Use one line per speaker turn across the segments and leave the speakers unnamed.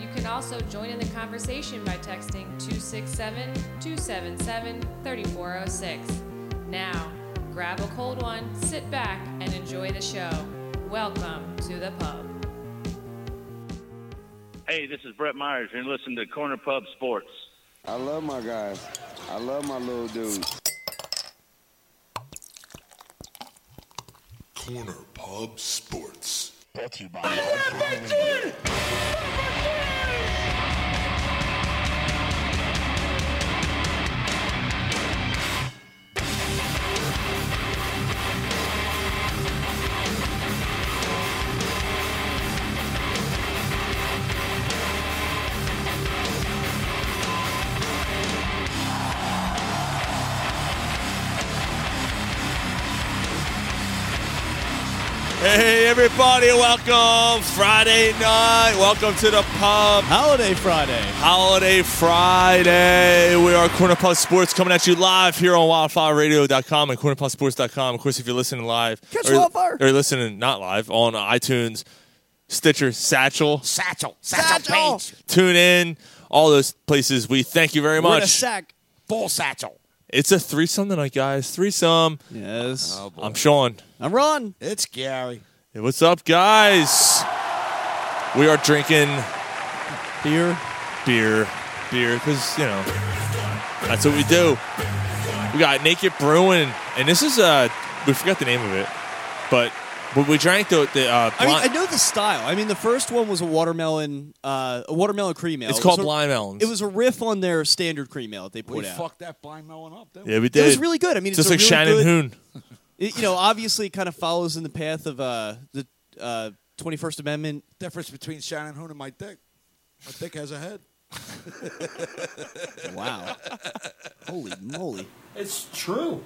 You can also join in the conversation by texting 267 277 3406. Now, grab a cold one, sit back, and enjoy the show. Welcome to the pub.
Hey, this is Brett Myers. You're listening to Corner Pub Sports.
I love my guys. I love my little dude.
Corner Pub Sports.
Hey, everybody, welcome. Friday night. Welcome to the pub.
Holiday Friday.
Holiday Friday. We are Corner Pub Sports coming at you live here on wildfireradio.com and cornerpubsports.com. Of course, if you're listening live,
Catch
or,
wildfire.
or you're listening not live on iTunes, Stitcher, Satchel,
Satchel.
Satchel.
Page.
Tune In, all those places. We thank you very
We're in a
much.
sack.
Full satchel.
It's a threesome tonight, guys. Threesome.
Yes.
I'm Sean.
I'm Ron.
It's Gary.
Hey, what's up, guys? We are drinking
Beer.
beer, beer, because you know that's what we do. We got Naked Brewing, and this is uh we forgot the name of it, but but we drank the the uh,
I mean,
blind-
I know the style. I mean, the first one was a watermelon, uh, a watermelon cream ale.
it's called
It was a-
Blind Melons.
It was a riff on their standard cream ale that they
We
put out.
fucked that blind melon up, didn't
yeah, we
It
did.
was really good. I mean,
just
it's a
like
really
Shannon
good-
Hoon.
It, you know, obviously, it kind of follows in the path of uh, the uh, 21st Amendment.
we? Difference between Shannon Hoon and my dick. My dick has a head.
Wow. Holy moly.
It's true.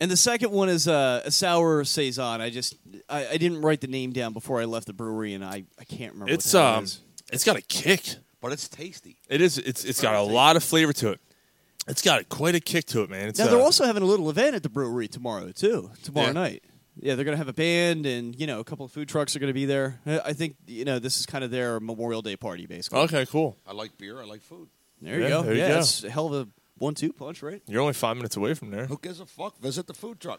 And the second one is uh, a sour saison. I just I, I didn't write the name down before I left the brewery, and I, I can't remember.
It's
what the hell it
um,
is.
it's got a kick.
But it's tasty.
It is. It's it's got a lot of flavor to it. It's got quite a kick to it, man. It's
Now they're
uh,
also having a little event at the brewery tomorrow too. Tomorrow
Yeah.
night, yeah, they're gonna have a band and you know a couple of food trucks are gonna be there. I I think you know this is kind of their Memorial Day party basically.
okay. Cool.
I like beer. I like food.
There you
Yeah,
go.
there you
yeah,
go.
it's a hell of a one-two punch, right?
You're only five minutes away from
Oh.
there.
Who gives a fuck? Visit the food truck.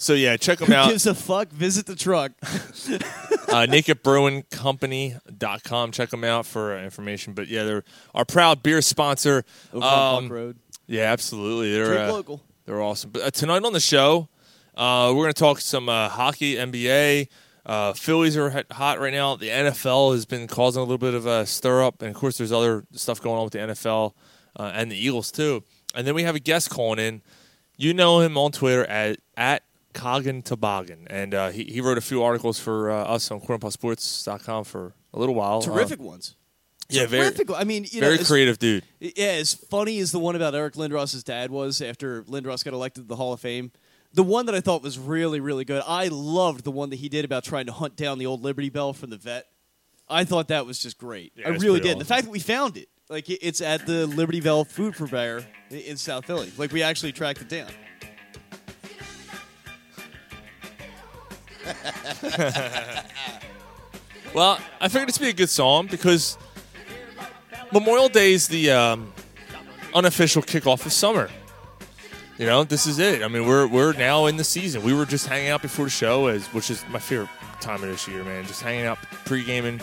So yeah, check them
Who
out.
gives a fuck? Visit the truck.
Um, uh, nakedbrewingcompany.com. Check them out for uh, information. But yeah, they're our proud beer sponsor.
Over on
Um,
Buck Road.
Yeah, absolutely. They're
Drink
uh,
local.
They're awesome. But uh, tonight on the show, uh, we're going to talk some uh, hockey, NBA. Uh, Phillies are hot- hot right now. The NFL has been causing a little bit of a stir up, and of course, there's other stuff going on with the NFL uh, and the Eagles too. And then we have a guest calling in. You know him on Twitter at at Coggin Toboggan, and uh, he he wrote a few articles for uh, us on cornpawsports.com for a little while.
Terrific
Um,
ones.
yeah, very
Terrific. I mean, you know,
very
it's-
creative dude.
Yeah, as funny as the one about Eric Lindros's dad was after Lindros got elected to the Hall of Fame, the one that I thought was really, really good, I loved the one that he did about trying to hunt down the old Liberty Bell from the vet. I thought that was just great.
Yeah,
I
it's
really
pretty awesome.
did. The fact that we found it, like it- it's at the Liberty Bell food purveyor i- in South Philly. Like we actually tracked it down.
Well, I figured this would be a good song because Memorial Day is the um, unofficial kickoff of summer. You know, this is it. I mean, we're we're now in the season. We were just hanging out before the show, as which is my favorite time of this year, man. Just hanging out, pre-gaming,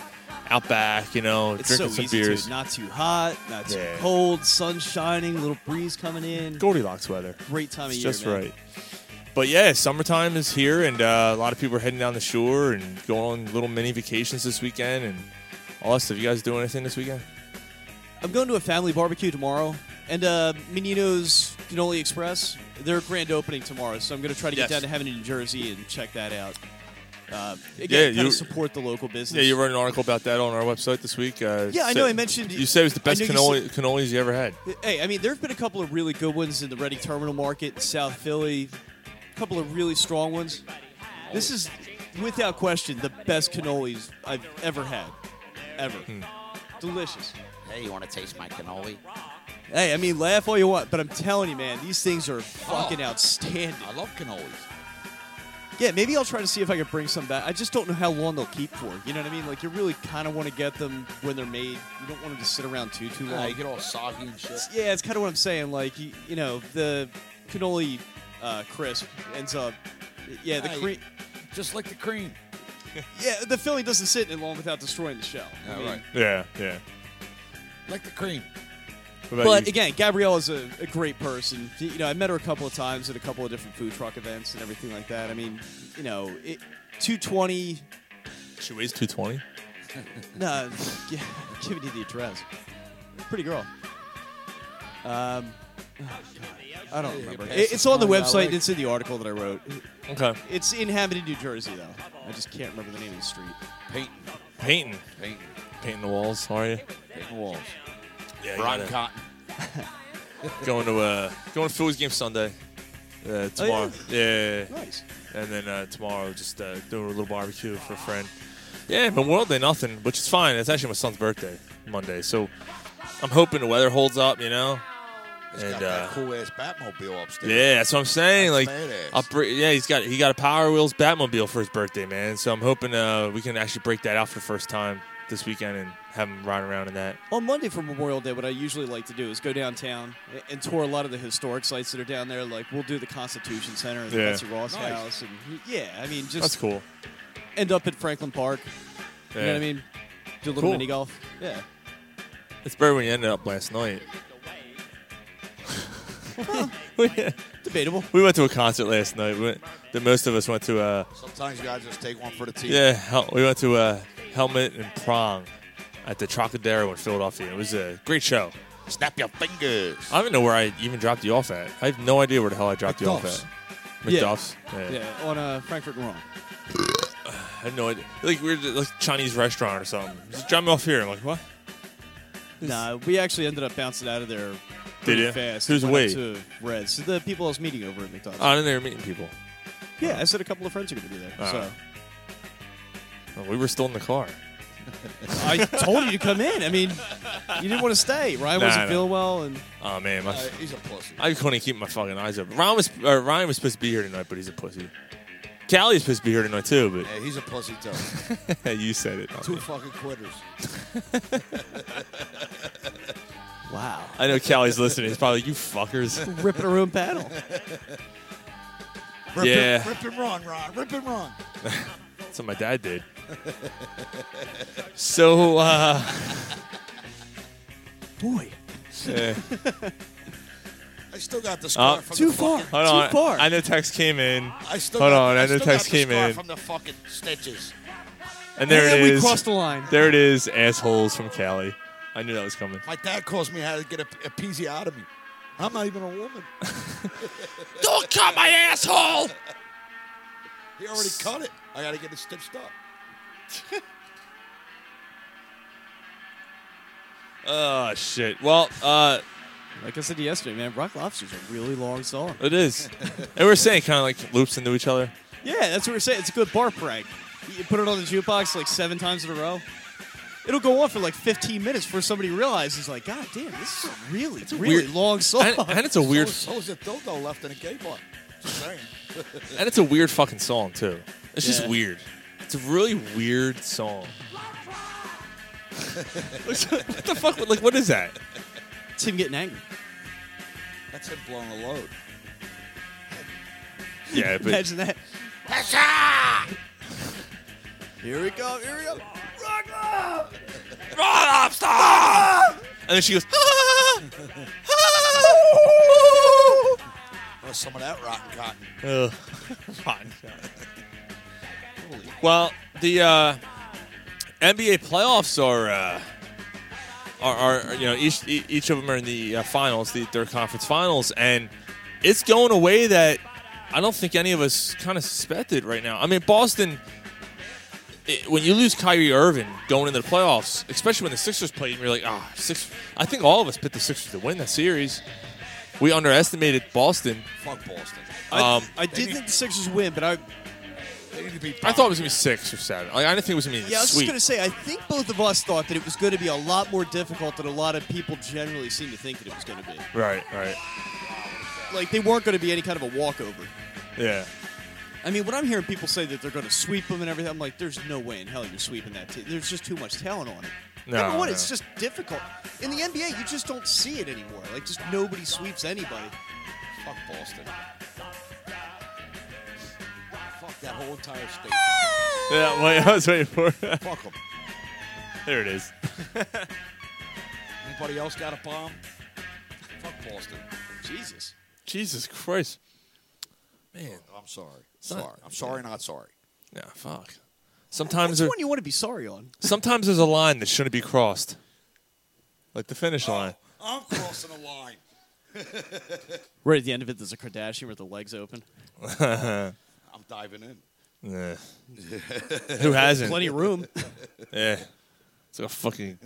out back. You know,
It's
drinking
so
some
easy
beers.
to. Not too hot, not too
Yeah.
cold, sun shining, little breeze coming in.
Goldilocks weather.
Great time of
It's
year.
just
man.
right. But yeah, summertime is here, and uh, a lot of people are heading down the shore and going on little mini vacations this weekend and all that stuff. You guys doing anything this weekend?
I'm going to a family barbecue tomorrow, and uh, Menino's Cannoli Express, their grand opening tomorrow, so I'm going to try to get
Yes.
down to Heaven in New Jersey and check that out. Uh,
Yeah,
again, yeah,
you-
you support the local business.
Yeah, you wrote an article about that on our website this week. Uh,
Yeah, I
said-
know, I mentioned-
you said it was the
I
best
know you
cannoli, cannolis you ever had.
Hey, I mean, there have been a couple of really good ones in the Ready Terminal Market, South Philly, a couple of really strong ones. This is, without question, the best cannolis I've ever had, ever.
Hmm.
Delicious.
Hey, you want to taste my cannoli?
Hey, I mean, laugh all you want, but I'm telling you, man, these things are fucking outstanding.
I love cannolis.
Yeah, maybe I'll try to see if I can bring some back. I just don't know how long they'll keep for. You know what I mean? Like, you really kind of want to get them when they're made. You don't want them to sit around too, too long.
Yeah, you get all soggy and shit.
Yeah, it's kind of what I'm saying. Like you, you know, the cannoli uh, crisp ends up. Yeah, the
Hey.
cre-
Just like the cream.
yeah the filling doesn't sit in long without destroying the shell. I
Yeah,
mean,
Ah, right.
Yeah, yeah.
Like the cream.
What about
But
you?
again, Gabrielle is a, a great person. Y- You know, I met her a couple of times at a couple of different food truck events and everything like that. I mean, you know, it, 220.
she weighs two twenty.
No, g- giving you the address. Pretty girl. Um, oh, God, I don't remember. It- it's on the website. and It's in the article that I wrote.
Okay,
It's in Hamden, New Jersey, though. I just can't remember the name of the street.
Painting.
painting,
Painting.
painting the walls. How are you?
Painting walls.
Yeah,
Ron Cotton.
going to uh, going to Phillies game Sunday.
Oh,
Uh, tomorrow, yeah. yeah, yeah.
Nice.
and then uh, tomorrow just uh, doing a little barbecue for a friend. Yeah, Memorial Day nothing, which is fine. It's actually my son's birthday Monday, so I'm hoping the weather holds up. You know,
It's
and
got that
uh,
cool ass Batmobile upstairs.
Yeah, that's what I'm saying.
That's
like,
badass.
I'll br- yeah, he's got he got a Power Wheels Batmobile for his birthday, man. So I'm hoping uh, we can actually break that out for the first time this weekend and have him ride around in that.
On Monday for Memorial Day, what I usually like to do is go downtown a- and tour a lot of the historic sites that are down there. Like, we'll do the Constitution Center and the
Yeah.
Betsy Ross
Nice.
House. And yeah, I mean, just
That's cool.
end up at Franklin Park.
Yeah.
You know what I mean? Do a little
Cool.
mini golf. Yeah.
It's better when you ended up last night. we
Debatable.
we went to a concert last night. We went, the most of us went to uh,
Sometimes you gotta just take one for the team.
yeah, hel- we went to uh, Helmet and Prong at the Trocadero in Philadelphia. It was a great show.
Snap your fingers.
I don't even know where I even dropped you off at. I have no idea where the hell I dropped you off
McDuff's.
at.
Yeah.
McDuff's.
Yeah, on uh, Frankfurt and Wrong.
I have no idea. Like we're at like Chinese restaurant or something. Just drop me off here. I'm like, what?
Nah, we actually ended up bouncing out of there pretty
ya?
fast.
Who's
and went
we?
up To Reds. So the people I was meeting over at McDonald's.
Oh, and they were meeting people.
yeah, I said a couple of friends are going to be there.
Uh.
so.
Oh, we were still in the car.
I told you to come in. I mean, you didn't want to stay. Ryan
Nah,
wasn't
nah.
feeling well, and
Oh man, my,
Uh, he's a pussy.
I couldn't keep my fucking eyes up. Ryan was uh, Ryan was supposed to be here tonight, but he's a pussy. Callie is supposed to be here tonight too,
Yeah, he's a pussy too.
but you said it. not
Two
me.
fucking quitters.
wow,
I know Callie's listening. He's probably like, you fuckers.
ripping a room panel.
Rip
Yeah.
and, rip and run, Ron. Rip and run.
That's what my dad did. So uh,
Boy,
eh,
I still got the scar
Uh,
from
too
the fucking-
far.
hold
Too
on.
far.
I know text came in,
I still
Hold
got,
on,
I
I know
still got
text
the
came
scar
in.
from the fucking snitches.
and there
and
it
we
is.
crossed the line.
There it is. Assholes from Callie. I knew that was coming.
My dad calls me how to get a, a episiotomy. I'm not even a woman.
Don't cut my asshole.
He already cut it. I gotta get it stitched up.
Oh shit. Well, uh,
Like I said yesterday, man, Rock Lobster's a really long song.
it is. and we're saying kind of like loops into each other.
Yeah, that's what we're saying. It's a good bar prank. You put it on the jukebox like seven times in a row. It'll go on for like 15 minutes before somebody realizes, like, God damn, this is a really, really
weird-
long song.
And, and it's a weird,
So, so's a dildo left in a gay bar. Just saying.
and it's a weird fucking song too. It's just
Yeah.
weird. It's a really weird song. what the fuck? Like, what is that?
it's him getting angry.
That's him blowing a load.
Yeah, but
Imagine that. Here we go. Here we go.
Rob, stop! And then she goes.
Oh, some of that rotten cotton.
Ugh. well, the uh, NBA playoffs are, uh, are are you know each e- each of them are in the uh, finals, the, their conference finals, and it's going a way that I don't think any of us kind of suspected right now. I mean, Boston it- when you lose Kyrie Irving going into the playoffs, especially when the Sixers played, and you're like, ah, six. I think all of us picked the Sixers to win that series. We underestimated Boston.
Fuck Boston.
I,
Um,
I did think the Sixers would win, but I
They need to be.
I thought it was gonna be six or seven. Like, I didn't think it was gonna be
yeah, I was just
sweet.
gonna say I think both of us thought that it was going to be a lot more difficult than a lot of people generally seem to think that it was going to be.
right, right,
Like they weren't going to be any kind of a walkover.
yeah.
I mean, when I'm hearing people say that they're going to sweep them and everything, I'm like, there's no way in hell you're sweeping that team. There's just too much talent on it.
No,
Number one,
no.
it's just difficult. In the NBA, you just don't see it anymore. Like, just nobody sweeps anybody.
Fuck Boston. Fuck that whole entire state.
Yeah, wait, I was waiting for. it.
Fuck them.
there it is.
Anybody else got a bomb? Fuck Boston.
Jesus.
Jesus Christ, man.
I'm sorry.
not-
Sorry. I'm sorry. Not sorry.
Yeah, fuck. Sometimes
That's
there,
one you want to be sorry on.
sometimes there's a line that shouldn't be crossed, like the finish line.
I'm crossing a line.
Right at the end of it, there's a Kardashian with the legs open.
I'm diving in.
Nah. Who hasn't?
Plenty of room.
Yeah. It's like a fucking.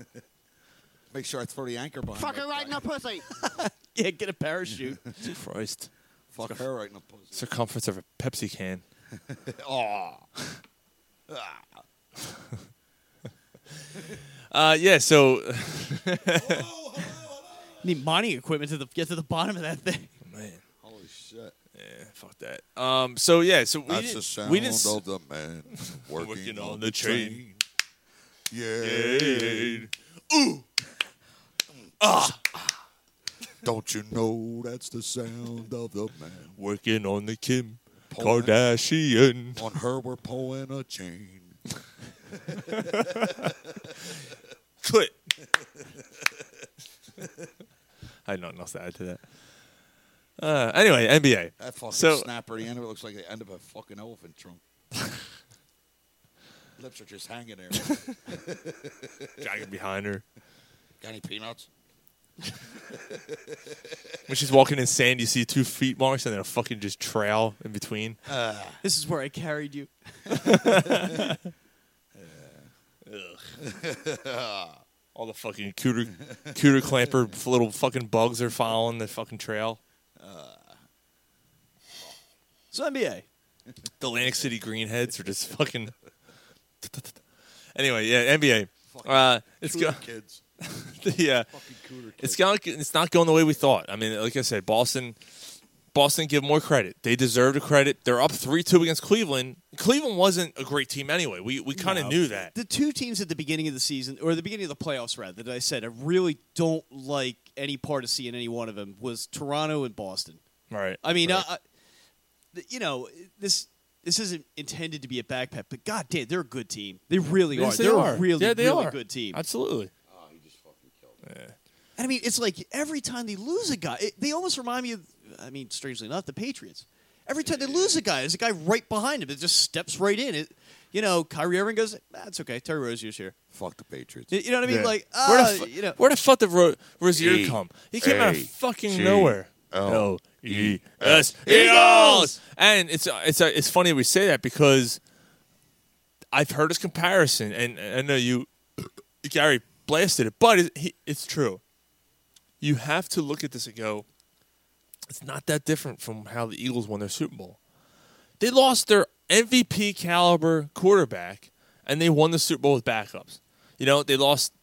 Make sure I throw the anchor behind.
Fuck her right in the pussy.
yeah, get a parachute.
Christ.
Fuck her right in the pussy.
Circumference of a Pepsi can. uh, yeah, so.
Need mining equipment to the, get to the bottom of that thing.
Man.
Holy shit.
Yeah, fuck that. Um, so, yeah, so we
That's
didn't.
the sound
we didn't s-
of the man working,
Working on
on
the train.
Yeah. Don't you know that's the sound of the man?
Working on the Kim
Pulling.
Kardashian.
On her, we're pulling a chain.
Clit. I had nothing else to add to that. Uh, anyway, NBA.
That fucking
So-
snapper at the end of it looks like the end of a fucking elephant trunk. Lips are just hanging there.
Dragging behind her.
Got any peanuts?
When she's walking in sand, you see two feet marks and then a fucking just trail in between.
Uh.
This is where I carried you.
All the fucking cooter, cooter clamper f- little fucking bugs are following the fucking trail.
So, NBA.
The Atlantic City greenheads are just fucking. Anyway, yeah, NBA. Uh, it's go-
Kids.
the uh, it's gone, it's not going the way we thought. I mean, like I said, Boston, Boston, give more credit. They deserve the credit. They're up three two against Cleveland. Cleveland wasn't a great team anyway. We we kind of knew that.
the two teams at the beginning of the season or the beginning of the playoffs rather that I said I really don't like any part of seeing any one of them was Toronto and Boston.
Right.
I mean, uh, I, I, th- you know, this this isn't intended to be a backpack, but god damn, they're a good team. They really
Yes,
are.
they
are
are.
a really
Yeah, they
really
are.
good team.
Absolutely.
And I mean, it's like every time they lose a guy, it, they almost remind me of, I mean, strangely enough, the Patriots. Every time they lose a guy, there's a guy right behind him that just steps right in. It, you know, Kyrie Irving goes, that's okay. Terry Rozier's here.
Fuck the Patriots.
You you know what I mean?
Yeah.
Like,
where,
ah,
the fu-
you know,
where the fuck did Ro- Rozier
E-
come? He came out
A-
of fucking
G-
nowhere.
L-
L-
E-
S Eagles. And it's it's it's funny we say that because I've heard this comparison, and I know you, Gary, blasted it, but it, he, it's true. You have to look at this and go, it's not that different from how the Eagles won their Super Bowl. They lost their MVP caliber quarterback, and they won the Super Bowl with backups. You know, they lost.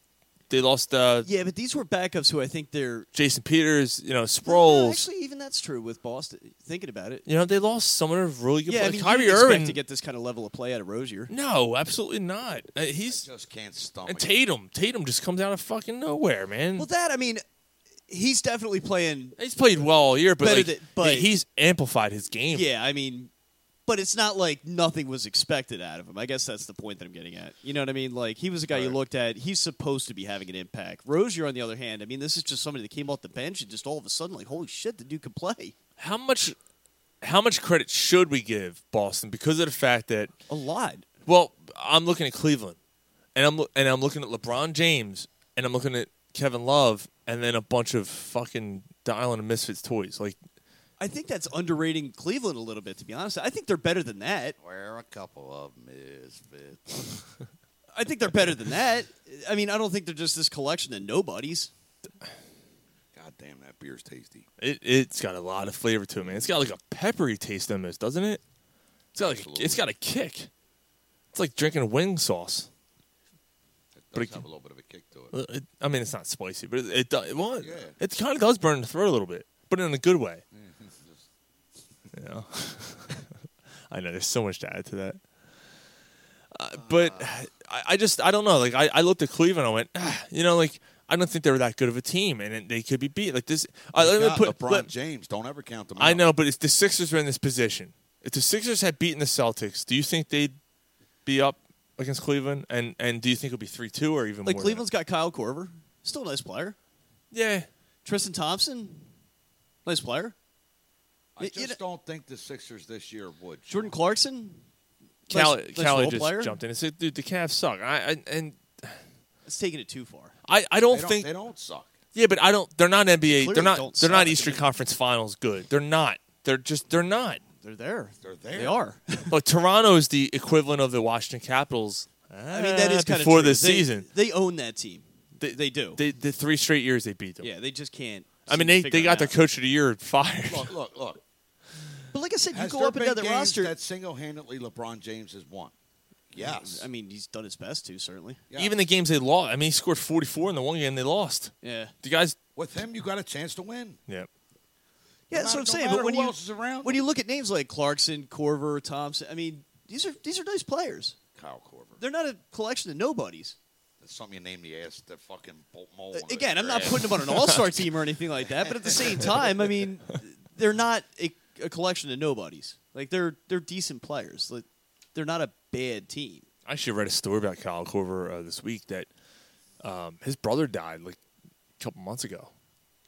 They lost uh,
yeah, but these were backups who I think they're.
Jason Peters. You know,
Well,
Sproles.
actually, even that's true with Boston. Thinking about it,
You know, they lost some of their really good
yeah, I
players.
mean,
Kyrie
you expect
Irving.
to get this kind of level of play out of Rozier.
no, absolutely not. Uh,
I
he's
just can't stomach
and
it.
Tatum. Tatum just comes out of fucking nowhere, man.
Oh, Well, that I mean, he's definitely playing.
he's played well all year, but,
Better
like,
than- but-
he's amplified his game.
Yeah, I mean, but it's not like nothing was expected out of him. I guess that's the point that I'm getting at. You know what I mean? Like he was a guy you looked at. He's supposed to be having an impact. Rozier, on the other hand, I mean, this is just somebody that came off the bench and just all of a sudden, like, holy shit, the dude can play
How much? How much credit should we give Boston because of the fact that
a lot.
Well, I'm looking at Cleveland, and I'm lo- and I'm looking at LeBron James, and I'm looking at Kevin Love, and then a bunch of fucking Dylan and Misfits toys. Like
I think that's underrating Cleveland a little bit, to be honest. I think they're better than that.
We're a couple of misfits.
I think they're better than that. I mean, I don't think they're just this collection of nobodies.
God damn, that beer's tasty.
It it's got a lot of flavor to it, man. It's got like a peppery taste almost, doesn't it? It's got like a,
Absolutely.
it's got a kick. It's like drinking wing sauce.
It
But
does
it-
have a little bit of a kick to it.
Uh, It, I mean, it's not spicy, but it it, do- it, well,
Yeah.
it kind of does burn the throat a little bit, but in a good way.
It's just-
You know? I know there's so much to add to that. Uh, but I, I just I don't know. Like I, I looked at Cleveland, I went, ah, you know, like I don't think they were that good of a team, and it, they could be beat. Like this, I let me
God,
put
LeBron
let-
James. Don't ever count them.
I
out.
know, but if the Sixers were in this position, if the Sixers had beaten the Celtics, do you think they'd be up against Cleveland? And and do you think it'll be three two or even
Like
more? than
Cleveland's got Kyle Corver, still a nice player.
that? yeah.
Tristan Thompson, nice player.
I
You know-
just don't think the Sixers this year would.
Jordan Clarkson,
Cal-
nice, nice
Callie
role
just
player.
jumped in and said, "Dude, the Cavs suck." I, I and
It's taking it too far.
I, I
They
don't
don't,
think
they don't suck.
yeah, but I don't. They're not NBA.
Clearly
they're not.
don't
They're not
suck.
Eastern Conference Finals good. They're not. They're just. They're not.
They're there.
They're there.
They are.
Look, Toronto is the equivalent of the Washington Capitals. eh,
I mean, that is kind of
Uh, before this season.
They own that team. They, they do.
They, the three straight years they beat them.
yeah, they just can't.
I mean,
seem to
they,
figure
they
it
got their
out.
coach of the year fired.
Look, look, look.
But like I said, you
Has
go
there
up and
been
down the
games
roster.
that single-handedly LeBron James has won? Yes.
I mean, he's done his best to certainly.
Yeah.
Even the games they lost. I mean, he scored 44 in the one game they lost.
Yeah.
The guys.
With him, you got a chance to win.
Yeah.
Yeah,
No
that's
matter-
what I'm
no
saying.
matter
But when
who
you
else is around.
when you look at names like Clarkson, Corver, Thompson, I mean, these are these are nice players.
Kyle Korver.
They're not a collection of nobodies.
That's something you name the ass the fucking bolt mole.
Uh,
on the-
Again, I'm
your
not
ass.
putting them on an all-star team or anything like that, but at the same time, I mean, they're not a, a collection of nobodies. Like they're they're decent players. Like they're not a bad team.
I actually read a story about Kyle Corver uh, this week that um, his brother died like a couple months ago.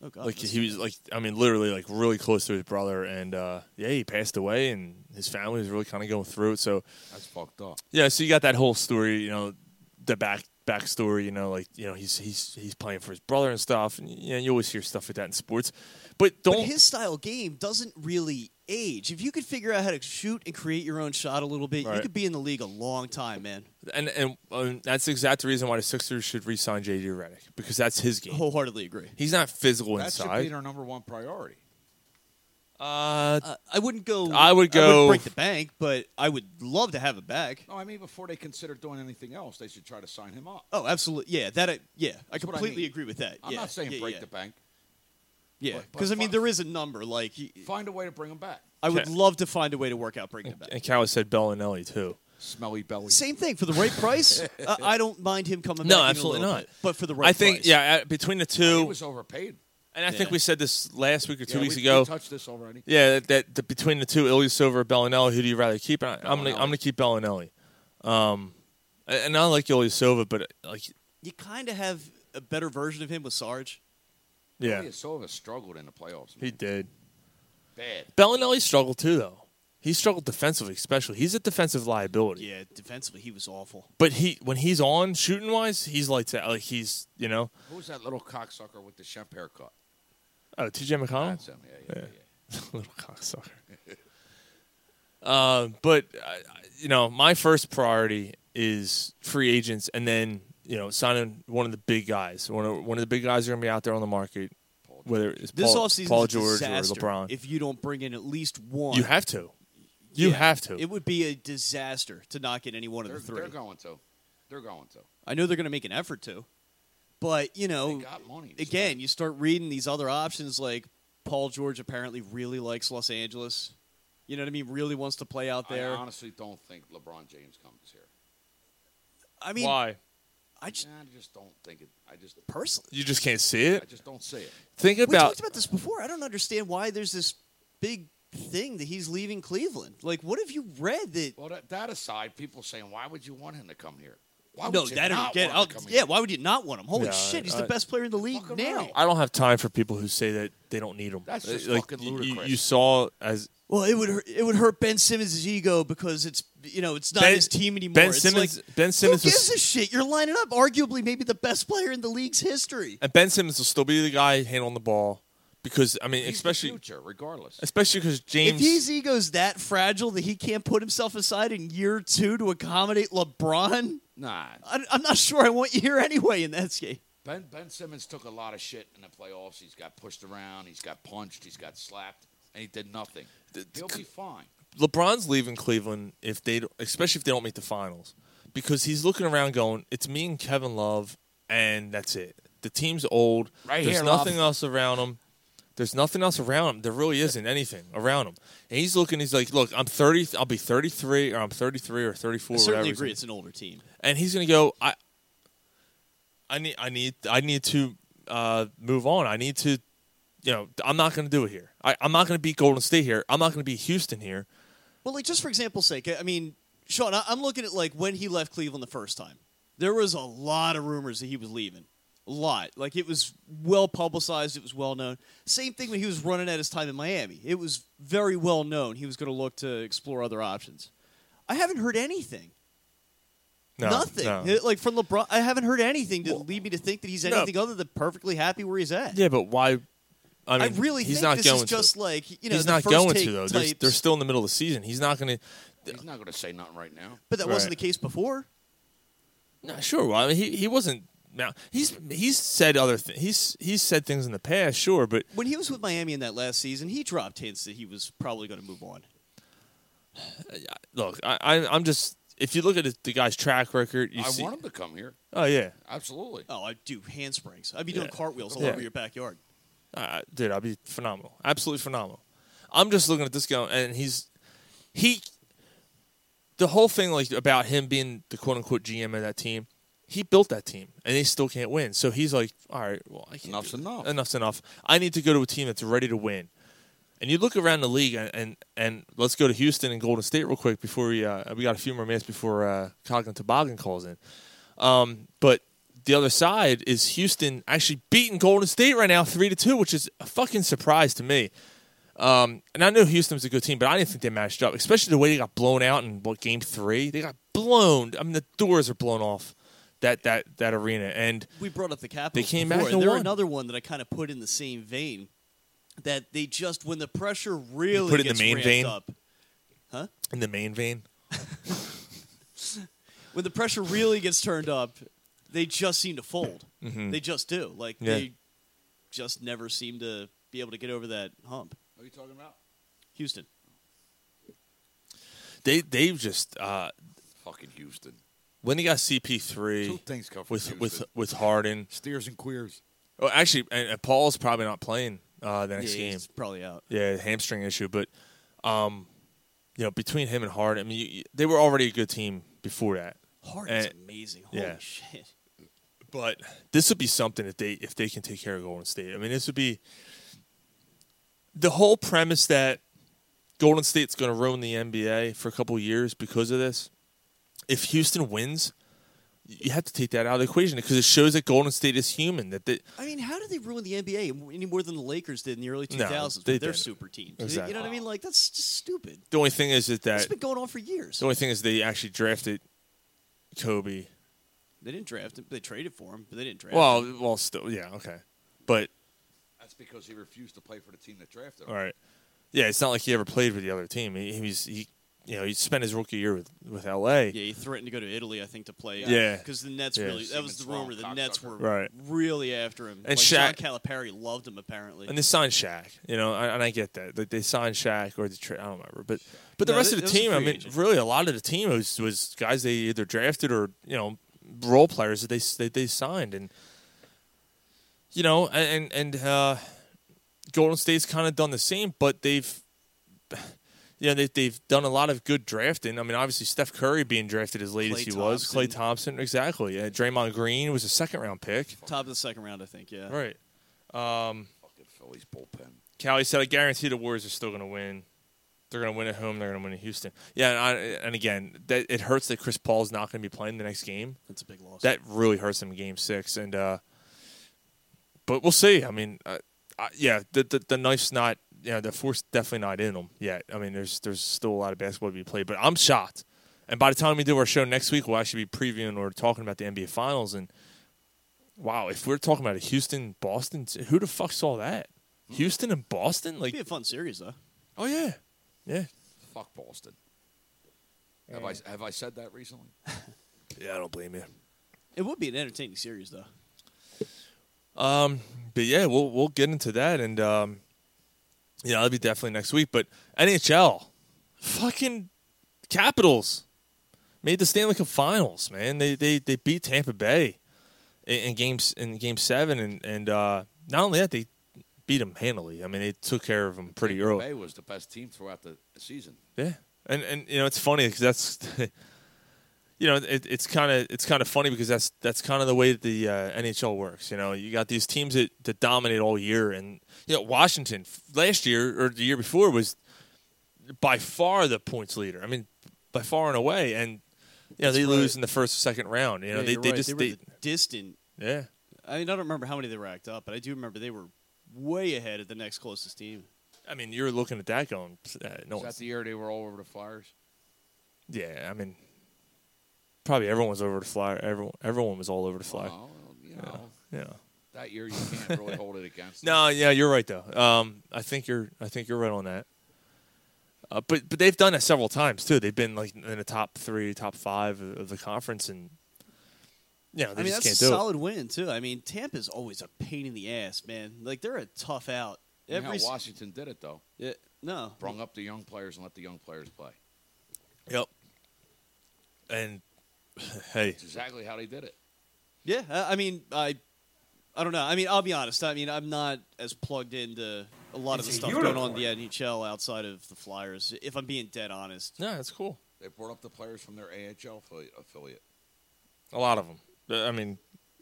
Oh god.
like
that's-
he was like I mean literally like really close to his brother and uh, yeah he passed away and his family was really kind of going through it. So
That's fucked up.
yeah, so you got that whole story, you know, the back backstory, you know, like you know he's he's he's playing for his brother and stuff. And, you know, you always hear stuff like that in sports, but don't
but his style of game doesn't really age. If you could figure out how to shoot and create your own shot a little bit, you
Right.
could be in the league a long time, man.
And and um, that's the exact reason why the Sixers should re-sign J.D. Redick because that's his game.
Oh,
Wholeheartedly agree.
He's not physical
That should be
inside.
their number one priority.
Uh,
Uh, I wouldn't go.
I would go-
break the bank, but I would love to have it back.
No, I mean before they consider doing anything else, they should try to sign him up.
Oh, absolutely. Yeah, that. I, yeah, I
That's what I
completely
mean.
agree with that.
I'm
Yeah,
not saying
yeah,
break
yeah.
the bank.
Yeah,
but-
because I
but
mean,
fi-
there is a number. Like, y-
Find a way to bring him back.
I would
Okay.
love to find a way to work out breaking it back.
and Cowell said Bellinelli too.
Smelly belly.
Same thing for the right price. uh, I don't mind him coming.
No,
back even a
absolutely
little
not.
bit, but for the right,
I think
price.
yeah, uh, between the two,
He was overpaid.
and I think
Yeah.
we said this last week or two
Yeah,
weeks
we-
ago.
we touched this already.
yeah, that, that the, between the two, Ilyasova or Bellinelli, who do you rather keep? And I, I'm gonna
Bellinelli.
I'm gonna keep Bellinelli. Um, and and I like Ilyasova, but like
you kind of have a better version of him with Sarge.
yeah,
Ilya Sova struggled in the playoffs.
he
man.
did.
bad.
Bellinelli struggled too though. He struggled defensively, especially. He's a defensive liability.
Yeah, defensively he was awful.
But he when he's on shooting wise, he's lights out. Like he's you know
Who was that little cocksucker with the Shemp haircut?
oh TJ
That's
McConnell,
him. Yeah, yeah, yeah. yeah.
little cocksucker. uh, but uh, you know my first priority is free agents, and then you know signing one of the big guys. One of one of the big guys are going to be out there on the market. Whether it's
This
Paul,
offseason
Paul
is a
George or
disaster
LeBron,
If you don't bring in at least one,
you have to. You
Yeah.
have to.
It would be a disaster to not get any one of
They're,
the 3
they're going to. They're going to.
I know they're going to make an effort to, but you
They
know,
got money. this
Oh, again,
time.
you start reading these other options. Like Paul George apparently really likes Los Angeles. You know what I mean? Really wants to play out
I
there. I,
honestly don't think LeBron James comes here.
mean,
Why?
I just
I just don't think it. I just,
personally,
You just can't see it.
I just don't see it.
Think
we
about
talked about this before. I don't understand why there's this big thing that he's leaving Cleveland. Like, what have you read that?
Well, that, that aside, people saying, why would you want him to come here? Why
no,
would you
that
not
again.
want him to come
yeah,
here?
why would you not want him? Holy
Yeah,
shit, he's
I-
the best player in the league
Fucking
now.
right.
I don't have time for people who say that they don't need him.
That's just fucking
you- You,
ludicrous.
you saw as
Well, it would hurt, it would hurt Ben Simmons' ego because it's you know it's not
Ben-
his team anymore.
Ben
It's
Simmons-
like,
Ben Simmons
Who
was-
gives a shit? You're lining up arguably maybe the best player in the league's history.
and Ben Simmons will still be the guy handling the ball because I mean,
He's
especially
the future, regardless.
especially because James.
If his ego's that fragile that he can't put himself aside in year two to accommodate LeBron,
Nah,
I, I'm not sure I want you here anyway in that game.
Ben Ben Simmons took a lot of shit in the playoffs. He's got pushed around. He's got punched. He's got slapped, and he did nothing. He'll be fine.
LeBron's leaving Cleveland if they, don't- especially if they don't make the finals, because he's looking around going, "It's me and Kevin Love, and that's it. The team's old.
Right
There's
here, Love.
nothing else around him. There's nothing else around him. There really isn't anything around him. And he's looking. He's like, look, I'm 30. I'll be 33, or I'm 33 or 34.
I
whatever
certainly
he's
agree.
gonna-
It's an older team.
and he's gonna go. I, I need, I need, I need to uh, move on. I need to, you know, I'm not gonna do it here. I, I'm not gonna beat Golden State here. I'm not gonna beat Houston here.
Well, like just for example's sake, I I mean, Sean, I, I'm looking at like when he left Cleveland the first time. There was a lot of rumors that he was leaving. A lot. Like it was well publicized, it was well known. Same thing when he was running at his time in Miami. It was very well known he was going to look to explore other options. I haven't heard anything.
No,
Nothing.
no.
Uh, Like from LeBron, I haven't heard anything to lead me to think that he's
no.
anything other than perfectly happy where he's at.
Yeah, but why? I
I,
mean,
really
he's
think
not
this
going
is just
to.
like you know
he's
the
not
first
going
take
to though. They're,
types-
they're still in the middle of the season. He's not going to.
He's not going to say nothing right now.
but that wasn't the
Right.
case before.
Not sure. Well, I mean, he he wasn't. Now he's he's said other things. He's he's said things in the past, sure, but
when he was with Miami in that last season, he dropped hints that he was probably going to move on.
look, I, I I'm just if you look at the guy's track record, you
I
see.
want him to come here.
oh yeah,
Absolutely.
Oh, I do handsprings. I'd be doing
Yeah.
cartwheels all
Yeah.
over your backyard.
uh, dude, I'd be phenomenal, absolutely phenomenal. I'm just looking at this guy, and he's he. The whole thing, like about him being the quote unquote GM of that team, he built that team, and they still can't win. So he's like, all right, well, I can't
Enough's
do that.
enough.
Enough's enough. I need to go to a team that's ready to win. And you look around the league, and and, and let's go to Houston and Golden State real quick before we uh, we got a few more minutes before uh, Coglin Toboggan calls in. Um, but the other side is Houston actually beating Golden State right now three to two, which is a fucking surprise to me. Um, and I knew Houston was a good team, but I didn't think they matched up, especially the way they got blown out in what game three. They got blown. I mean, the doors are blown off that that that arena, and
We brought up the Capitals.
They came back
before,
and
and they're
won.
another one that I kind of put in the same vein. That they just when the pressure really
put it in the
gets
main
ramped
vein?
up,
in the main vein,
when the pressure really gets turned up, they just seem to fold. They just do. Like
Mm-hmm. Yeah.
they just never seem to be able to get over that hump.
What are you talking about?
Houston.
they they've just uh,
Fucking Houston.
when they got CP three
Two things come from
with
Houston.
with with Harden.
Steers and queers.
Oh, actually, and, and Paul's probably not playing uh, the next
Yeah,
game.
he's probably out.
Yeah, hamstring issue, but um, you know, between him and Harden, I mean, you, you- they were already a good team before that.
Harden's
And-
amazing. Holy
Eh, yeah.
shit.
But this would be something if they if they can take care of Golden State. I mean, this would be the whole premise that Golden State's going to ruin the NBA for a couple of years because of this. If Houston wins, you have to take that out of the equation because it shows that Golden State is human. That they,
I mean, how did they ruin the NBA any more than the Lakers did in the early 2000s with
they
their
didn't.
super teams?
Exactly.
You know what I mean? Like, that's just stupid.
the only thing is that,
It's
that
been going on for years.
the only thing is they actually drafted Kobe.
They didn't draft him. They traded for him, but they didn't draft him.
Well, well, still, yeah, okay, but
That's because he refused to play for the team that drafted him.
all right, yeah, it's not like he ever played with the other team. He, he was he, you know, he spent his rookie year with with LA.
Yeah, he threatened to go to Italy, I think, to play.
Yeah.
Because the Nets
Yeah.
really, that was the
Simmons
rumor. The
wrong,
Nets
cocksucker.
were
Right.
really after him.
And
like, John
Shaq-
Calipari loved him, apparently.
And they signed Shaq, you know, and and I get that. Like they signed Shaq or the trade, I don't remember, but but the
No,
rest
that-
of the
that was a
team, I
free
mean,
agent.
really a lot of the team was was guys they either drafted or you know role players that they s- that they signed, and you know, a- and and uh, Golden State's kind of done the same, but they've. You know, they, they've done a lot of good drafting. I mean, obviously, Steph Curry being drafted as late
Klay
as he was. Clay
Thompson.
Thompson, exactly. Uh, Draymond Green was a second round pick.
Top of the second round, I think, yeah.
Right.
Fucking Philly's bullpen.
Callie said, "I guarantee the Warriors are still going to win. They're going to win at home. They're going to win in Houston. Yeah, and, I, and again, that it hurts that Chris Paul's not going to be playing the next game.
That's a big loss.
That really hurts him in Game Six. And uh, but we'll see. I mean, uh, I, yeah, the, the the knife's not. You know, the force definitely not in them yet. I mean, there's there's still a lot of basketball to be played. But I'm shocked. And by the time we do our show next week, we'll actually be previewing or talking about the NBA Finals. And wow, if we're talking about a Houston Boston, who the fuck saw that? Houston and Boston?
It'd be
Like,
a fun series though.
oh yeah, yeah,
Fuck Boston. Have I have I said that recently?
yeah. I don't blame you.
It would be an entertaining series though.
But yeah, we'll we'll get into that, and um, yeah, that'll be definitely next week. But NHL, fucking Capitals made the Stanley Cup Finals, man. They they they beat Tampa Bay in, in games in game seven, and and uh, not only that, they beat them handily. I mean, they took care of them pretty
Tampa
early.
Bay was the best team throughout the season.
Yeah, and and you know it's funny because that's, you know, it, it's kind of it's kind of funny because that's that's kind of the way that the uh, NHL works. You know, you got these teams that, that dominate all year, and you know Washington f- last year or the year before was by far the points leader. I mean, by far and away, and you know they lose in the first or second round. You know,
Yeah,
they
you're
they
right.
just
they were
they,
the distant.
yeah.
I mean, I don't remember how many they racked up, but I do remember they were way ahead of the next closest team.
I mean, you're looking at that going, uh, no
Is that
one's
the year they were all over the Flyers?
Yeah, I mean, probably everyone's over the fly. Everyone, everyone was all over the fly.
Well, you know,
Yeah.
that year you can't really hold it against. them.
No, yeah, you're right though. Um, I think you're I think you're right on that. Uh, but but they've done it several times too. They've been like in the top three, top five of of the conference, and yeah, they
I mean,
just
that's a
can't do
solid win too. I mean, Tampa's always a pain in the ass, man. Like they're a tough out.
You know
Every
how
s-
Washington did it though.
Yeah, no,
Brung up the young players and let the young players play.
it. Yep. And hey,
It's exactly how they did it.
yeah. I I mean, I, I don't know. I mean, I'll be honest. I mean, I'm not as plugged into a lot of the stuff going on in the NHL outside of the Flyers. If I'm being dead honest,
no, that's cool.
They brought up the players from their AHL affili- affiliate.
A lot of them. I mean,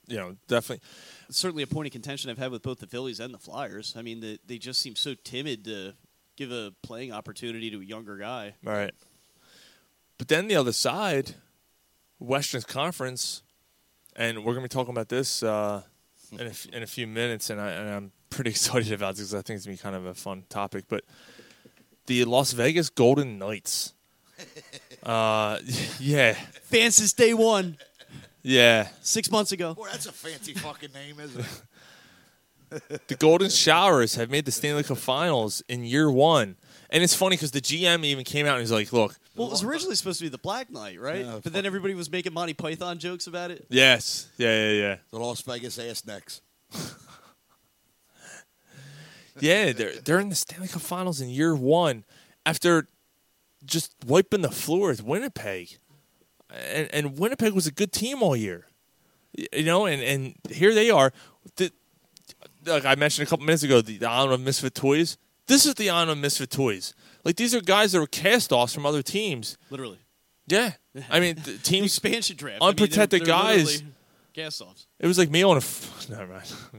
you know, definitely.
it's certainly a point of contention I've had with both the Phillies and the Flyers. I mean, the, they just seem so timid to give a playing opportunity to a younger guy.
All right. But then the other side, Western Conference, and we're going to be talking about this uh, in, a f- in a few minutes, and, I, and I'm pretty excited about this because I think it's going to be kind of a fun topic. But the Las Vegas Golden Knights. Uh, yeah.
Fans since day one,
Yeah.
six months ago.
Boy, that's a fancy fucking name, isn't it?
The Golden Showers have made the Stanley Cup Finals in year one. And it's funny because the GM even came out and he's like, look,
Well, it was originally supposed to be the Black Knight, right?
Yeah,
but then everybody was making Monty Python jokes about it.
yes. Yeah, yeah, yeah.
The Las Vegas ass necks.
Yeah, they're they're in the Stanley Cup Finals in year one, after just wiping the floor with Winnipeg, and and Winnipeg was a good team all year, Y- you know, and and here they are. The, like I mentioned a couple minutes ago, the, the Island of Misfit Toys. This is the Island of Misfit Toys. Like these are guys that were cast-offs from other teams.
Literally.
Yeah, I mean the
The
teams.
expansion draft.
Unprotected guys.
Gas offs.
It was like me on a. F- Never mind. I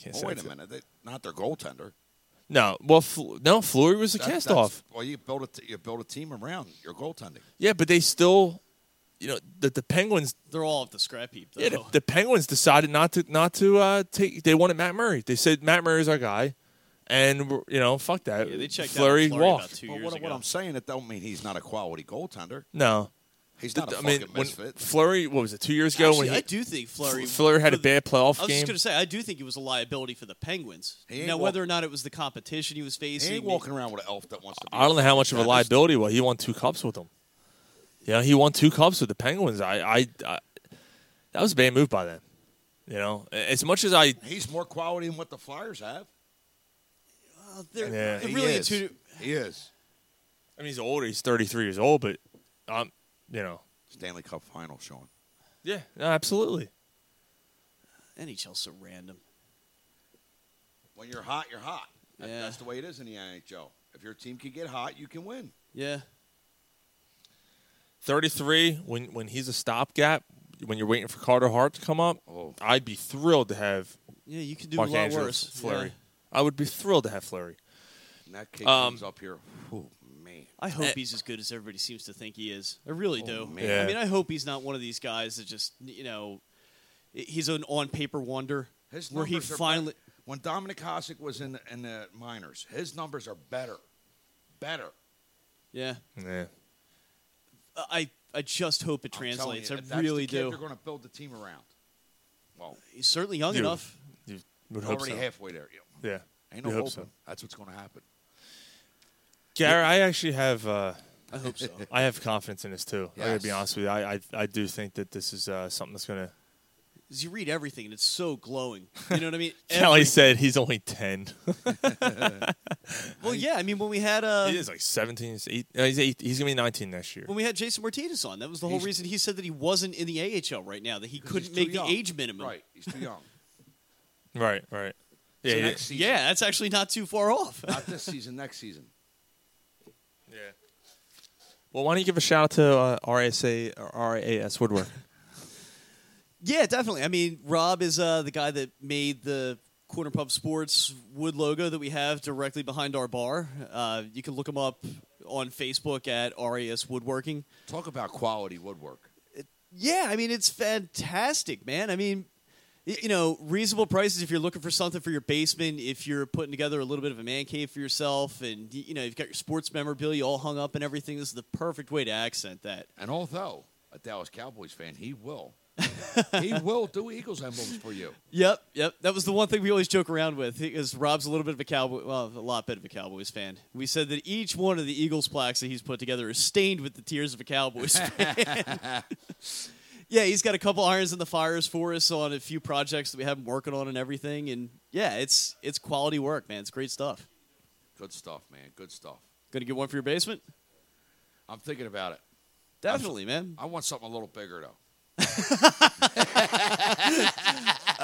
can't
Oh,
say
wait
it.
a minute. They, not their goaltender.
No, well, Fl- no, Fleury was a
That- that's-
cast-off.
Well, you build a t- you build a team around your goaltending.
Yeah, but they still, you know, the, the Penguins.
They're all off the scrap heap, though.
Yeah, the, the Penguins decided not to not to uh, take. They wanted Matt Murray. They said Matt Murray's our guy, and we're- you know, fuck that.
Yeah, they checked
Fleury
out Flurry about
walked.
two
Well,
years
what,
ago.
what I'm saying, it don't mean he's not a quality goaltender.
No,
He's not a
I
fucking
mean, when
misfit.
Flurry, what was it? Two years ago
Actually,
when
I
he,
do think Flurry.
Fleury had a
for the-
bad playoff
I was
game.
just going to say, I do think he was a liability for the Penguins.
He ain't
Now,
walk-
whether or not it was the competition he was facing,
he ain't walking around with an elf that wants to. Be
I don't know how much of a
Yeah, there's-
liability was. He won two cups with them. Yeah, he won two cups with the Penguins. I, I, I that was a bad move by them. You know, as much as I,
He's more quality than what the Flyers have.
Well, they're-
Yeah.
they're
He
really
is.
two.
He is
I mean, he's older. He's thirty three years old, but um, you know,
Stanley Cup final, Sean.
yeah, no, absolutely.
NHL's so random.
When you're hot, you're hot. That-
Yeah.
That's the way it is in the NHL. If your team can get hot, you can win.
Yeah.
33 when when he's a stopgap when you're waiting for Carter Hart to come up I'd be thrilled to have
Yeah, you can do
Mark
Oh. a lot
Andrews
worse.
Fleury
Yeah.
I would be thrilled to have Flurry
And that kid
Um,
comes up here. Oh man,
I hope he's as good as everybody seems to think he is. I really do.
Oh, man.
Eh. Yeah.
I mean, I hope he's not one of these guys that just, you know, he's an on paper wonder
his
where he
numbers are
finally.
better. when Dominic Hasek was in in the minors, his numbers are better, better.
Yeah.
yeah
I, I just hope it
I'm telling
translates.
you,
I
if that's
really
the kid
do.
They're going to build the team around. Well,
He's certainly young
You-
enough.
you would hope
already
so.
halfway there. Yeah.
yeah
Ain't no
We hope
hoping.
so.
That's what's going to happen.
Garrett, I actually have uh,
I hope so.
I have confidence in this too. I gotta be
Yes.
honest with you. I I, I do think that this is uh, something that's gonna.
'Cause you read everything and it's so glowing. You know what I mean?
Kelly said he's only ten.
Every- well, yeah. I mean, when we had uh,
he is like seventeen. He's, eight, no, he's, eight, he's gonna be nineteen next year.
when we had Jason Martinez on, that was the whole
He's-
reason he said that he wasn't in the AHL right now, that he
He's
couldn't
too
make the
young.
age minimum.
Right. He's too young.
Right, right. Yeah,
So
he-
next season.
Yeah, that's actually not too far off.
Not this season, next season.
yeah. Well, why don't you give a shout out to uh, RSA or RAS Woodwork?
Yeah, definitely. I mean, Rob is uh, the guy that made the Corner Pub Sports wood logo that we have directly behind our bar. Uh, you can look him up on Facebook at RAS Woodworking.
Talk about quality woodwork.
Yeah, I mean, it's fantastic, man. I mean, y- you know, reasonable prices if you're looking for something for your basement, if you're putting together a little bit of a man cave for yourself, and, y- you know, you've got your sports memorabilia all hung up and everything. This is the perfect way to accent that.
And although a Dallas Cowboys fan, he will. he will do Eagles emblems for you.
Yep, yep. That was the one thing we always joke around with because Rob's a little bit of a cowboy, well, a lot bit of a Cowboys fan. We said that each one of the Eagles plaques that he's put together is stained with the tears of a Cowboys fan. yeah, he's got a couple irons in the fires for us on a few projects that we have him working on and everything. And yeah, it's it's quality work, man. It's great stuff.
Good stuff, man. Good stuff.
Gonna get one for your basement?
I'm thinking about it.
Definitely, man.
I want something a little bigger though.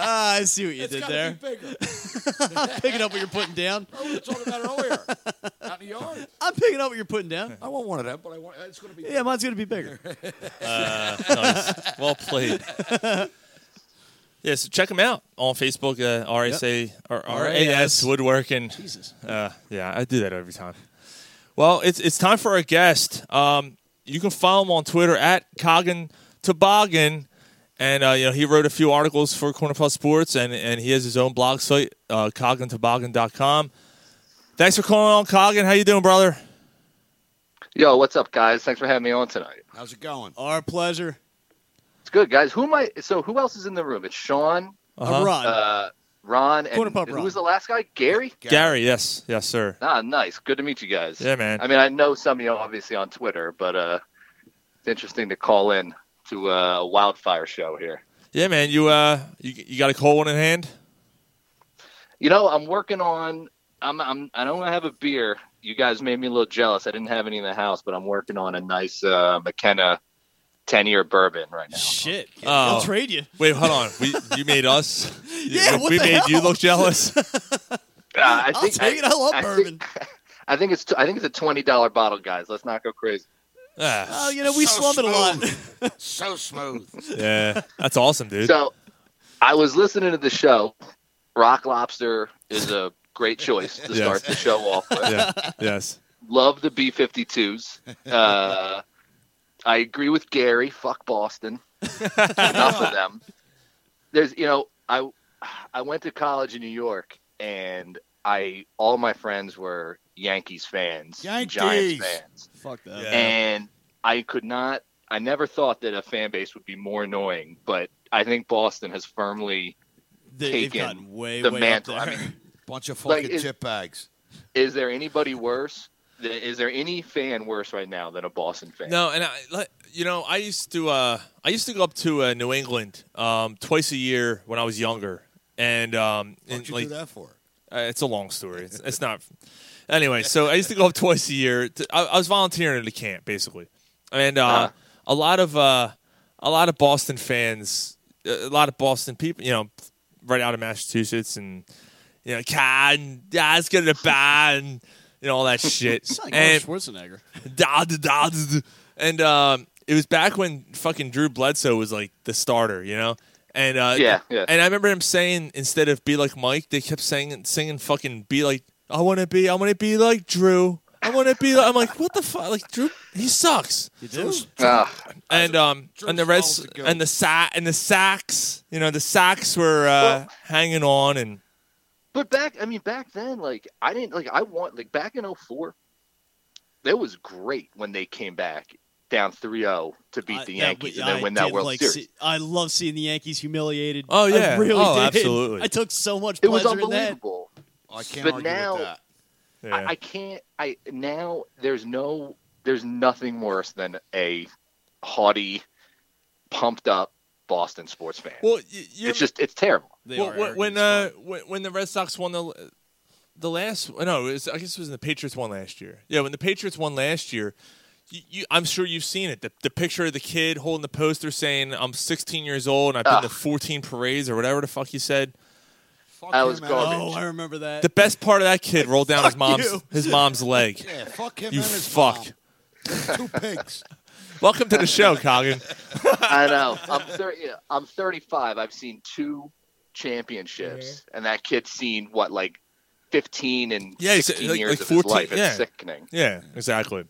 Ah, I see what you did there.
Be bigger.
picking up what you're putting down.
We were talking about it earlier. Out in the yard.
I'm picking up what you're putting down.
I want one of them, but I want. It's going to be.
Yeah, mine's gonna be bigger.
nice. Well played. Yeah, so check him out on Facebook, uh, RSA or RAS
RAS.
Woodworking.
Jesus.
Uh, yeah, I do that every time. Well, it's it's time for our guest. Um, you can follow him on Twitter at Coggin Toboggan, and uh, you know he wrote a few articles for Corner Plus Sports, and and he has his own blog site, uh, CogginToboggan.com. Thanks for calling on, Coggin. How you doing, brother?
Yo, what's up, guys? Thanks for having me on tonight.
How's it going?
Our pleasure.
It's good, guys. Who am I? So, who else is in the room? It's Sean,
Uh-huh.
Ron.
uh, Ron,
Corner
and
Pop
who
Ron.
was the last guy? Gary.
Gary, yes, yes, sir.
Ah, nice. Good to meet you guys.
Yeah, man.
I mean, I know some of you obviously on Twitter, but uh, it's interesting to call in to uh, a wildfire show here.
Yeah, man. You uh, you, you got a cold one in hand?
You know, I'm working on. I'm. I'm. I don't have a beer. You guys made me a little jealous. I didn't have any in the house, but I'm working on a nice uh, McKenna ten-year bourbon right now.
Shit.
Oh.
I'll trade you.
Wait, hold on. We you made us.
Yeah,
we,
what
we
the
made you
hell?
look jealous.
Uh, I
I'll
think-
take it. I love bourbon.
Think, I think it's. I think it's a twenty dollar bottle, guys. Let's not go crazy.
Ah,
Oh, you know, we
So
slum it a lot.
So smooth.
yeah, that's awesome, dude.
So, I was listening to the show. Rock Lobster is a great choice to
Yes.
start the show off with.
yeah, yes.
Love the B 52s. Uh, I agree with Gary. Fuck Boston. Enough of them. There's, you know, I, I went to college in New York and I, all my friends were Yankees fans, Giants
Yankees.
fans.
Fuck that.
Yeah.
and I could not. I never thought that a fan base would be more annoying, but I think Boston has firmly
They, have
Taken
gotten way,
the
way
mantle.
up
I
there.
mean,
Bunch of
Like,
fucking
is-
chip bags.
is there anybody worse? Th- Is there any fan worse right now than a Boston fan?
No, and I, like, you know, I used to, uh, I used to go up to uh, New England um, twice a year when I was younger, and um,
What'd
and,
you
like,
do that for?
Uh, it's a long story. It's, it's not. Anyway, so I used to go up twice a year. To, I, I was volunteering at a camp, basically, and uh,
Uh-huh.
Ah.
a lot of uh, a lot of Boston fans, a lot of Boston people, you know, right out of Massachusetts, and you know, can yeah, let's get it bad, and you know all that shit.
It's like
and
Arnold Schwarzenegger.
da, da, da, da, da. and um, it was back when fucking Drew Bledsoe was like the starter, you know. And uh,
Yeah, yeah.
And I remember him saying instead of "Be like Mike," they kept saying singing "fucking be like." I want to be. I want to be like Drew. I want to be. Like, I'm like, what the fuck? Like Drew, he sucks.
You do?
Ah,
And um, and the
smells
reds
the goat.
and the sa- and the sacks. You know, the sacks were uh, hanging on, and
but back, I mean, back then, like I didn't like I want like back in 04, that was great when they came back down 3-0 to beat
I-
the
that-
Yankees and
I
then win that
did
World
like
Series.
see- I love seeing the Yankees humiliated.
Oh,
I
yeah.
really
Oh,
did.
absolutely.
I took so much
it was
pleasure in that.
unbelievable.
I can't
but
argue
now
with that.
I, I can't. I now there's no there's nothing worse than a haughty, pumped up Boston sports fan.
Well, y- you're,
it's just it's terrible.
well, when when, uh, when when the Red Sox won the the last no, it was, I guess it was the Patriots won last year. Yeah, when the Patriots won last year, you, you, I'm sure you've seen it. The, the picture of the kid holding the poster saying, "I'm 16 years old and I've been to
Ah.
14 parades or whatever the fuck he said."
Fuck
That
him
was
and-
garbage.
Oh, I remember that.
The best part of that kid rolled down his mom's
you.
his mom's leg.
Yeah, fuck him
You
and his
fuck.
mom. Two pigs.
Welcome to the show, Coggin.
I know. I'm 30, yeah, I'm 35. I've seen two championships, and that kid's seen what like 15 and
Yeah, he's,
16
like-
years
like
of
14,
his life. It's
yeah.
sickening.
Yeah, exactly.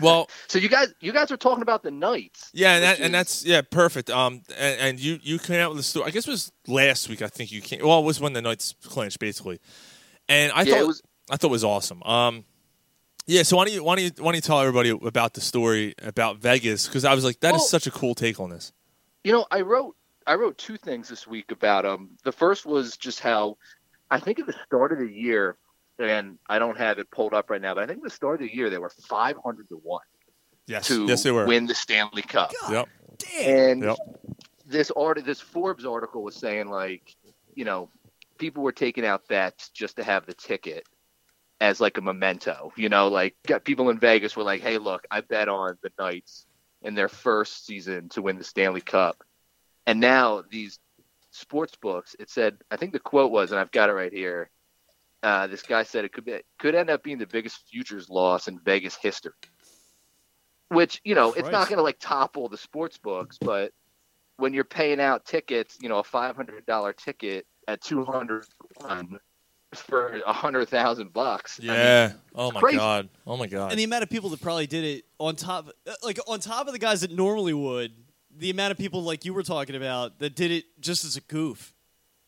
Well,
So you guys, you guys were talking about the Knights.
yeah, and, that,
which
and
is-
that's yeah, perfect. Um, and, and you you came out with a story. I guess it was last week. I think you came. Well, it was when the Knights clinched, basically. And I
Yeah,
thought
it was-
I thought it was awesome. Um, yeah. So why don't you why don't you why don't you tell everybody about the story about Vegas? Because I was like, that is
Well-
such a cool take on this.
you know i wrote i wrote two things this week about um the first was just how i think at the start of the year and i don't have it pulled up right now but i think at the start of the year they were 500 to 1
Yes,
to
yes, they were.
win the stanley cup
Yep,
and
yep.
this art this forbes article was saying like you know people were taking out bets just to have the ticket as like a memento you know like got people in vegas were like hey look i bet on the knights in their first season to win the stanley cup and now these sports books it said i think the quote was and i've got it right here uh, this guy said it could be could end up being the biggest futures loss in vegas history which you know it's not
Christ.
going to like topple the sports books but when you're paying out tickets you know a $500 ticket at 200 to one for a hundred thousand bucks I mean,
Yeah. oh my
crazy.
god. Oh my god.
and the amount of people that probably did it on top, uh, like on top of the guys that normally would, the amount of people like you were talking about that did it just as a goof.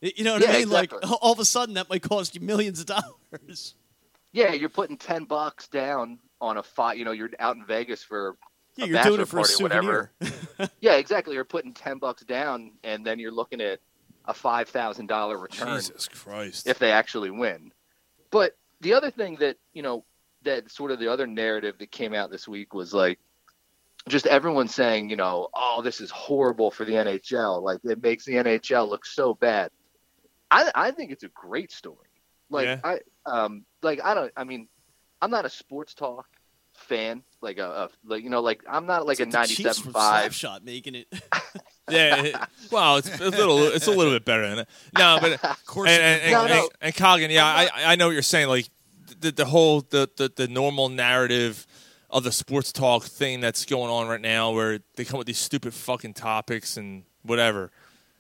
Y- You know what I
Yeah,
mean?
exactly.
Like all of a sudden, that might cost you millions of dollars.
yeah you're putting 10 bucks down on a fight you know you're out in vegas for
Yeah,
a
you're doing
bachelor
it for a
party or
souvenir.
whatever. Yeah, exactly. You're putting ten bucks down, and then you're looking at a five thousand dollar return
Jesus Christ.
if they actually win. But the other thing that you know that sort of the other narrative that came out this week was like just everyone saying, you know, oh, this is horrible for the NHL. Like it makes the NHL look so bad. I I think it's a great story. Like
Yeah.
I um like I don't I mean I'm not a sports talk fan like a, a like you know like I'm not like
It's
a
the Chiefs from
97.5
Slapshot making it.
Yeah. it- well, it's a little. It's a little bit better than that. No, but
Of
and and, and,
No, no.
and- and Coggin, yeah, I I know what you're saying. Like the the whole the, the the normal narrative of the sports talk thing that's going on right now, where they come with these stupid fucking topics and whatever.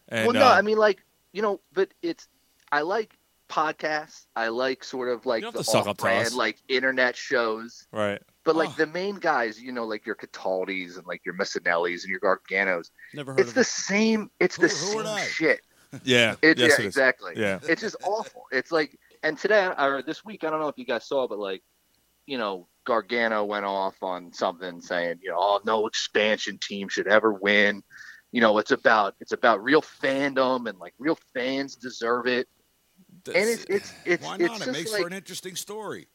And,
well, no,
uh,
I mean, like you know, but it's I like podcasts. I like sort of like
You don't
the
have to suck up to
off-brand,
us.
like internet shows.
right?
But like the main guys, you know, like your Cataldis and like your Messinellis and your Garganos,
Never heard
it's
of
the
it.
same. It's the
Who- who are
same
they?
shit.
Yeah.
It,
yes,
yeah,
it is.
exactly.
Yeah.
It's just awful. It's like, and today or this week, I don't know if you guys saw, but like, you know, Gargano went off on something saying, you know, oh, no expansion team should ever win. You know, it's about it's about real fandom and like real fans deserve it. and it's it's it's
Why not?
it's
It
just
makes
like
for an interesting story.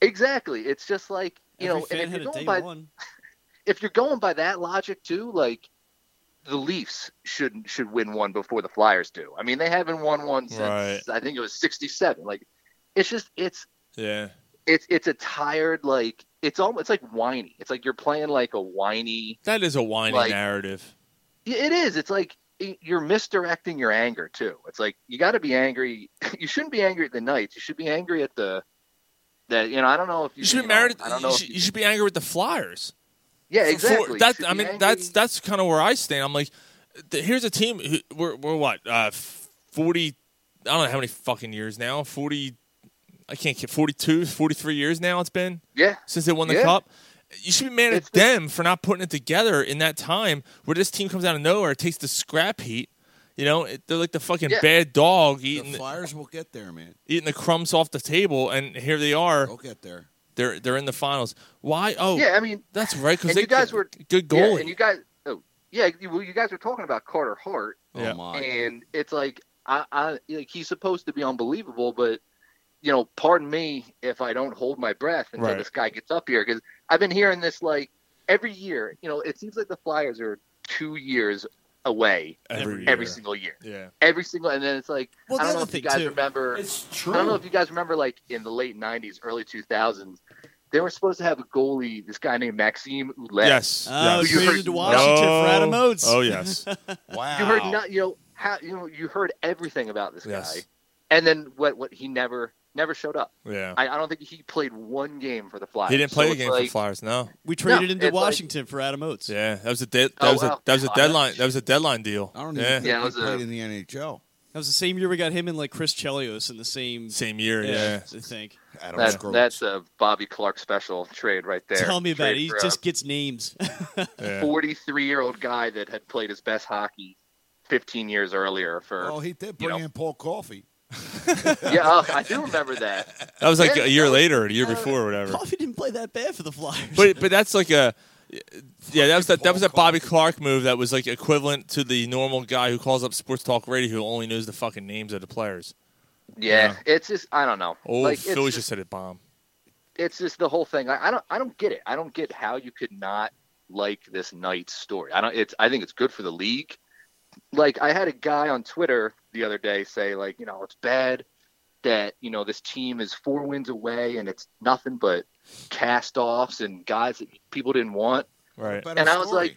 exactly. It's just like you
Every
know,
fan
and if
had
you're
a
going
day
by
one.
if you're going by that logic too, like the Leafs should should win one before the Flyers do. I mean, they haven't won one since
Right.
I think it was '67. Like, it's just it's
Yeah.
it's it's a tired like it's almost it's like whiny. It's like you're playing like a whiny.
That is a whiny
Like-
narrative.
It is. It's like you're misdirecting your anger too. It's like you got to be angry. You shouldn't be angry at the Knights. You should be angry at the that you know. I don't know if you,
You should be
know,
married.
I don't know.
you,
if
should, you should be angry with the Flyers.
yeah,
for-
exactly. You
that
should
I
be
mean,
angry.
that's that's kind of where I stand. I'm like, th- here's a team. Who, we're we're what uh, f- forty. I don't know how many fucking years now. Forty. I can't get 42, 43 years now. It's been
yeah.
since they won the
Yeah.
cup. You should be mad
It's
at them for not putting it together in that time where this team comes out of nowhere, takes the scrap heat. You know, it, they're like the fucking
Yeah.
bad dog
The
eating
Flyers will get there, man.
eating the crumbs off the table, and here they are.
Oh.
They'll get there.
They're they're in the finals. Why? Oh,
Yeah, I mean,
that's right. Because
and
they
you guys were
good
yeah,
goalie.
and you guys, oh, yeah, you, well, you guys were talking about Carter Hart,
Yeah.
Oh my!
and it's like I, I like he's supposed to be unbelievable, but you know, pardon me if I don't hold my breath until
Right.
this guy gets up here because I've been hearing this like every year. You know, it seems like the Flyers are two years away
Every
every
year.
single year.
Yeah.
Every single, and then it's like
Well,
I
the
don't know
other
if you
thing,
guys
too-
remember.
It's
I don't know if you guys remember, like in the late '90s, early 2000s, they were supposed to have a goalie. This guy named Maxime who left.
Yes.
Oh,
yes.
you traded to Washington for Adam Oates.
Oh yes.
Wow.
You heard not, you know how you know you heard everything about this
Yes.
guy, and then what? What he never never showed up.
Yeah.
I, I don't think he played one game for the Flyers.
He didn't play
So
a game
it's
for
like-
the Flyers. No.
We traded
No,
into
it's like-
Washington for Adam Oates.
Yeah, that was a de- that
Oh,
was
wow.
a that was a
God.
deadline that was a deadline deal.
I don't even
yeah.
think
Yeah, it
he
was a-
played in the NHL.
That was the same year we got him and like Chris Chelios in the same.
Same year. Yeah.
I think.
Adam
That-
Scrooge.
that's a Bobby Clark special trade right there.
Tell me about it.
Trade
He
for a
just gets names.
yeah.
43 year old guy that had played his best hockey 15 years earlier. For
Oh, he did bring
know.
in Paul Coffey.
yeah, oh, I do remember that.
That was like
Yeah,
a year
that was-
later, or a year before, or whatever.
Coffee didn't play that bad for the Flyers.
But but that's like a yeah that was that, that was a Bobby Clark move that was like equivalent to the normal guy who calls up sports talk radio who only knows the fucking names of the players.
Yeah, it's just I don't know.
Oh,
like, it's
Phillies
just-
just hit a bomb.
it's just the whole thing. I, I don't I don't get it. I don't get how you could not like this night's story. I don't. It's I think it's good for the league. Like I had a guy on Twitter the other day say like you know it's bad that you know this team is four wins away and it's nothing but cast offs and guys that people didn't want.
Right.
Better
and I was
story.
like,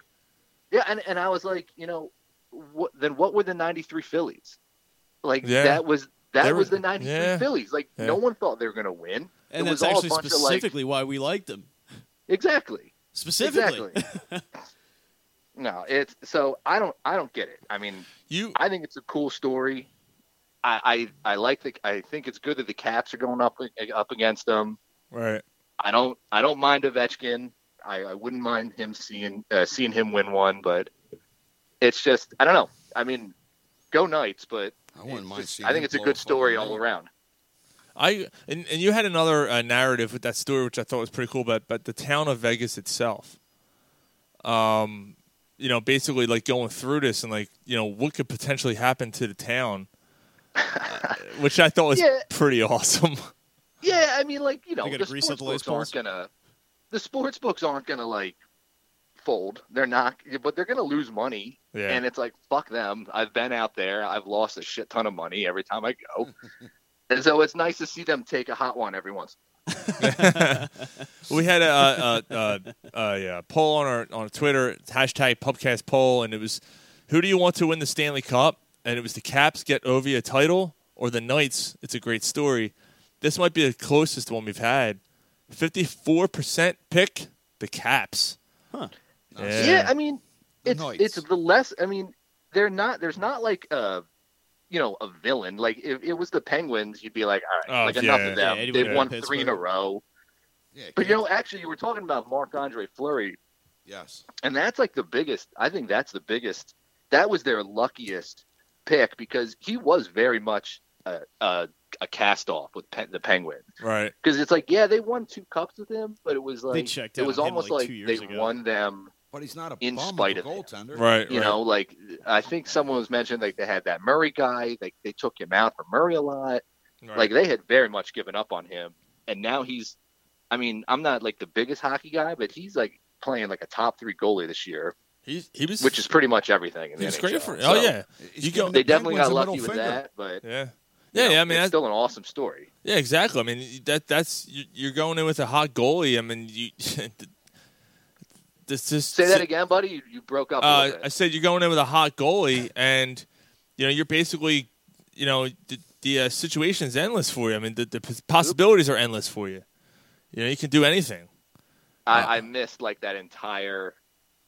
yeah, and, and I was like, you know, what, then what were the '93 Phillies? Like
Yeah.
that was that
They were-
was the '93
yeah.
Phillies. Like
Yeah.
no one thought they were going to win.
and
it
that's
was all a
actually
bunch of like
specifically why we liked them.
exactly.
Specifically.
Exactly. no, it's so I don't I don't get it. I mean,
You
I think it's a cool story. I I, I like the I think it's good that the Caps are going up up against them.
right.
I don't I don't mind Ovechkin. I, I wouldn't mind him seeing uh, seeing him win one, but it's just I don't know. I mean, go Knights, but
I wouldn't
it's
mind
just-
seeing
I think
him
it's a
blow
good
fucking
story all
name.
around.
I and, and you had another uh, narrative with that story, which I thought was pretty cool. But but the town of Vegas itself, um, you know, basically like going through this and like you know what could potentially happen to the town, uh, which I thought was
Yeah.
pretty awesome.
Yeah, I mean, like you know,
They gotta
the
grease
sports
up the
books
lights,
aren't gonna. The sports books aren't gonna like fold. They're not, but they're gonna lose money.
Yeah.
And it's like fuck them. I've been out there. I've lost a shit ton of money every time I go. and so it's nice to see them take a hot one every once.
we had a, a, a, a, a, uh, poll on our on Twitter hashtag Pubcast poll, and it was who do you want to win the Stanley Cup? And it was the Caps get Ovi a title or the Knights. It's a great story. This might be the closest one we've had. Fifty-four percent pick the Caps. Huh. Yeah.
Yeah, I mean,
The
it's
Knights.
it's the less. I mean, they're not. There's not like a, you know, a villain. Like if it was the Penguins, you'd be like, all right,
Oh,
like
yeah.
enough of them.
Yeah, anyone
They've
in
won three
Pittsburgh.
in a row.
Yeah,
But you
Kansas-
know, actually, you were talking about Marc Andre Fleury,
yes.
and that's like the biggest. I think that's the biggest. That was their luckiest pick because he was very much a, a, a cast off with Pe- the Penguin.
right.
Because it's like, yeah, they won two cups with him, but it was like
checked
it
out
was
on him,
almost
like,
like,
two years
they
ago.
won them.
But he's not a
In
bum
spite
of a
of it.
goaltender.
Right.
You
right.
know, like I think someone was mentioned like they had that Murray guy. Like they took him out for Murray a lot.
Right.
Like they had very much given up on him, and now he's. I mean, I'm not like the biggest hockey guy, but he's like playing like a top three goalie this year.
he, he was
which is pretty much everything. In
he
the
was
NHL.
great for.
So,
Oh yeah.
He's
You
giving
go-
the
they definitely
Penguins
got
a
lucky
middle
with
finger.
that, but
Yeah.
you
Yeah,
know,
yeah, I mean,
it's
that's,
still an awesome story.
Yeah, exactly. I mean, that that's you- you're going in with a hot goalie. I mean, you this just
Say that again, buddy. You, you broke up. a
Uh,
little
I
bit.
said you're going in with a hot goalie, and you know you're basically, you know, the, the uh, situation's endless for you. I mean, the, the pos- possibilities are endless for you. You know, you can do anything.
I, I missed like that entire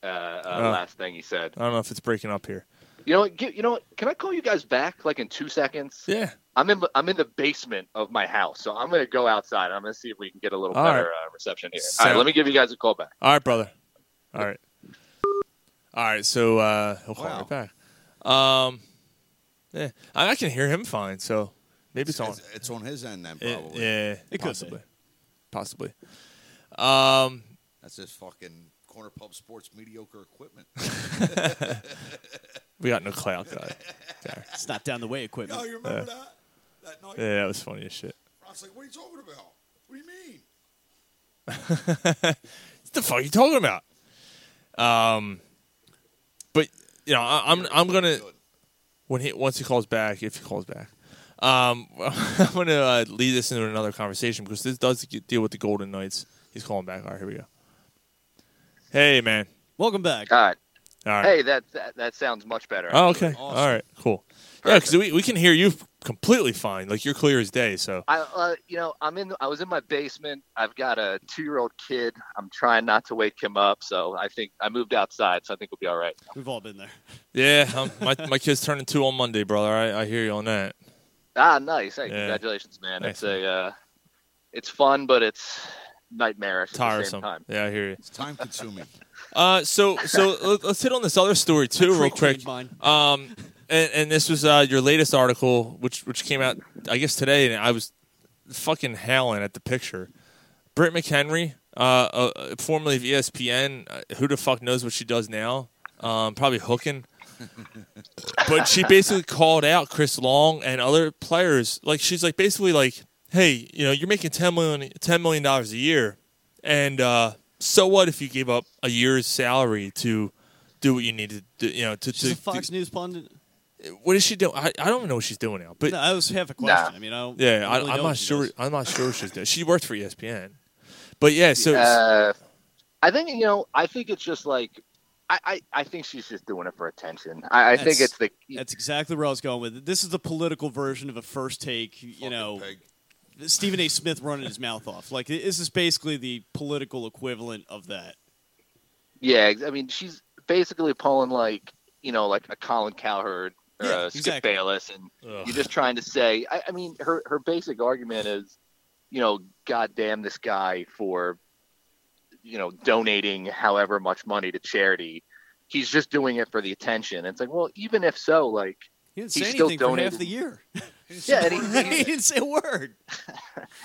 uh, uh,
Uh.
last thing he said.
I don't know if it's breaking up here.
You know what? Get, you know what? Can I call you guys back like in two seconds?
Yeah.
I'm in. I'm in the basement of my house, so I'm gonna go outside. I'm gonna see if we can get a little
All
better
right.
uh, reception here. All
Sound-
right, let me give you guys a call back.
All right, brother. All right. All right. So uh, he'll call
Wow.
me back. Um, yeah, I, I can hear him fine. So maybe it's on.
It's, it's on his end then,
It-
probably.
yeah,
It could be.
possibly, possibly. Um,
That's his fucking corner pub sports mediocre equipment.
we got no clout guy.
It's not down the way equipment.
Yo, you Oh, remember that? That night?
Yeah, that was funny as shit.
Russ
was like, what are you talking about? What do you mean?
what the fuck are you talking about? Um, but you know, I, I'm I'm gonna when he once he calls back, if he calls back, um, I'm gonna uh, lead this into another conversation because this does get- deal with the Golden Knights. He's calling back. All right, here we go. Hey, man.
Welcome back.
All right.
All right.
Hey, that, that that sounds much better.
Oh, okay. All right. Cool. Yeah, because we, we can hear you completely fine. Like you're clear as day. So
I, uh, you know, I'm in. I was in my basement. I've got a two-year-old kid. I'm trying not to wake him up, so I think I moved outside. So I think we'll be all right.
We've all been there.
yeah, um, my my kid's turning two on Monday, brother. I, I hear you on that.
Ah, nice. Hey,
Yeah.
congratulations, man.
Thanks,
it's a, uh, it's fun, but it's nightmarish at the same
Tiresome.
time.
Yeah, I hear you.
It's time consuming.
Uh, so so let- let's hit on this other story too, real quick.
Change mine.
Um, and, and this was uh, your latest article, which which came out, I guess, today, and I was fucking howling at the picture. Britt McHenry, uh, uh, formerly of ESPN, uh, who the fuck knows what she does now? Um, probably hooking. but she basically called out Chris Long and other players. Like she's like basically like, hey, you know, you're making ten million ten million dollars a year, and uh, so what if you gave up a year's salary to do what you need to do? You know, to,
She's a
to,
Fox
to-
News pundit.
what is she doing? I, I don't even know what she's doing now. But
No, I was half a question. I mean, I don't.
yeah, I,
really know
I'm
what
not
she
sure.
does.
I'm not sure what she's doing. She worked for E ESPN. But yeah, so
Uh, I think you know. I think it's just like, I, I, I think she's just doing it for attention. I, I think
That's-
it's the
That's exactly where I was going with it. This is the political version of a first take. You know, Stephen A. Smith running his mouth off. Like this is basically the political equivalent of that.
Yeah, ex- I mean, she's basically pulling like you know, like a Colin Cowherd or
Yeah,
a Skip
exactly.
Bayless, and
Ugh.
you're just trying to say. I, I mean, her her basic argument is, you know, God damn this guy for, you know, donating however much money to charity. He's just doing it for the attention. It's like, well, even if so, like,
He didn't
He
say
still
anything for half
donated.
the year.
yeah, and he,
he didn't say a word.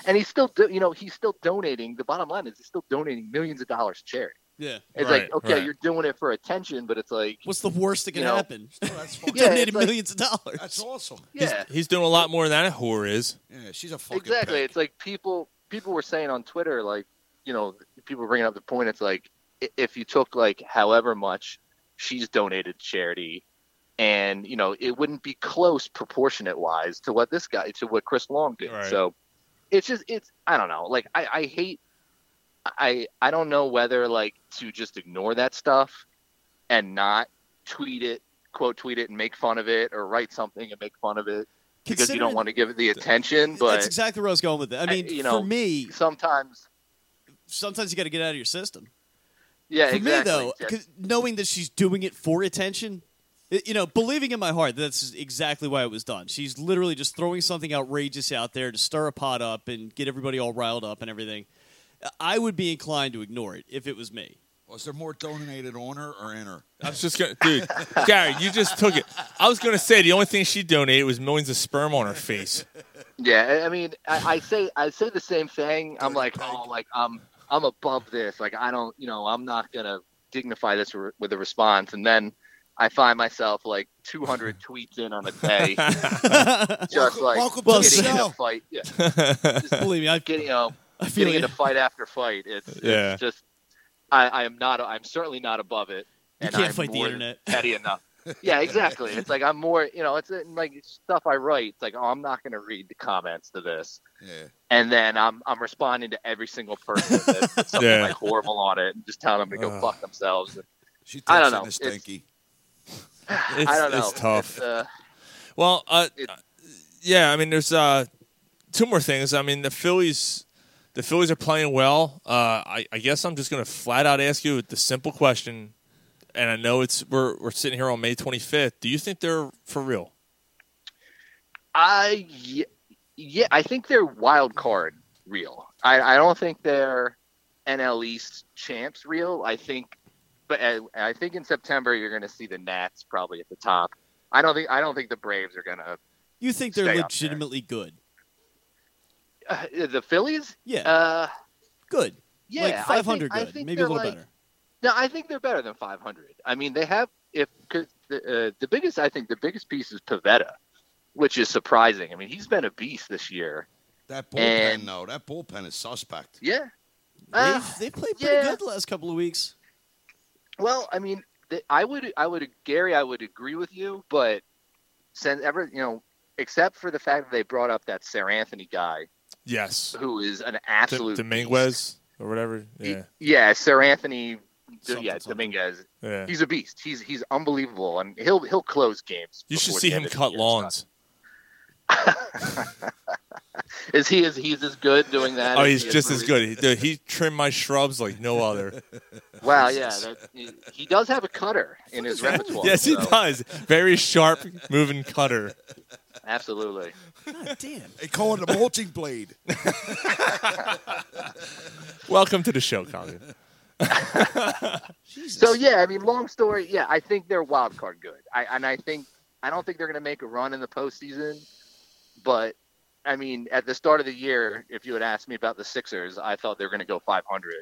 and he's still, do, you know, he's still donating. The bottom line is, he's still donating millions of dollars to charity.
Yeah.
It's
Right,
like, okay,
right.
you're doing it for attention, but it's like,
What's the worst that can
You know,
happen?
that's fucking,
yeah,
Donated
it's like-
millions of dollars.
that's awesome.
he's,
yeah,
he's doing a lot more than that whore is.
Yeah, she's a fucking
exactly.
pig.
It's like people people were saying on Twitter, like you know, people bringing up the point. It's like i- if you took like however much she's donated to charity, and you know, it wouldn't be close proportionate wise to what this guy to what Chris Long did.
Right.
So it's just it's I don't know. Like I I hate I I don't know whether like to just ignore that stuff and not tweet it quote tweet it and make fun of it or write something and make fun of it because you don't
Considering-
want to give it the attention but
that's exactly where I was going with it. I
I-
mean,
you know,
for me,
sometimes.
sometimes you got to get out of your system.
Yeah,
for
exactly.
me though, 'cause knowing that she's doing it for attention, i- you know, believing in my heart that that's exactly why it was done. She's literally just throwing something outrageous out there to stir a pot up and get everybody all riled up and everything. I would be inclined to ignore it if it was me.
Was there more donated on her or in her?
I was just gonna, dude, Gary, you just took it. I was gonna say the only thing she donated was millions of sperm on her face.
yeah, I- I mean, I, I say I say the same thing. I'm like, oh, like I'm I'm above this. Like I don't, you know, I'm not gonna dignify this re- with a response. And then I find myself like 200 tweets in on a day, just like
welcome to
the
getting in
show.
a fight. Yeah,
Believe me, I,
getting you know,
I feel
getting
you.
into fight after fight. It's,
Yeah.
it's just I, I am not. I'm certainly not above it.
You
and
can't
I'm
fight the
more
internet.
Petty enough. Yeah, exactly. It's like I'm more. You know, it's uh, like stuff I write. It's like oh, I'm not going to read the comments to this,
Yeah.
and then I'm I'm responding to every single person that's something
Yeah.
like horrible on it, and just telling them to go
Ugh.
fuck themselves.
She takes
I don't
in
know.
a
It's-
stinky.
It's,
I don't know.
It's tough.
It's, uh,
Well, uh,
It-
yeah, I mean, there's uh, two more things. I mean, the Phillies, the Phillies are playing well. Uh, I, I guess I'm just gonna flat out ask you the simple question, and I know it's we're we're sitting here on May 25th. Do you think they're for real?
I yeah, yeah, I think they're wild card real. I, I don't think they're NL East champs real. I think, but I, I think in September you're going to see the Nats probably at the top. I don't think I don't think the Braves are going to.
you think they're
Stay up there.
legitimately good?
Uh, the Phillies,
Yeah,
uh,
good.
yeah, I
like
think-
500
I
good,
think
maybe a
they're
little
like-
better.
No, I think they're better than 500. I mean, they have if cause the, uh, the biggest I think the biggest piece is Pavetta, which is surprising. I mean, he's been a beast this year.
That bullpen,
And-
though, that bullpen is suspect.
Yeah. Ah,
They've, they played pretty
yeah.
good the last couple of weeks.
Well, I mean, th- I would, I would, Gary, I would agree with you, but since ever, you know, except for the fact that they brought up that Sir Anthony guy,
Yes.
who is an
D-
absolute
Dominguez or whatever.
beast.
Yeah.
He- yeah, Sir Anthony,
Something,
yeah,
something.
Dominguez.
Yeah.
He's a beast. He's he's unbelievable, and he'll he'll close games.
You should
before
see
the end
him
of the
cut
year.
lawns.
Is he is he's as good doing that?
Oh,
as
he's
he is
just as
moving?
good. He, dude, he trimmed my shrubs like no other.
Wow, yeah, that, he, he does have a cutter in his repertoire.
yes, he
so-
does. Very sharp, moving cutter.
Absolutely.
God damn.
They call it a mulching blade.
Welcome to the show, Colin.
Jesus.
So yeah, I mean, long story. Yeah, I think they're wild card good. I and I think I don't think they're going to make a run in the postseason. But I mean, at the start of the year, if you had asked me about the Sixers, I thought they were going to go 500,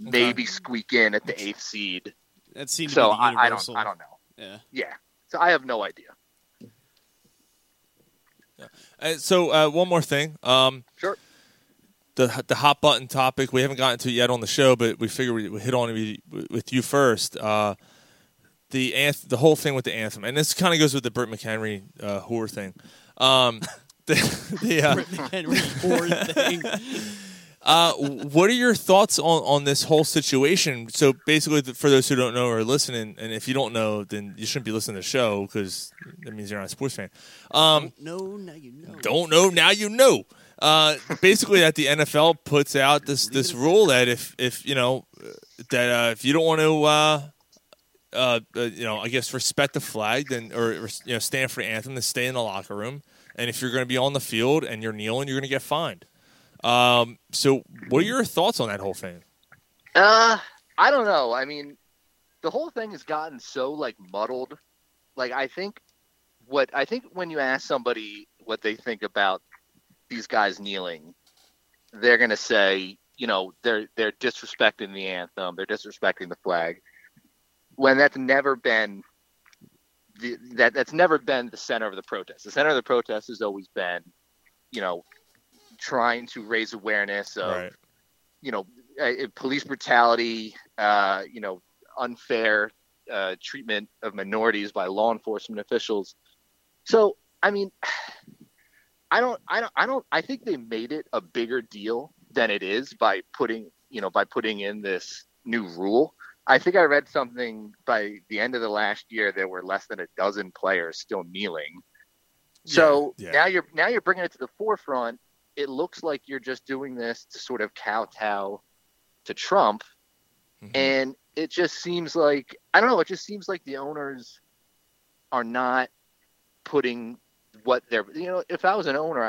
maybe squeak in at the eighth seed.
That seemed to
So
be the
I, I don't,
universal.
I don't know.
Yeah.
Yeah. So I have no idea.
Uh, so uh, one more thing. Um,
Sure.
the the hot button topic we haven't gotten to it yet on the show, but we figured we would hit on it with you first. Uh, the anth- the whole thing with the anthem, and this kind of goes with the Britt McHenry uh, whore thing. Um, the, the, uh,
Henry Ford thing.
uh, what are your thoughts on, on this whole situation? So basically, th- for those who don't know or are listening, and if you don't know, then you shouldn't be listening to the show because that means you're not a sports fan. Um,
No, now you know.
don't know now you know uh, basically that the nfl puts out this this rule that if if you know uh, that uh, if you don't want to uh, uh, uh, you know i guess respect the flag then or or, you know stand for the anthem then stay in the locker room and if you're going to be on the field and you're kneeling you're going to get fined um, so what are your thoughts on that whole thing
Uh, I don't know. I mean, the whole thing has gotten so like muddled. Like I think what I think when you ask somebody what they think about these guys kneeling, they're going to say, you know, they're they're disrespecting the anthem, they're disrespecting the flag. When that's never been the, that that's never been the center of the protest. The center of the protest has always been, you know, trying to raise awareness of
right
you know, uh, police brutality, uh, you know, unfair uh, treatment of minorities by law enforcement officials. So, I mean, I don't, I don't, I don't, I think they made it a bigger deal than it is by putting, you know, by putting in this new rule. I think I read something by the end of the last year there were less than a dozen players still kneeling. So
Yeah, yeah.
now you're now you're bringing it to the forefront. It looks like you're just doing this to sort of kowtow to Trump,
Mhm.
and it just seems like I don't know. It just seems like the owners are not putting what they're you know. If I was an owner,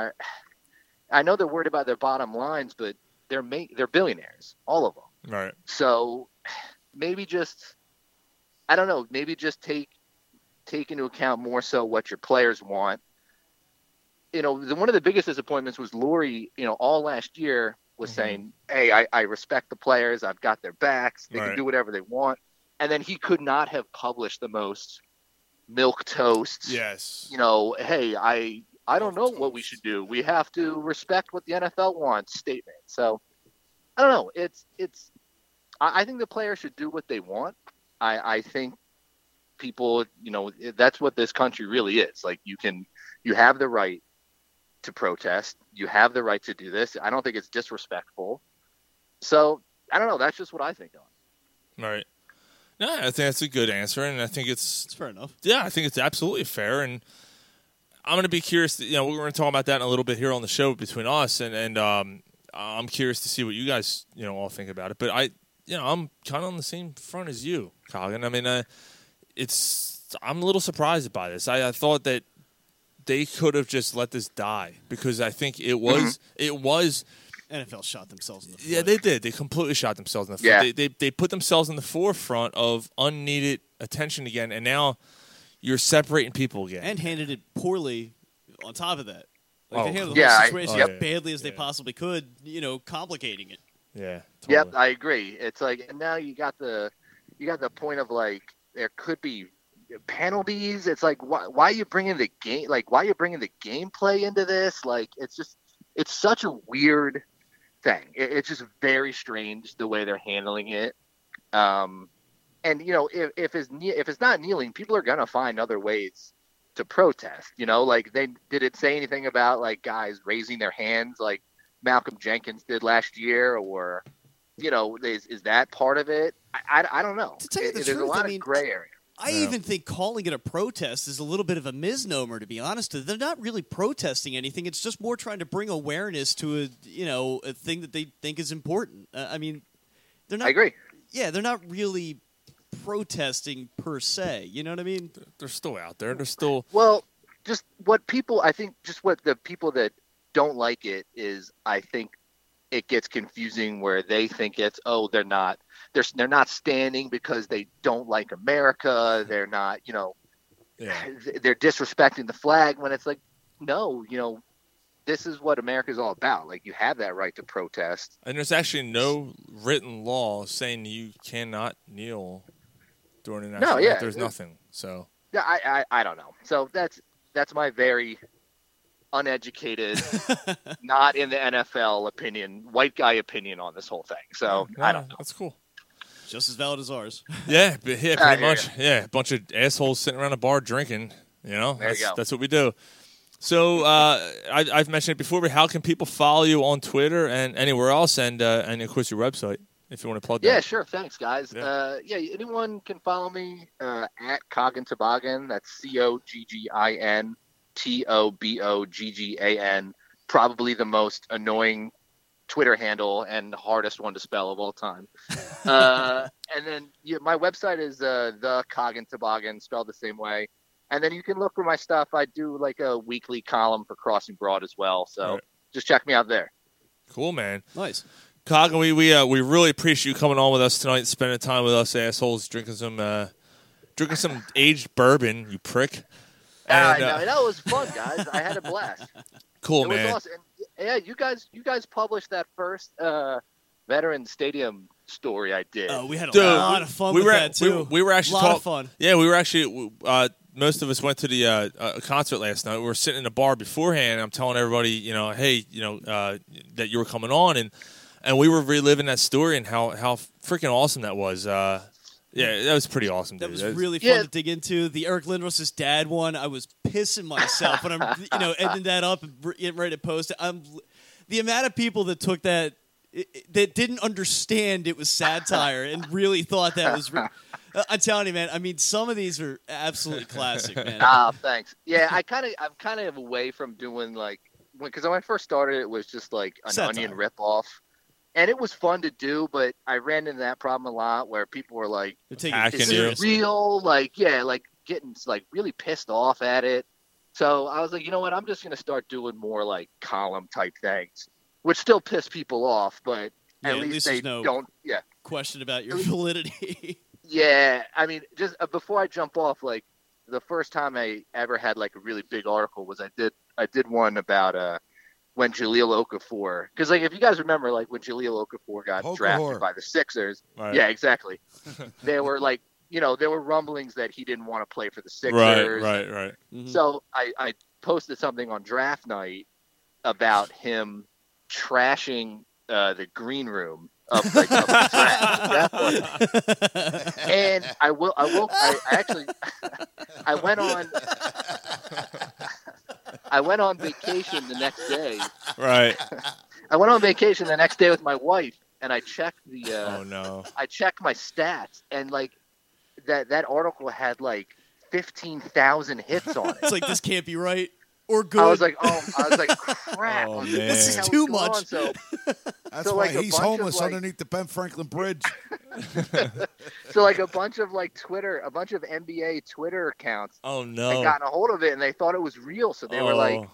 I I know they're worried about their bottom lines, but they're ma- they're billionaires, all of them.
Mm-hmm. right
So maybe just I don't know, maybe just take take into account more so what your players want. You know, the, one of the biggest disappointments was Lori, you know, all last year was saying, Hey, I, I respect the players, I've got their backs, they
Right.
can do whatever they want. And then he could not have published the most milk toast
yes
you know, hey, I I don't know what we should do. We have to respect what the NFL wants statement. So I don't know. It's it's I, I think the players should do what they want. I, I think people, you know, that's what this country really is. Like you can you have the right to protest. You have the right to do this. I don't think it's disrespectful. So I don't know. That's just what I think on. it.
right no i think that's a good answer and i think it's
That's fair enough.
yeah, I think it's absolutely fair, and I'm going to be curious. You know, we're going to talk about that in a little bit here on the show between us, and and um, I'm curious to see what you guys you know all think about it. But I, you know, I'm kind of on the same front as you, Colin. I mean, uh, it's I'm a little surprised by this. I, I thought that they could have just let this die because I think it was it was
NFL shot themselves in the foot.
yeah, they did. They completely shot themselves in the foot.
Yeah.
They, they they put themselves in the forefront of unneeded attention again, and now you're separating people again.
and handed it poorly on top of that. Like
Oh,
they handled the
Yeah,
whole
I-
situation
oh,
as
yeah.
badly as they
Yeah.
possibly could, you know, complicating it.
yeah,
Yep,
totally.
I agree. It's like and now you got the you got the point of like there could be penalties. It's like why why are you bringing the game like why are you bringing the gameplay into this? Like it's just it's such a weird thing. It, it's just very strange the way they're handling it. Um, and you know, if if it's kne- if it's not kneeling, people are gonna find other ways to protest. You know, like they did it say anything about like guys raising their hands like Malcolm Jenkins did last year, or you know, is is that part of it? I, I, I don't know.
To tell you
It-
the
There's
truth,
a
I
lot
mean,
of gray area.
I even think calling it a protest is a little bit of a misnomer, to be honest. They're not really protesting anything. It's just more trying to bring awareness to a you know a thing that they think is important. Uh, I mean, they're not.
I agree.
Yeah, they're not really protesting per se. You know what I mean?
They're still out there. They're still
Well, just what people, I think, just what the people that don't like it is, I think it gets confusing where they think it's, oh, they're not, they're they're not standing because they don't like America. They're not, you know,
yeah.
they're disrespecting the flag when it's like, no, you know, this is what America's all about. Like you have that right to protest.
And there's actually no written law saying you cannot kneel during an
No,
actual.
yeah.
There's nothing. So
Yeah, I, I, I don't know. So that's that's my very uneducated, not in the NFL opinion, white guy opinion on this whole thing. So I
Nah,
don't know.
That's cool.
Just as valid as ours.
Yeah, but yeah,
I
pretty
hear
much. Yeah, a bunch of assholes sitting around a bar drinking. You know,
There you
that's,
go.
that's what we do. So uh, I, I've mentioned it before, but how can people follow you on Twitter and anywhere else, and uh, and of course your website if you want to plug
Yeah,
that.
sure. Thanks, guys.
Yeah.
Uh, yeah, anyone can follow me uh, at Coggin Toboggan. That's C O G G I N T O B O G G A N. Probably the most annoying Twitter handle and the hardest one to spell of all time. uh, and then yeah, my website is uh, the Coggin Toboggan, spelled the same way. And then you can look for my stuff. I do like a weekly column for Crossing Broad as well. So
Right.
just check me out there.
Cool, man.
Nice.
Coggin, we we uh, we really appreciate you coming on with us tonight, spending time with us assholes, drinking some uh, drinking some aged bourbon, you prick.
Ah,
And, uh,
no, that was fun, guys. I had a blast.
Cool,
it
man.
was awesome. And, yeah, you guys, you guys published that first uh, veteran stadium story I did.
Oh, we had a
Dude,
lot of fun
we
with
were
that
we
too.
were- We, were actually
lot
talk-
of fun.
Yeah, we were actually. Uh, most of us went to the uh, uh, concert last night. We were sitting in a bar beforehand. I'm telling everybody, you know, hey, you know, uh, that you were coming on, and and we were reliving that story and how how freaking awesome that was. Uh, yeah, that was pretty awesome.
That
dude.
was
That
really fun
Yeah.
to dig into. The Eric Lindros's dad one, I was pissing myself when I'm, you know, ending that up and re- getting ready to post it. I'm, the amount of people that took that i- i- that didn't understand it was satire and really thought that was. Re- Uh, I'm telling you, man. I mean, some of these are absolutely classic, man.
Ah, thanks. Yeah, I kind of, I'm kind of away from doing like because when I first started, it was just like an
Satire.
onion ripoff, and it was fun to do. But I ran into that problem a lot where people were like,
They're taking
I
it
can
"Is
do.
it
seriously.
real?" Like, yeah, like getting like really pissed off at it. So I was like, you know what? I'm just gonna start doing more like column type things, which still piss people off, but
Yeah,
at,
at least
least,
there's
they
no-
don't. Yeah,
Question about your validity.
yeah. I mean, just uh, before I jump off, like the first time I ever had like a really big article was I did I did one about uh when Jaleel Okafor because like if you guys remember like when Jaleel Okafor got
Okafor.
drafted by the Sixers,
Right.
yeah, exactly. there were like you know there were rumblings that he didn't want to play for the Sixers.
right, right, right.
Mhm.
So I, I posted something on draft night about him trashing uh, the green room of like, of the draft. That was- and I will I will I I actually I went on I went on vacation the next day.
Right.
I went on vacation the next day with my wife and I checked the uh,
Oh no.
I checked my stats and like that that article had like fifteen thousand hits on it.
It's like this can't be right or good.
I was like, oh, I was like, crap.
Oh,
I was
man.
like,
This is
"Hell,
too
what's
much."
going on?" So,
That's
So,
why
like, a
he's
bunch of,
homeless
like-
underneath the Ben Franklin Bridge.
so like a bunch of like Twitter, a bunch of NBA Twitter accounts
Oh
had
no.
gotten a hold of it and they thought it was real. So they were like
Oh.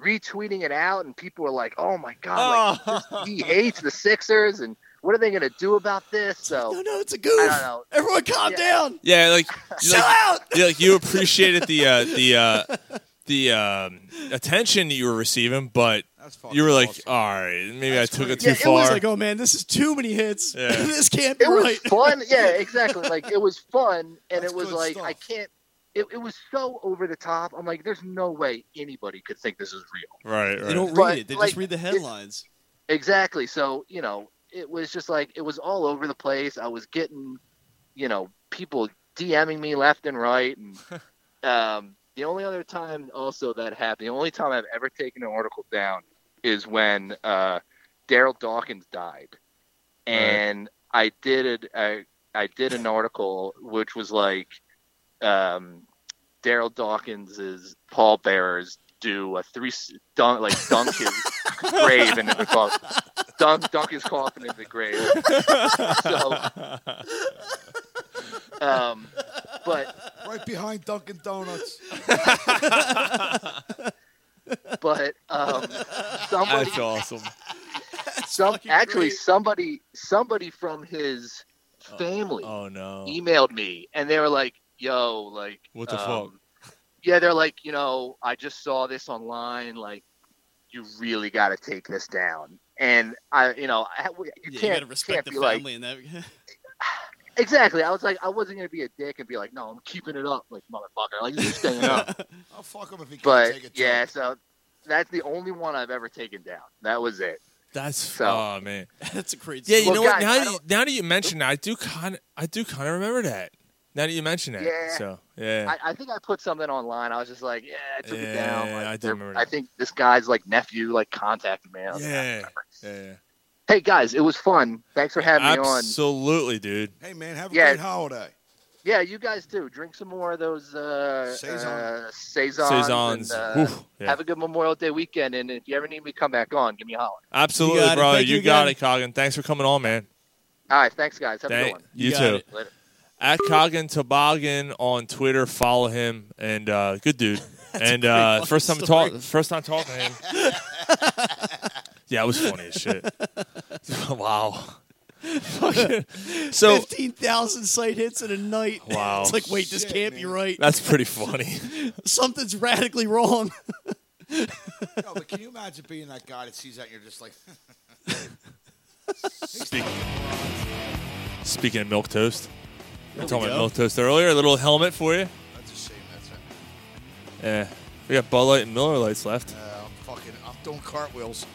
retweeting it out and people were like, oh my God, like, he hates the Sixers and what are they going to do about this?
no,
So
no, it's a goof.
oh, I don't know.
Everyone, calm
Yeah.
down.
Yeah, like,
Chill
like
out.
yeah, like you appreciated the uh, the uh, the um, attention that you were receiving, but
That's fucking
you were like,
awesome.
all right, maybe I took it too
yeah,
far.
it was like, oh man, this is too many hits.
Yeah.
this can't be
it was
right.
fun. Yeah, exactly. Like it was fun and
That's
it was
good
like,
stuff.
I can't. it, it was so over the top. I'm like, there's no way anybody could think this is real.
Right, right.
They don't read
But,
it. They
like,
just read the
it-
headlines.
Exactly. So, you know, it was just like it was all over the place. I was getting, you know, people DMing me left and right. And um, the only other time also that happened, the only time I've ever taken an article down is when uh, Daryl Dawkins died, and I did it. I I did an article which was like, um, Daryl Dawkins is pallbearers do a three dunk like dunk his grave into the coffin. Dunk dunk his coffin into the grave. So, um, but
Right behind Dunkin' Donuts.
but um, somebody
That's awesome.
some actually somebody somebody from his family
Oh no.
emailed me and they were like, "Yo, like
What the
um,
fuck?
Yeah, they're like, you know, I just saw this online. Like, you really got to take this down. And I, you know, I, you
Yeah, you
can't
gotta
can't
respect the
be like
family in that.
exactly. I was like, I wasn't gonna be a dick and be like, no, I'm keeping it up, like motherfucker, like you're staying up.
I'll fuck him if he can't
But
take it.
yeah, so that's the only one I've ever taken down. That was it.
That's
So-
oh man.
That's a great.
Yeah,
Yeah,
you know
Well,
what?
guys,
Now
I
that you,
don't-
now that you mention that, I do kind of I do kind of remember that. Now that you mention that,
Yeah.
so yeah,
I, I think I put something online. I was just like, yeah, I took it
Yeah,
down.
yeah,
Like,
I do
they're-
remember
I
that.
think this guy's like nephew like contacted me. I was like,
yeah, yeah,
hey guys, it was fun. Thanks for having me on.
absolutely, dude.
Hey man, have a
Yeah.
great holiday.
Yeah, you guys do. Drink some more of those uh,
Saison.
uh, saisons.
Saisons,
and, uh,
Oof, yeah.
Have a good Memorial Day weekend, and if you ever need me to come back on, give me a holler.
absolutely,
You got it.
bro.
Thank
You,
you
got
again.
it, Coggin. Thanks for coming on, man.
All right, thanks, guys. Have a good
Thank
one.
you,
You got
too.
it.
Later.
At Coggin Toboggan on Twitter, follow him and uh, good dude. and
great
uh,
fucking
first time
story.
talk, first time talking to him. yeah, it was funny as shit. wow. Fucking- so
Fifteen thousand site hits in a night.
Wow.
it's like, wait, this can't be right.
that's pretty funny.
Something's radically wrong.
No, but can you imagine being that guy that sees that and you're just like,
Speaking, speaking of milk toast, we were
we
talking about
go.
milk toast earlier. A little helmet for you.
that's a shame. That's it.
Yeah, we got Bud Light and Miller Lights left.
Uh, I'm fucking. I'm doing cartwheels.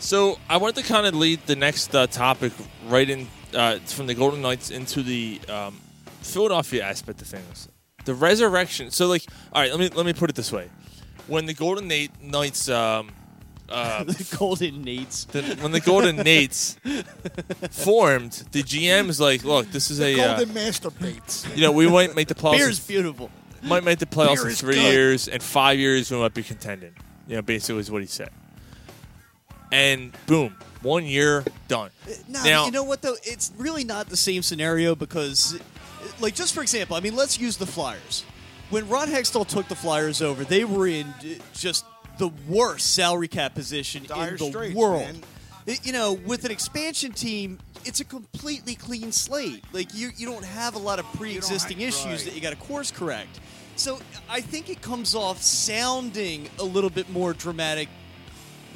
So I wanted to kind of lead the next uh, topic right in uh, from the Golden Knights into the um, Philadelphia aspect of things, the resurrection. So like, all right, let me let me put it this way: when the Golden Knight- Knights, um,
the golden nates.
the, when the Golden Knights formed, the GM is like, look, this is a uh,
Golden masturbates.
you know we might make the playoffs.
Beer's beautiful.
might make the playoffs
Beer
in
is
three
good.
years, and five years we might be contending. You know, basically is what he said. And boom, one year done.
No,
Now-
Uh, you know what though? It's really not the same scenario because, like, just for example, I mean, let's use the Flyers. When Ron Hextall took the Flyers over, they were in uh, just the worst salary cap position
Dire
in the
straits,
world.
man.
I- You know, with an expansion team, it's a completely clean slate. Like you, you don't have a lot of pre-existing
have-
issues
right.
that you got to course correct. So I think it comes off sounding a little bit more dramatic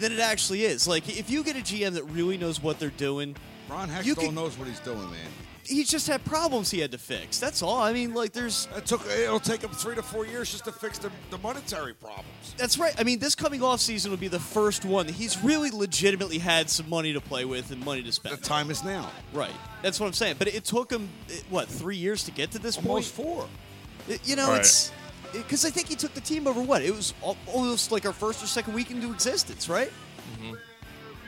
than it actually is. Like if you get a GM that really knows what they're doing,
Ron
You
Hextall
could-
knows what he's doing, man.
he just had problems he had to fix. That's all. I mean, like there's
It took. It'll take him three to four years just to fix the, the monetary problems.
that's right. I mean, this coming off season will be the first one that he's really legitimately had some money to play with and money to
The
spend.
time is now.
Right. That's what I'm saying. But it took him eh, what three years to get to this
Almost
point.
four.
Eh, You know,
Right.
it's because I think he took the team over what it was al- almost like our first or second week into existence, right?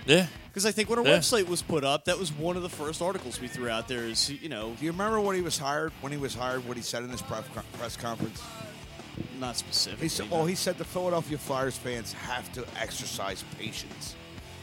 Yeah.
Because I think when our
Yeah.
website was put up, that was one of the first articles we threw out there. Is you know
Do you remember when he was hired? When he was hired, what he said in his pref- press conference?
not specific.
He said, "Well, oh, he said the Philadelphia Flyers fans have to exercise patience.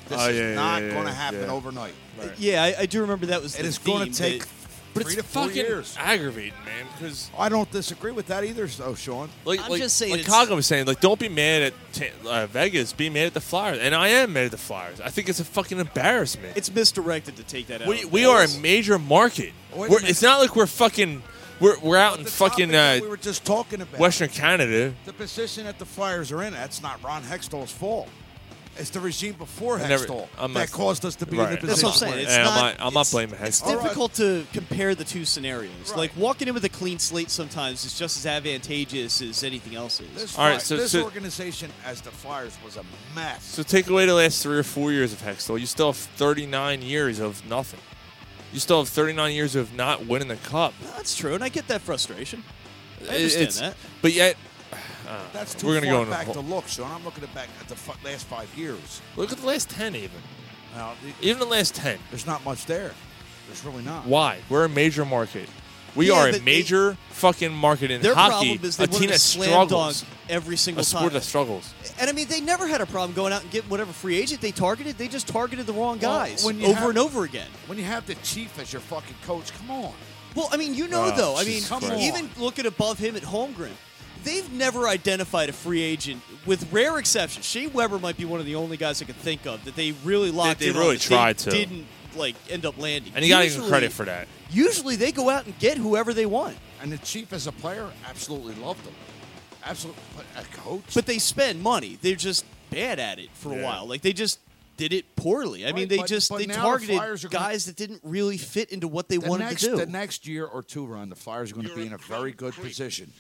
This
Oh,
is
yeah,
not
yeah, yeah,
going to happen
yeah.
overnight.
Yeah, I, I do remember that was.
It
the
is going
theme,
to take
but-
But
three
it's
to four
fucking
years.
aggravating, man. Because
I don't disagree with that either, though, Sean.
like,
I'm
like,
just saying
like
it's-
Kaga was saying, like, don't be mad at Ta- uh, Vegas. Be mad at the Flyers, and I am mad at the Flyers. I think it's a fucking embarrassment.
It's misdirected to take that out.
we we are a major market.
Wait
We're,
a minute.
it's not like we're fucking we're we're out in
The
fucking
topic that
uh,
we were just talking about
Western Canada.
the position that the Flyers are in. That's not Ron Hextall's fault. It's the regime before
I never-
Hextall
I'm not-
that caused us to be in
Right.
the
That's
That's
position.
what I'm saying.
we're in.
It's
And I'm
not,
not- I'm not
it's-
blaming
It's
Hextall.
difficult to compare the two scenarios. Like walking in with a clean slate sometimes is just as advantageous as anything else is.
This,
All right,
Fly-
so-
this
so-
organization, as the Flyers, was a mess.
So take away the last three or four years of Hextall, you still have 39 years of nothing. You still have 39 years of not winning the cup.
That's true, and I get that frustration. I
It-
understand
it's-
that.
But yet,
That's too
We're
We're
gonna
far
go in the
back
hole.
to look, Sean. I'm looking at back at the f- last five years.
look at the last 10 even.
Now, th-
Even the last 10.
there's not much there. There's really not.
Why? We're a major market. We
Yeah,
are a
but
major fucking market in
Their
hockey.
problem is they
a
wanted
team
to
that
slam dunk
struggles.
every single
A sport
time.
that struggles.
And I mean, they never had a problem going out and getting whatever free agent they targeted. They just targeted the wrong
Well,
guys
when you
over
have-
and over again.
When you have the chief as your fucking coach, come on.
Well, I mean, you know,
Oh,
though. I mean,
Jesus
Christ.
even looking above him at Holmgren, they've never identified a free agent, with rare exceptions. Shea Weber might be one of the only guys I can think of that they really locked
they
in.
really
on, that
tried to.
they Didn't like end up landing.
And you got to give
Usually-
them credit for that.
Usually, they go out and get whoever they want,
And the chief as a player absolutely loved him. Absolutely, but a coach.
but they spend money. They're just bad at it for
Yeah.
a while. Like they just did it poorly. I mean,
Right,
they
but-
just
but
they
now the
targeted
Flyers are gonna-
guys that didn't really fit into what they
the
wanted
next,
to do.
The next year or two, Ron, the Flyers are going to be in a very good position.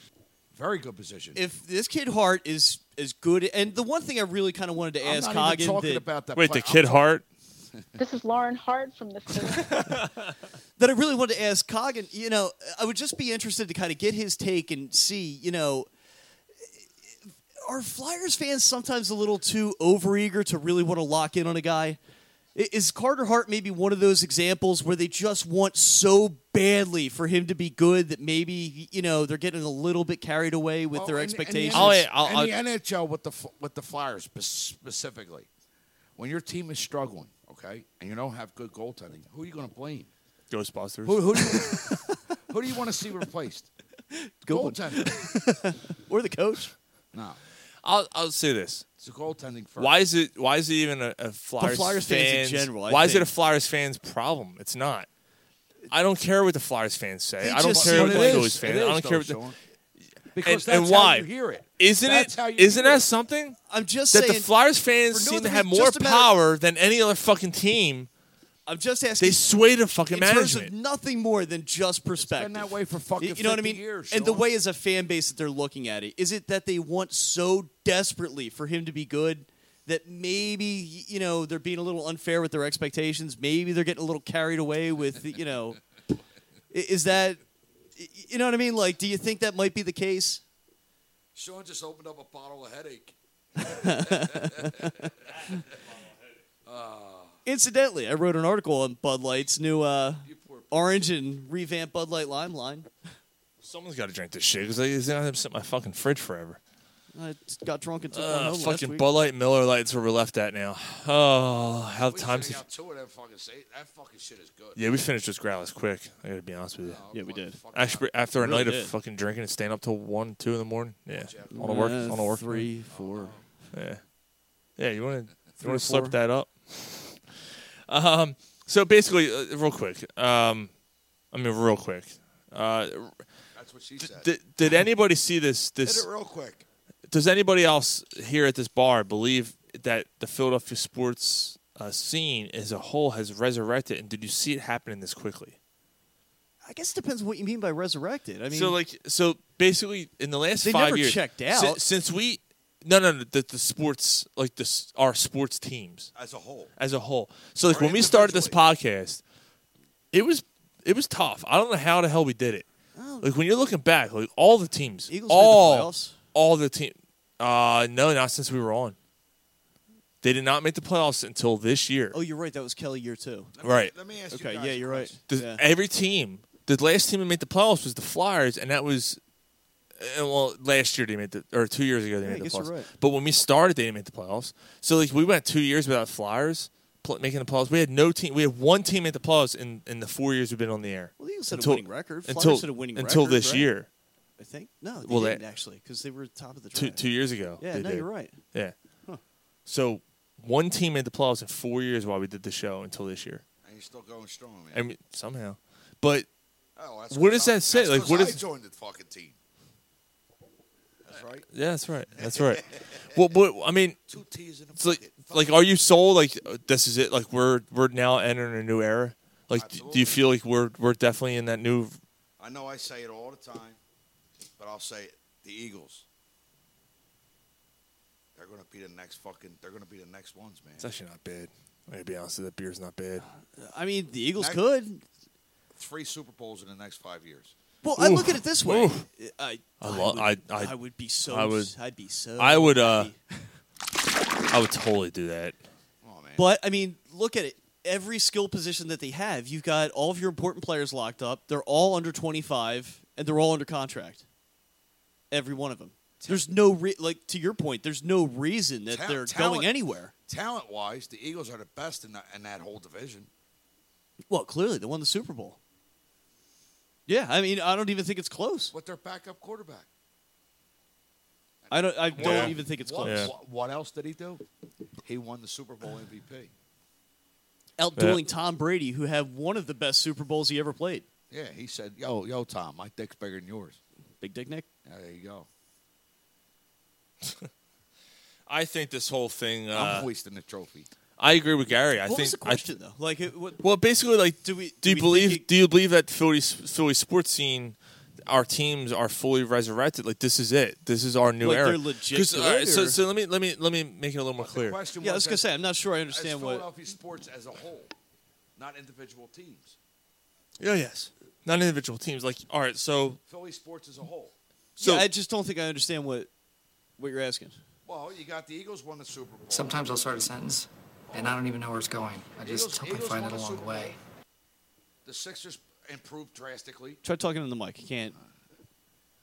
Very good position.
if this kid Hart is is good, and the one thing I really kind of wanted to
I'm
ask
not
Coggin
even talking
that,
about the
Wait,
play-
the Kid
I'm-
Hart?
This is Lauren Hart from the Philly.
that I really wanted to ask Coggin, you know, I would just be interested to kind of get his take and see, you know, are Flyers fans sometimes a little too overeager to really want to lock in on a guy? I- Is Carter Hart maybe one of those examples where they just want so badly for him to be good that maybe, you know, they're getting a little bit carried away with
Oh,
their
and- and the
expectations?
N-
yeah, I'll- I'll-
and the NHL with the F- with the Flyers spe- specifically, when your team is struggling, okay, and you don't have good goaltending, who are you going to blame?
Ghostbusters.
Who, who, do, you, who do you want to see replaced?
Good one.
goaltending.
or the coach?
no,
I'll, I'll say this.
it's the goaltending first.
Why is it? Why is it even a, a Flyers,
Flyers fans in general, I
why is it a
think.
Flyers fans problem? It's not. I don't care what the Flyers fans say.
It
I don't
just
care what
seems
the
like-
Phillies
It
fans.
is,
I don't care
though,
what. The,
Sean.
and,
because
and
that's
why?
how you hear it.
Isn't
That's
it?
how you
isn't
hear
that
it.
something
I'm just
that the
saying
Flyers fans
for no
seem to
other
have
reason-
more
just a matter-
power than any other fucking team?
I'm just asking
They sway the fucking
in terms
management.
of nothing more than just perspective.
Been that way for fucking
You- you know what I
50
mean?
years,
and the
Sean.
way as a fan base that they're looking at it, is it that they want so desperately for him to be good that maybe y- you know they're being a little unfair with their expectations? Maybe they're getting a little carried away with you know. i- is that y- you know what I mean? Like, do you think that might be the case?
Sean just opened up a bottle of headache.
Incidentally, I wrote an article on Bud Light's new uh, orange and revamped Bud Light Lime line.
Someone's got to drink this shit because it's gonna sit in my fucking fridge forever.
I just got drunk and took one
Uh,
home Oh, last
fucking
week.
Bud Light, Miller Light's where we're left at now. Oh, how
We
times.
sitting
have-
out two of them fucking say that fucking shit is good.
Yeah, we finished this growlers quick. I gotta be honest with you.
Yeah, we did.
Fucking
Actually, after a
Really
night of
did.
fucking drinking and staying up till one, two in the morning, yeah, on a work,
Uh,
on a work,
three, four.
yeah, yeah. You want to, you
or
want to slurp
four.
that up? Um. So basically, uh, real quick. Um, I mean, real quick. Uh,
That's what she said.
did, did anybody see this?
Hit
This
it real quick.
does anybody else here at this bar believe that the Philadelphia sports uh, scene as a whole has resurrected? And did you see it happening this quickly?
I guess it depends what you mean by resurrected. I mean,
so like so basically in the last
They
five
never
years
checked
si-
out.
since, we no no no the, the sports like the s- our sports teams
As a whole.
as a whole so like when we started this podcast it was it was tough I don't know how the hell we did it like when you're looking back like all the teams
Oh. Eagles made the
all
playoffs.
all the team uh no not since we were on they did not make the playoffs until this year
oh, you're right. That was Kelly year two.
right
Let me ask
Okay,
you.
yeah, you're right.
the,
Yeah.
Every team, the last team that made the playoffs was the Flyers, and that was, and well, last year they made the, or two years ago they
Yeah, I
made the
guess
playoffs.
you're right.
But when we started, they didn't make the playoffs. So like we went two years without Flyers pl- making the playoffs. We had no team. We had one team at the playoffs in, in the four years we've been on the air.
Well, the Eagles had
Until-
a winning record. Flyers
until
had a winning
until
record,
this
right?
year,
I think. No, they
Well, they-
didn't actually because they were top of the
two
draft.
two years ago.
yeah,
they
no,
did.
you're right.
Yeah. So one team made the playoffs in four years while we did the show until this year.
And you're still going strong, man.
I mean, somehow, but
oh, that's
what
'cause
does that
I-
say?
that's
Like,
'cause
what
I
is-
joined the fucking team. That's right.
Yeah, that's right. That's right. well, but I mean,
Two T's in a
it's like, like, are you sold? Like, uh, this is it? Like, we're we're now entering a new era. Like, d- do you feel like we're we're definitely in that new?
I know I say it all the time, but I'll say it. The Eagles. They're gonna be the next fucking. They're gonna be the next ones, man.
It's actually not bad. I'm gonna be honest. with you, That beer's not bad.
I mean, the Eagles
Next-
could.
Three Super Bowls in the next five years.
Well, I look
Oof.
at it this way.
Oof.
I,
I lo-
would,
I- I-
I would be so.
I would-
I'd be so.
I would. uh
happy.
I would totally do that.
But I mean, look at it. Every skill position that they have, you've got all of your important players locked up. They're all under 25, and they're all under contract. Every one of them. There's no re- like to your point. There's no reason that
Ta-
they're
talent-
going anywhere.
Talent wise, the Eagles are the best in that in that whole division.
Well, clearly they won the Super Bowl. Yeah, I mean, I don't even think it's close.
With their backup quarterback.
I don't. I don't
What-
even think it's
what-
close.
What, what else did he do? He won the Super Bowl MVP.
Outdueling Tom Brady, who had one of the best Super Bowls he ever played.
Yeah, he said, "Yo, yo, Tom, my dick's bigger than yours."
Big Dick Nick.
Yeah, there you go.
I think this whole thing.
I'm
Uh,
hoisting the trophy.
I agree with Gary. I
what
think
was the
I-
question though? Like, it, what,
Well, basically, like,
do we
do you
we think
believe?
it-
do you believe that Philly Philly sports scene, our teams are fully resurrected? Like this is it. This is our new
Like,
era.
they're legit
'Cause, all right,
good,
so,
or-
so let me let me let me make it a little more clear.
Question
yeah, I was
was
gonna
as-
say, I'm not sure I
as
understand what.
Philadelphia sports as a whole, not individual teams.
Yeah, yes, not individual teams. Like, all right, so
Philly sports as a whole.
so
yeah, I just don't think I understand what what you're asking.
Well, you got the Eagles won the Super Bowl.
Sometimes I'll start a sentence, and I don't even know where it's going. I
Eagles-
just hope I
Eagles
find
won
it
the
along
Super
the way.
The Sixers improved drastically.
Try talking in the mic. You can't.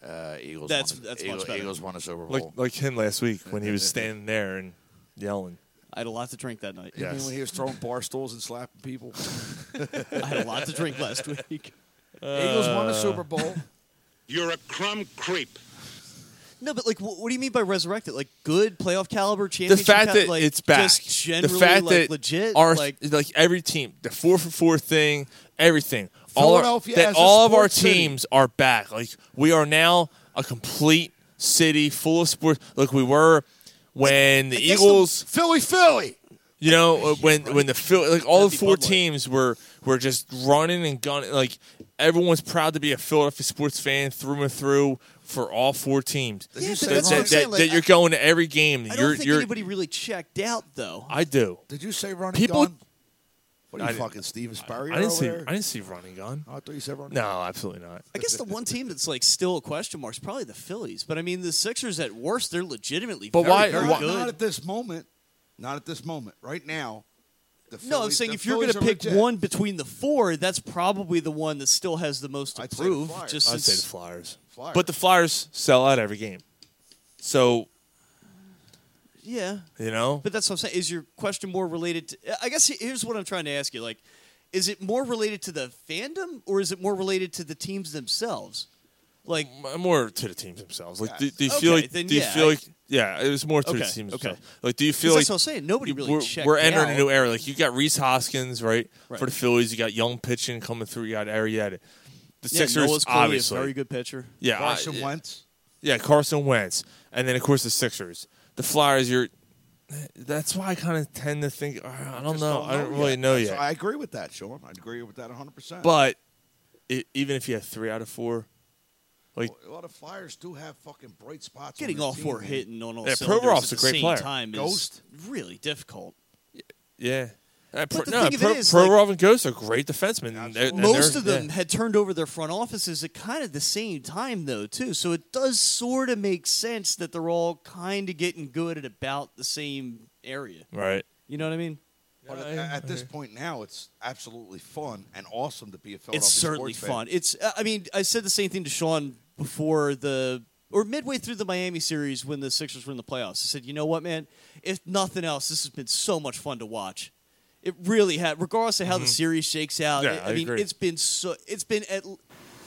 Uh, Eagles.
That's- won the- that's much Eagle- better. Eagles
Eagles won a Super Bowl.
like like him last week when he was standing there and yelling.
I had a lot to drink that night.
Yeah.
I mean, when he was throwing bar stools and slapping people.
I had a lot to drink last week. Uh,
Eagles won the Super Bowl.
You're a crumb creep.
No, but like, wh- what do you mean by resurrected? Like, good playoff caliber
The
championship.
fact
cal-
that
like,
it's back,
Just generally,
the fact
like,
that
legit.
our,
like,
like every team, the four for four thing, everything, all our,
Philadelphia
that
as a
all of our
sports city.
teams are back. Like we are now a complete city full of sports. Like we were when the
guess the-
Eagles,
Philly, Philly.
you know, uh, when when the Phil, like all the
That'd be
four
Bud Light.
teams were were just running and gunning. Like everyone's proud to be a Philadelphia sports fan through and through for all four teams.
Yeah, but
that,
that's what I'm
that-
saying,
that-
like,
that you're going to every game.
I
you're,
don't think
you're,
anybody really checked out though.
I do.
Did you say Ronnie
People-
Gunn? What are
I
you
didn't-
fucking Steven Spurrier
I didn't
over
see.
there?
I didn't see running gun.
Oh, I thought you said Ronnie.
No, absolutely not.
I guess the one team that's like still a question mark is probably the Phillies. But I mean, the Sixers at worst, they're legitimately
But
very,
why-
very
why-
Not,
good.
not at this moment. Not at this moment. Right now. The
no, I'm
Phillies-
saying
the
if you're going
Phillies
to
are
pick
legit.
one between the four, that's probably the one that still has the most to
I'd say the
prove.
Flyers.
Just
I'd say
since
the Flyers.
Flyers.
But the Flyers sell out every game. So
yeah,
you know,
But that's what I'm saying. Is your question more related to? I guess here's what I'm trying to ask you: like, is it more related to the fandom, or is it more related to the teams themselves? Like,
m- more to the teams themselves. Like, do, do you
Okay,
feel like?
then
do you
yeah,
feel
I-
like? Yeah, it was more to the
Okay,
teams.
okay.
themselves. Like, do you
'cause
feel like
that's what I'm saying. Nobody really
we're,
checked
we're entering
out.
a new era? Like, you got Reese Hoskins right, for
Right.
the Phillies. You got young pitching coming through. You got Arietta. The
Yeah,
Sixers,
Noah's clearly
obviously.
a very good pitcher.
yeah, I-
Carson Wentz.
yeah, Carson Wentz, and then of course the Sixers. The Flyers. You're. That's why I kind of tend to think. uh, I don't
Just
know. I don't
yet.
really know
That's-
yet.
I agree with that, Sean. I agree with that 100. percent
But i even if you have three out of four, like
a lot of Flyers do have fucking bright spots. on
Getting
their
all
team,
four
man.
hitting on all
Yeah,
cylinders
Provorov's
at
a
the
great
same
player.
time is
Ghost?
really difficult.
yeah, Uh,
But the
no,
thing of
Pro,
it is,
Pro
like-
Robin Ghost are great defensemen. and they're- and
Most
they're-
of them
yeah.
had turned over their front offices at kind of the same time, though, too. So it does sort of make sense that they're all kind of getting good at about the same area.
right.
You know what I mean?
But at, at this point now, it's absolutely fun and awesome to be a Philadelphia
it's certainly
sports fan.
fun. It's uh, I mean, I said the same thing to Sean before the or midway through the Miami series when the Sixers were in the playoffs. I said, you know what, man? If nothing else, this has been so much fun to watch. It really had, regardless of how the series shakes out.
Mm-hmm. Yeah,
it- I,
I
mean,
agree.
it's been so. It's been at.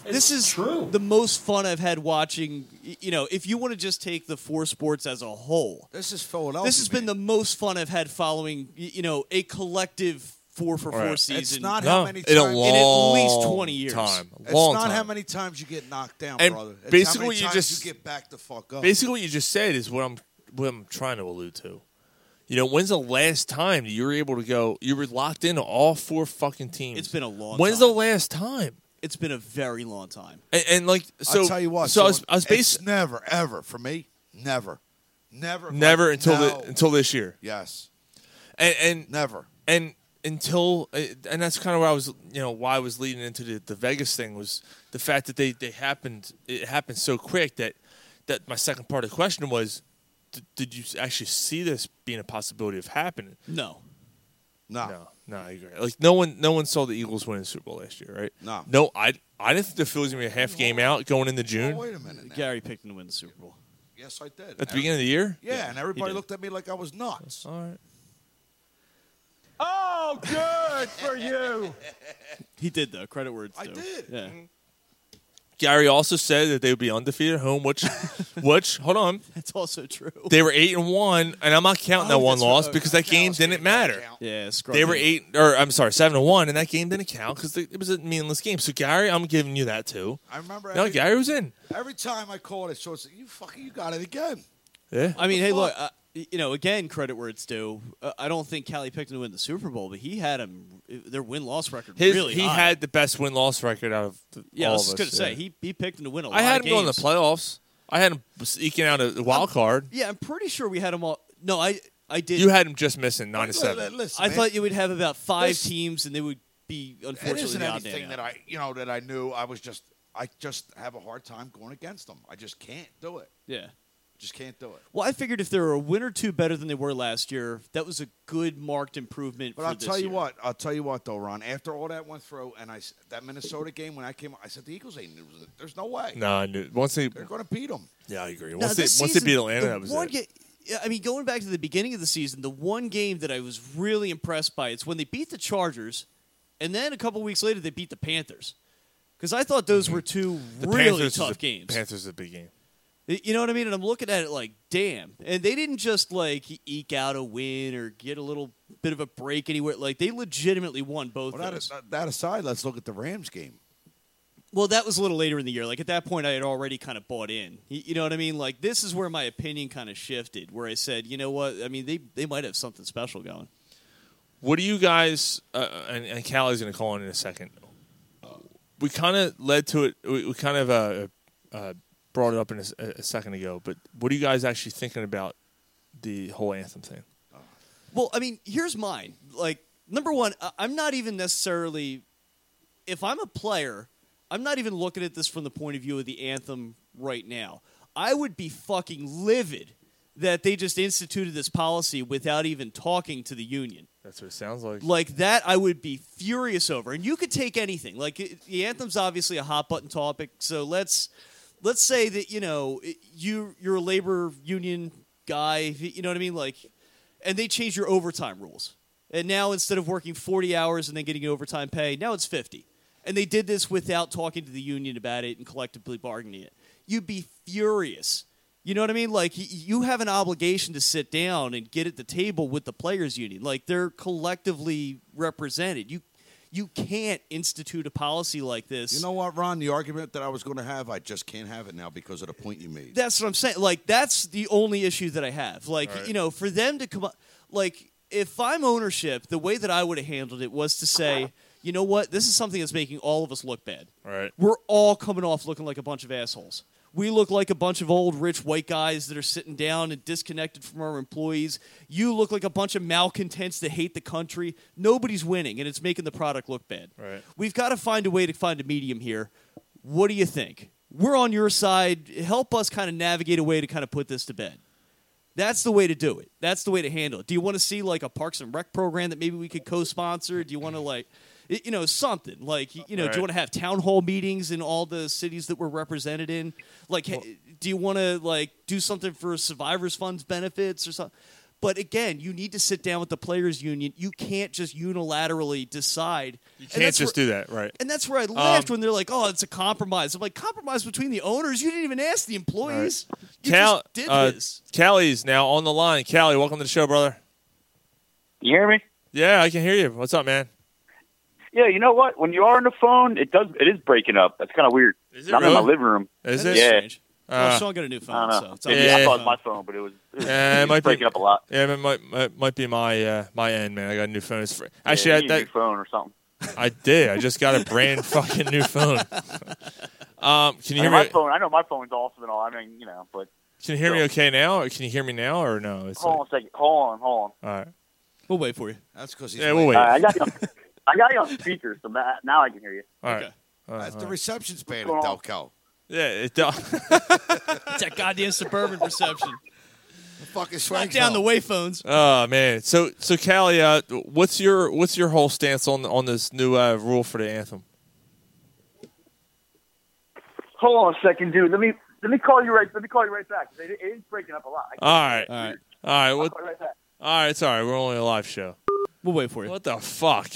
this is true. the most fun I've had watching. y- You know, if you want to just take the four sports as a whole,
This is Philadelphia.
this has been the most fun I've had following, y- you know, a collective four for
All right.
four
It's
season.
It's not how many
in a
times
long
in at least twenty years.
time.
It's
Long
not
time.
how many times you get knocked down,
And
brother. It's
basically
how many
you
times
just-
you get back the fuck up.
Basically, what you just said is what I'm what I'm trying to allude to. You know, when's the last time you were able to go? You were locked into all four fucking teams.
It's been a long.
When's
time.
the last time?
It's been a very long time.
And, and like, so
I'll tell you what.
So, I was, I was
it's
based
never ever for me. Never, never,
never until
now.
the, until this year,
yes,
and, and
never.
and until uh, and that's kind of where I was you know why I was leading into the, the Vegas thing was the fact that they they happened it happened so quick that that my second part of the question was d- did you actually see this being a possibility of happening
No.
No.
no no I agree like no one no one saw the Eagles win the Super Bowl last year right
No.
no I I didn't think the Phillies were gonna be a half game out going into June
Oh, wait a minute. now.
Gary picked him to win the Super Bowl.
Yes, I did.
at the beginning of the year
Yeah,
Yeah,
and
he
everybody
did.
looked at me like I was nuts.
all right
Oh, good for you.
He did though. Credit where it's
I
due.
did. Mm-hmm.
Yeah.
Gary also said that they would be undefeated at home which which hold on
That's also true.
They were eight and one, and I'm not counting that
Oh,
one
that's right.
loss
Oh,
because that game didn't matter.
yeah.
They were eight, or I'm sorry, seven and one, and that game didn't count because it was a meaningless game. So Gary, I'm giving you that too.
I remember.
No,
every,
Gary was in.
every time I called it, so it's you fucking you got it again.
Yeah,
I mean,
the
hey, look.
fuck?
Uh, you know, again, credit where it's due. Uh, I don't think Cali picked him to win the Super Bowl, but he had him. Their win loss record
His,
really
he
high.
had the best win loss record out of the,
Yeah,
all
I was
of
going
us,
to say
yeah.
he he picked him to win a lot.
I had
of
him going to
games.
the playoffs. I had him eking out a wild card.
Yeah, I'm pretty sure we had him all. No, I I did.
You had him just missing nine to seven.
Listen,
I
man,
thought you would have about five
This-
teams, and they would be
it
unfortunately
isn't
the odd
anything
man
that
out.
I you know that I knew. I was just I just have a hard time going against them. I just can't do it.
Yeah.
Just can't do it.
Well, I figured if they were a win or two better than they were last year, that was a good marked improvement.
But
for
I'll
this
tell you
year.
what. I'll tell you what though, Ron. After all that went through, and I s- that Minnesota game when I came, I said the Eagles ain't losing. it. There's no way.
No, I knew once they.
They're going to beat them.
Yeah, I agree.
No,
Once they
this
once
season,
they beat Atlanta,
the
that was
one
it.
ga- yeah, I mean, going back to the beginning of the season, the one game that I was really impressed by it's when they beat the Chargers, and then a couple weeks later they beat the Panthers. Because I thought those were two
Mm-hmm. The
really
Panthers was
tough
a-
games.
Panthers is a big game.
Y- You know what I mean? And I'm looking at it like, damn. And they didn't just like eke out a win or get a little bit of a break anywhere. Like they legitimately won both.
Well, that,
those.
that- that aside, let's look at the Rams game.
well, that was a little later in the year. Like at that point, I had already kind of bought in. Y- You know what I mean? Like this is where my opinion kind of shifted. Where I said, you know what? I mean, they they might have something special going.
What do you guys? Uh, and, and Callie's going to call in in a second. We kind of led to it. We, we kind of uh, uh, brought it up in a, s- a second ago. But what are you guys actually thinking about the whole anthem thing?
Well, I mean, here's mine. Like, number one, I- I'm not even necessarily, if I'm a player, I'm not even looking at this from the point of view of the anthem right now. I would be fucking livid that they just instituted this policy without even talking to the union.
That's what it sounds like.
Like that, I would be furious over. And you could take anything. Like it, the anthem's obviously a hot button topic. So let's let's say that you know it- you you're a labor union guy. You know what I mean? Like, and they change your overtime rules. And now instead of working forty hours and then getting overtime pay, now it's fifty. And they did this without talking to the union about it and collectively bargaining it. You'd be furious. You know what I mean? Like y- you have an obligation to sit down and get at the table with the players union. Like they're collectively represented. You you can't institute a policy like this.
You know what, Ron? The argument that I was going to have, I just can't have it now because of the point you made.
That's what I'm saying. Like that's the only issue that I have. Like
All right.
you know, for them to come up, like if I'm ownership, the way that I would have handled it was to say, you know what, this is something that's making all of us look bad.
Right.
We're all coming off looking like a bunch of assholes. We look like a bunch of old rich white guys that are sitting down and disconnected from our employees. You look like a bunch of malcontents that hate the country. Nobody's winning, and it's making the product look bad.
Right.
We've got to find a way to find a medium here. What do you think? We're on your side. Help us kind of navigate a way to kind of put this to bed. That's the way to do it. That's the way to handle it. Do you want to see like a Parks and Rec program that maybe we could co-sponsor? Do you want to like, y- you know, something like y- you know, do
Right.
you want to have town hall meetings in all the cities that we're represented in? Like, ha- do you want to like do something for survivors funds benefits or something? But again, you need to sit down with the players union. You can't just unilaterally decide.
You
And
can't
that's
just
where-
do that, right?
And that's where I laughed
Um,
when they're like, "Oh, it's a compromise." I'm like, "Compromise between the owners? You didn't even ask the employees. You
Cal-
just did
uh,
this."
Callie's now on the line. Callie, welcome to the show, brother.
You hear me?
Yeah, I can hear you. What's up, man?
Yeah, you know what? When you are on the phone, it does it is breaking up. That's kind of weird.
it
I'm in my
really?
living room.
Is it?
Yeah.
Strange. Uh, Well,
Oh, Sean got a new
I
phone,
don't
so
know.
it's
Maybe I thought it was my phone, but it was, it was,
Yeah,
it
it
was
might
breaking
be,
up a lot.
Yeah, it might might, might be my uh, my end, man. I got a new phone. It's fr-
Yeah,
actually
you
I,
need a
that
new phone or something.
I did. I just got a brand fucking new phone. Um, can you
I
hear
know my
me?
phone? I know my phone's awesome and all. I mean, you know, but
Can you hear me okay now? Or can you hear me now or no? It's
hold on a second. Hold on, hold on.
all right.
We'll wait for you.
That's because
Yeah, we'll wait.
Uh, I got you. On, I got you on speaker, so that, now I can hear you.
All right.
That's the reception's bad at
going on?
Delco.
Yeah, it do-
It's that goddamn suburban perception.
fucking
Knock down the wayphones.
Oh man. So so Callie, uh, what's your what's your whole stance on on this new uh, rule for the anthem?
Hold on a second, dude. Let me let me call you right. Let me call you right back. It, it is breaking up a lot. I,
All right. All right. All right. What,
call you right back.
all right. It's all right. We're only a live show.
We'll wait for you.
What the fuck?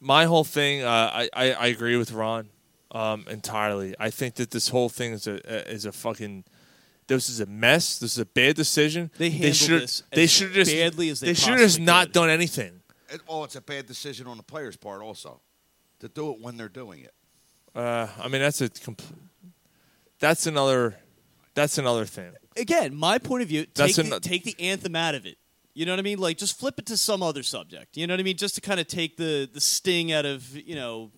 My whole thing, uh, I, I I agree with Ron um, entirely. I think that this whole thing is a is a fucking. This is a mess. This is a bad decision.
They handled
should
this
they
as
should just
badly as they
should have
possibly
not done anything.
It, oh, it's a bad decision on the players' part also to do it when they're doing it.
Uh, I mean, that's a compl- that's another that's another thing.
Again, my point of view. Take,
That's
the,
an-
take the anthem out of it. You know what I mean? Like just flip it to some other subject. You know what I mean? Just to kind of take the the sting out of you know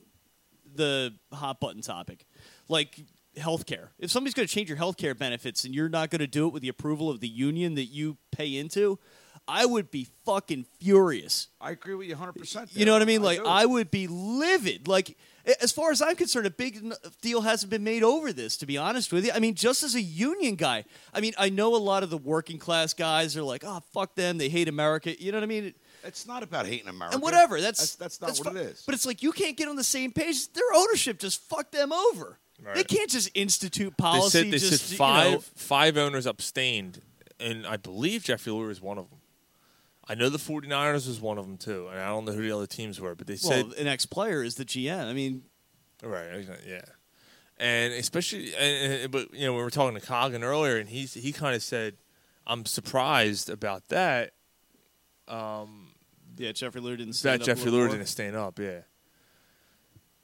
the hot button topic, like healthcare. If somebody's going to change your healthcare benefits and you're not going to do it with the approval of the union that you pay into, I would be fucking furious.
I agree with you 100%.
You know what I mean? Like
do.
I, would be livid. Like a- as far as I'm concerned, a big n- deal hasn't been made over this. To be honest with you, I mean, just as a union guy, I mean, I know a lot of the working class guys are like, "Oh, fuck them. They hate America." You know what I mean?
It's not about hating America.
And whatever. That's
that's, not what
fi-
it is.
But it's like you can't get on the same page. Their ownership just fucked them over. They
Right.
can't just institute
They
policy.
said they
just
said
you
five
know-
five owners abstained, and I believe Jeffrey Lurie is one of them. I know the 49ers was one of them too, and I don't know who the other teams were, but they said
well, an ex-player is the GM. I mean,
Right. exa- Yeah. And especially, and, and- but you know, we were talking to Coggin earlier, and he's he kind of said, "I'm surprised about that." Um,
yeah, Jeffrey Lurie didn't stand
that
up a
Jeffrey
little
Lurie
more.
didn't stand up. Yeah.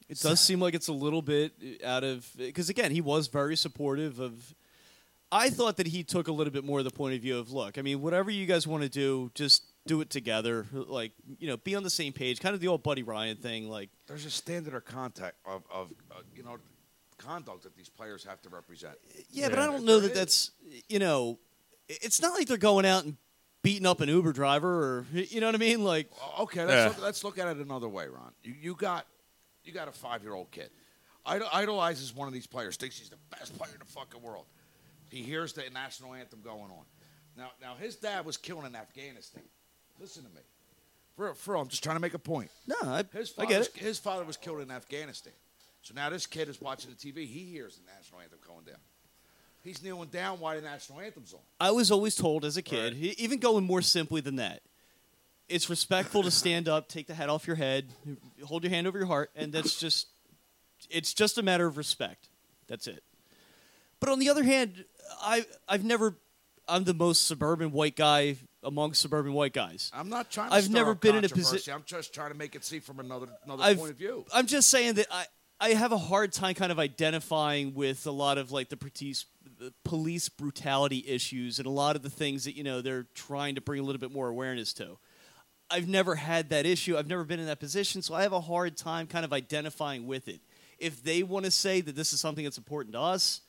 It does seem like it's a little bit uh, out of because again, he was very supportive of. I thought that he took a little bit more of the point of view of look. I mean, whatever you guys want to do, just do it together. Like you know, be on the same page. Kind of the old Buddy Ryan thing. Like
There's a standard of contact of, of uh, you know conduct that these players have to represent.
yeah, but I don't know that that's you know, i- it's not like they're going out and beating up an Uber driver or you know what I mean. Like
Okay, let's, look, let's look at it another way, Ron. You, you got you got a five year old kid, Idol, idolizes one of these players, thinks he's the best player in the fucking world. He hears the national anthem going on. Now, now his dad was killed in Afghanistan. Listen to me, for for real, I'm just trying to make a point.
No, I,
his
I
father,
get it.
His father was killed in Afghanistan, so now this kid is watching the TV. He hears the national anthem going down. He's kneeling down while the national anthem's on.
I was always told as a kid, e- even going more simply than that, it's respectful to stand up, take the hat off your head, hold your hand over your heart, and that's just it's just a matter of respect. That's it. But on the other hand, I I've never I'm the most suburban white guy among suburban white guys.
I'm not trying. To
I've
stir
never
up
been in a
controversy.
position
I'm just trying to make it see from another another
I've-
point of view.
I'm just saying that I, I have a hard time kind of identifying with a lot of like the police, the police brutality issues and a lot of the things that you know they're trying to bring a little bit more awareness to. I've never had that issue. I've never been in that position, so I have a hard time kind of identifying with it. If they want to say that this is something that's important to us,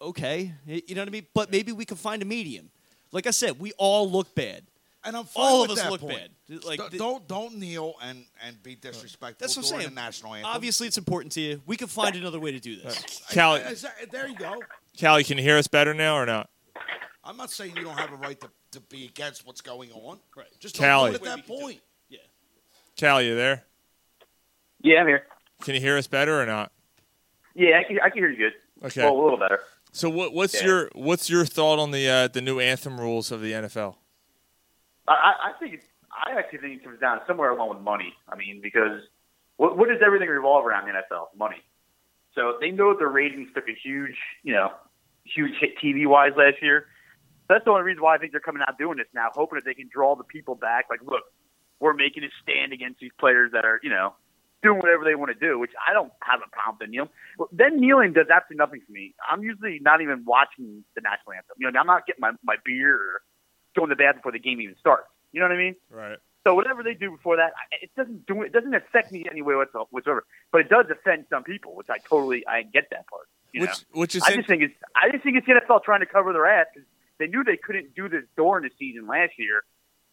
okay, Y- you know what I mean. But maybe we can find a medium. Like I said, we all look bad.
And I'm fine
all
with
of us
that
look
point.
bad. Like
don't,
th-
don't don't kneel and and be disrespectful.
that's what I'm
during
saying.
The national anthem.
Obviously, it's important to you. We can find another way to do this.
Callie,
Is that- there you go.
Callie, can you hear us better now or not?
I'm not saying you don't have a right to, to be against what's going on. Right. Just
Callie.
don't do it at that point.
Callie, you there?
Yeah, I'm here.
Can you hear us better or not?
Yeah, I can, I can hear you good.
Okay.
Well, a little better.
So what what's
Yeah.
your what's your thought on the uh, the new anthem rules of the NFL?
I- I, I think it's, I actually think it comes down somewhere along with money. I mean, because what, what does everything revolve around in the NFL? Money. So they know their ratings took a huge, you know, huge hit TV wise last year. That's the only reason why I think they're coming out doing this now, hoping that they can draw the people back. Like, look, we're making a stand against these players that are, you know, doing whatever they want to do, which I don't have a problem with kneeling. Then kneeling does absolutely nothing for me. I'm usually not even watching the national anthem. You know, I'm not getting my, my beer or going to bed before the game even starts. You know what I mean?
Right.
So whatever they do before that, I- it doesn't do it doesn't affect me anyway whatsoever. But it does offend some people, which I totally I get that part. You
Which-
know?
which is
I
in-
just think it's I just think it's the NFL trying to cover their ass because they knew they couldn't do this during the season last year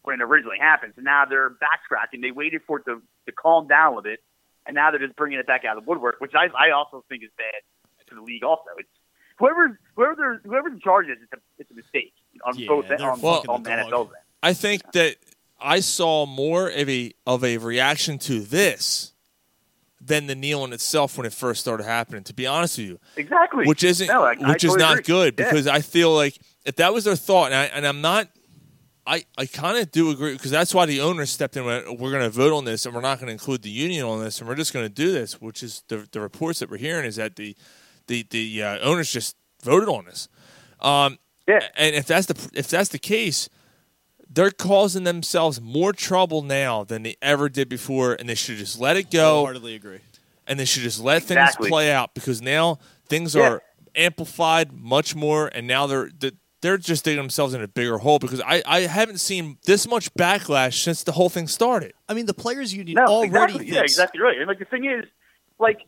when it originally happened. So now they're backtracking. They waited for it to, to calm down with it, and now they're just bringing it back out of the woodwork, which I I also think is bad to the league. Also, it's whoever whoever they're, whoever's in charge is it's a, it's a mistake on
Yeah,
both
they're
on,
fucking
on
the
the NFL. end.
I think that I saw more of a of a reaction to this than the kneel in itself when it first started happening. To be honest with you,
Exactly.
which isn't
No, I- I
which is
totally
not
agree.
good
Yeah.
because I feel like if that was their thought, and, I, and I'm not, I I kind of do agree because that's why the owner stepped in. and Went, we're going to vote on this, and we're not going to include the union on this, and we're just going to do this. Which is the the reports that we're hearing is that the the the uh, owners just voted on this. Um,
yeah.
And if that's the if that's the case, they're causing themselves more trouble now than they ever did before, and they should just let it go
Wholeheartedly agree.
and they should just let
Exactly.
things play out because now things
Yeah.
are amplified much more, and now they're th- they're just digging themselves in a bigger hole because I, I haven't seen this much backlash since the whole thing started.
I mean, the players' union
No,
already
exactly.
thinks
Yeah, exactly right. And like the thing is, like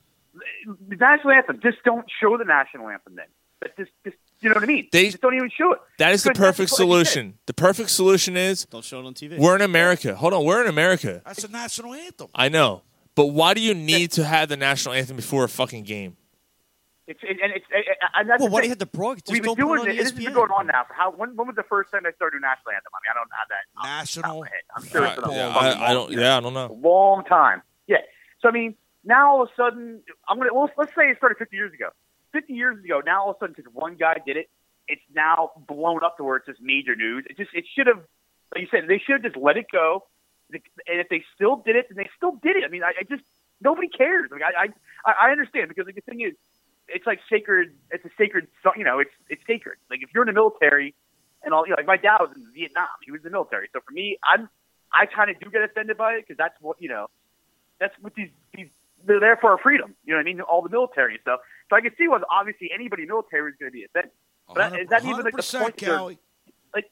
the national anthem, just don't show the national anthem then. But just, just you know what I mean?
They-
just don't even show it.
That is the
Because that's
perfect
what- like you said,
solution. The perfect solution is
don't show it on TV.
We're in America. Hold on, we're in America.
That's the national anthem.
I know, but why do you need to have the national anthem before a fucking game?
It's, and, and it's, and- and that's
Well,
the
why do
thing.
you have to broadcast?
We've
Just
been
don't put it on
doing
E
E
this. This has been
ESPN.
going on now. For how? When, when was the first time they started doing national anthem? I mean, I don't have that.
National.
I'm sure it's been a
Uh, yeah,
long
I, I don't. Yeah, I don't know.
long time. Yeah. So I mean, now all of a sudden, I'm gonna well, let's say it started 50 years ago. 50 years ago, now all of a sudden, just one guy did it. It's now blown up to where it's just major news. It just it should have, like you said, they should have just let it go. The- And if they still did it, then they still did it. I mean, I, I just nobody cares. Like I, I I understand because like the thing is, it's like sacred. It's a sacred. so- You know, it's it's sacred. Like if you're in the military, and all you know, like my dad was in Vietnam. He was in the military. So for me, I'm I kind of do get offended by it because that's what you know. That's what these these they're there for our freedom. You know what I mean? All the military and stuff. So I can see why obviously anybody in the military is going to be offended. But I- is that even like the
100%,
point? that they're-
Callie.
Like,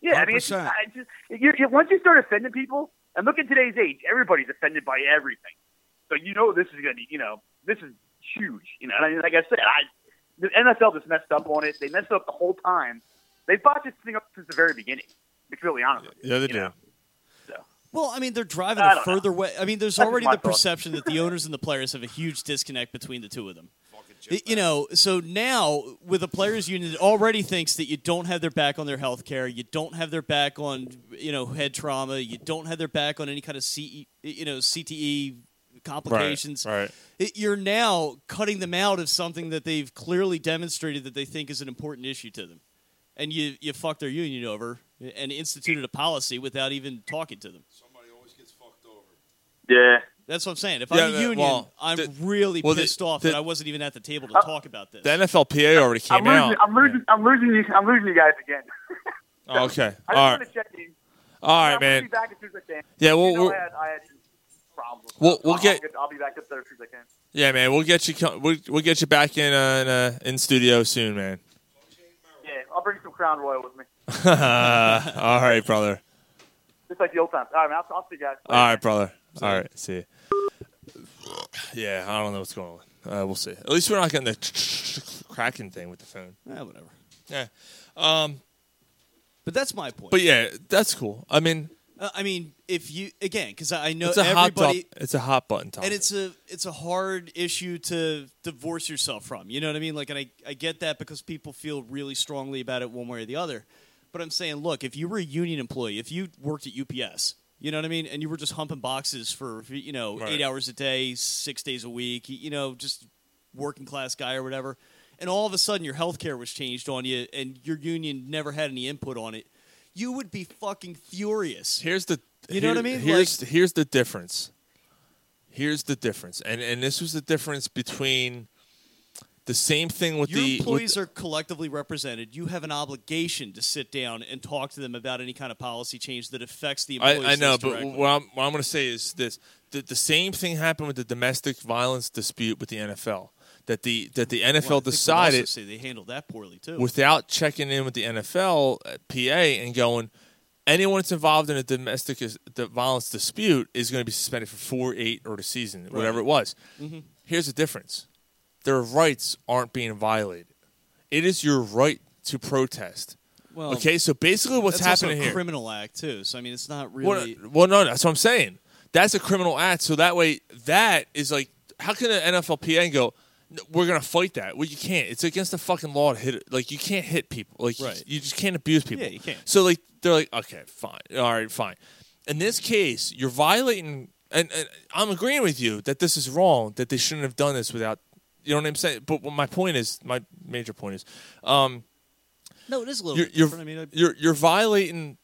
yeah, I mean, it's just,
100%.
I just, you, you, once you start offending people, and look at today's age, everybody's offended by everything. So you know this is going to, you know, this is huge. You know, and I mean, like I said, I the NFL just messed up on it. They messed up the whole time. They botched this thing up since the very beginning. To be really honest, with you.
Yeah, they do.
Well, I mean, they're driving
I
it
don't know.
further way. I mean, there's
That's
already
my
the
thought.
perception that the owners and the players have a huge disconnect between the two of them. Y- You know, so now with a players' union that already thinks that you don't have their back on their health care, you don't have their back on you know head trauma, you don't have their back on any kind of C, you know CTE complications.
Right.
It- You're now cutting them out of something that they've clearly demonstrated that they think is an important issue to them, and you you fuck their union over and instituted a policy without even talking to them.
Yeah.
That's what I'm saying. If
Yeah,
I'm a
that-
union,
well,
I'm
the-
really
well, the-
pissed off
the-
that I wasn't even at the table to talk about this.
The NFLPA already came
I'm losing,
out.
I'm losing, I'm losing you, I'm losing you guys again.
Oh, okay.
I just
All
want
right.
to check in.
All
I'll
right,
Be
man.
back as soon as I can.
Yeah, well,
you know,
we're-
I had, I had problems.
We'll- we'll
I'll,
get-
I'll I'll be back up there as soon as I can.
Yeah, man. We'll get you. co- We'll, we'll get you back in uh, in, uh, in studio soon, man.
Yeah, I'll bring some Crown Royal with me,
All right, brother.
just like the old times. All right, man, I'll, I'll see you guys.
All right, brother. All right, see you. Yeah, I don't know what's going on. Uh, we'll see. At least we're not getting the cracking thing with the phone.
Yeah, Eh, whatever.
Yeah. Um,
but that's my point.
But yeah, that's cool. I mean,
Uh, I mean, if you again, because I know
it's a hot top,
everybody,
It's a hot button topic.
and it's a it's a hard issue to divorce yourself from. You know what I mean? Like, and I I get that because people feel really strongly about it one way or the other. But I'm saying, look, if you were a union employee, if you worked at UPS, you know what I mean, and you were just humping boxes for you know
Right.
eight hours a day, six days a week, you know, just working class guy or whatever, and all of a sudden your health care was changed on you, and your union never had any input on it. You would be fucking furious.
Here's the
you know
Here-
what I mean?
Here's here's the difference. Here's the difference, and and this was the difference between The same thing with
Your
the with-
employees are collectively represented. You have an obligation to sit down and talk to them about any kind of policy change that affects the employees.
I, I know,
most
but
directly.
what I'm, what I'm going to say is this: the, the same thing happened with the domestic violence dispute with the NFL. That the that the NFL
Well, I think we'd also
decided
say they handled that poorly too.
without checking in with the NFL uh, PA and going, anyone that's involved in a domestic is- the violence dispute is going to be suspended for four, eight, or the season, whatever it was.
Mhm.
Here's the difference: their rights aren't being violated. It is your right to protest.
Well,
okay, so basically, what's
that's also
happening
a
here?
Criminal act too. So I mean, it's not
Well,
really.
Well, no, that's what I'm saying. That's a criminal act. So that way, that is like, how can the NFLPA go? "No, We're gonna fight that. Well, you can't. It's against the fucking law to hit. it. Like you can't hit people. Like you-
Right.
you, just can't abuse people.
Yeah, you can't.
So like they're like, okay, fine, all right, fine. In this case, you're violating, and, and I'm agreeing with you that this is wrong. That they shouldn't have done this without. You know what I'm saying? But what my point is, my major point is, um,
no, it is a little
you're
bit
you're,
different. I mean, I-
you're you're violating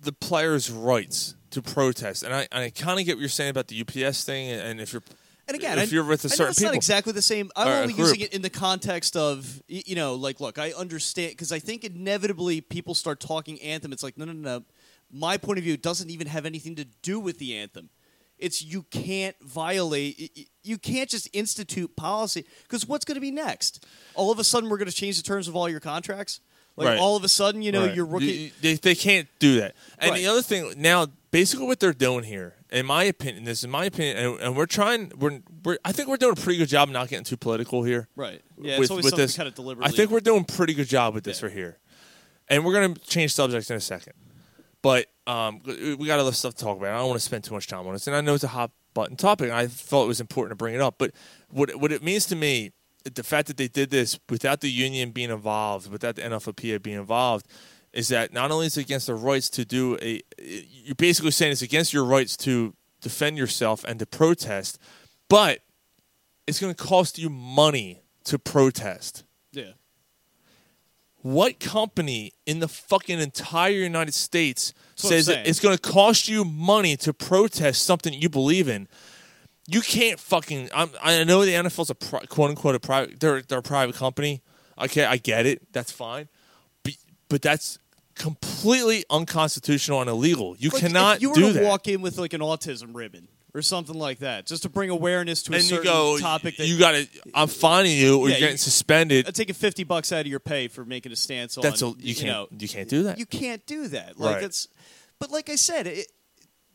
the players' rights to protest, and I and I kind of get what you're saying about the UPS thing, and, and if you're
And again,
if
I-
you're with a
I know
certain
it's
people,
not exactly the same. I'm
or a
only using
group.
it in the context of y- you know, like, look, I understand because I think inevitably people start talking anthem. It's like, no, no, no, no. My point of view doesn't even have anything to do with the anthem. It's you can't violate. y- y- You can't just institute policy because what's going to be next? All of a sudden, we're going to change the terms of all your contracts. Like
Right.
all of a sudden, you know,
Right.
your rookie.
You- They, they can't do that. And
Right.
the other thing now, basically, what they're doing here, in my opinion, this is my opinion, and, and we're trying. We're, we're I think we're doing a pretty good job not getting too political here.
Right. Yeah, it's always something kind of deliberately-
I think we're doing a pretty good job with this right here, and we're gonna change subjects in a second. But um, we got other stuff to talk about. I don't want to spend too much time on this, and I know it's a hot button topic. And I felt it was important to bring it up. But what what it means to me, the fact that they did this without the union being involved, without the NFLPA being involved, is that not only is it against the rights to do a, you're basically saying it's against your rights to defend yourself and to protest, but it's going to cost you money to protest
yeah.
what company in the fucking entire United States
That's what I'm
says that
saying.
it's going to cost you money to protest something you believe in? You can't fucking. I'm, I know the NFL's a pri- quote unquote a private. They're they're a private company. Okay, I get it. That's fine, but, but that's completely unconstitutional and illegal. You
Like,
cannot
if you were
do
to
that.
walk in with like an autism ribbon or something like that, just to bring awareness to a
and you
certain
go.
topic that
you got to. I'm fining you, or you're
Yeah, you-
getting suspended.
I'm taking fifty bucks out of your pay for making a stance on.
That's a, you can't.
know,
you can't do that.
you can't do that. Like
Right.
it's, but like I said, it,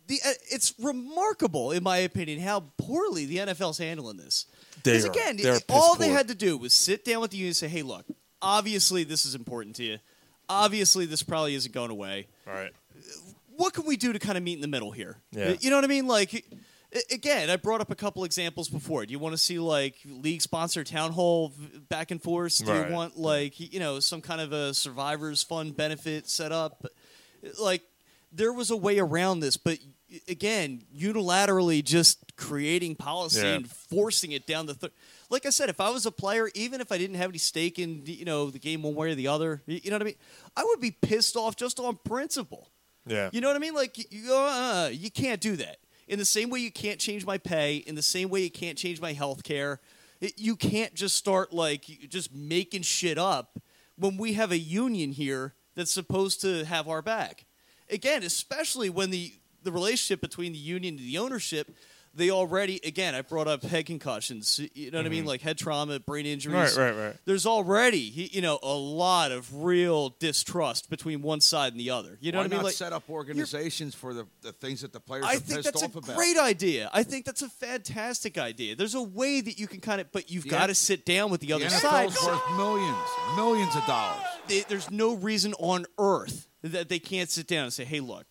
the uh, it's remarkable in my opinion how poorly the NFL's handling this.
They
Because
are.
again,
They're
it- all
piss
they
poor.
had to do was sit down with the union and say, "Hey, look, obviously this is important to you. Obviously this probably isn't going away.
All right.
What can we do to kind of meet in the middle here?
Yeah.
You know what I mean? Like." a- Again, I brought up a couple examples before. Do you want to see like league sponsor town hall v- back and forth? Do
Right.
you want like you know some kind of a survivors fund benefit set up? Like there was a way around this, but again, unilaterally just creating policy
Yeah.
and forcing it down the. Th- like I said, if I was a player, even if I didn't have any stake in you know the game one way or the other, y- you know what I mean, I would be pissed off just on principle.
Yeah.
You know what I mean? Like y- you, uh, you can't do that. In the same way you can't change my pay, in the same way you can't change my health care, you can't just start like y- just making shit up when we have a union here that's supposed to have our back. Again, especially when the the relationship between the union and the ownership, they already again, I brought up head concussions, y- you know what I mean,
Mhm.
like head trauma, brain
Right,
injuries.
right, right.
There's already y- you know a lot of real distrust between one side and the other. You know
Why
what I mean?
Not
Like
set up organizations for the, the things that the players
I
are
think
pissed
that's
off
a
about.
great idea. I think that's a fantastic idea. There's a way that you can kind of, but you've
The
got to
N-
sit down with the other
the
side.
NFL's worth millions, millions of dollars.
They- there's no reason on earth that they can't sit down and say, "Hey, look,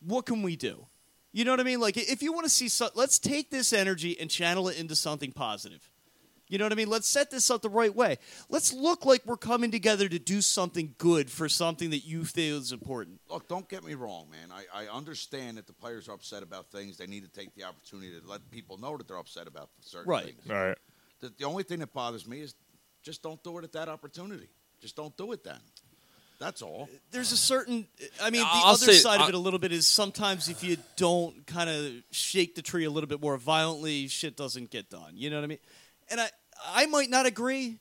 what can we do?" You know what I mean? Like, if you want to see, so- let's take this energy and channel it into something positive. You know what I mean? Let's set this up the right way. Let's look like we're coming together to do something good for something that you feel is important.
Look, don't get me wrong, man. I, I understand that the players are upset about things. They need to take the opportunity to let people know that they're upset about certain
Right.
things.
All right.
The, the only thing that bothers me is just don't do it at that opportunity. Just don't do it then. That's all.
There's a certain. I mean, the
I'll
other
say-
side
I-
of it a little bit is sometimes if you don't kind of shake the tree a little bit more violently, shit doesn't get done. You know what I mean? And I, I might not agree,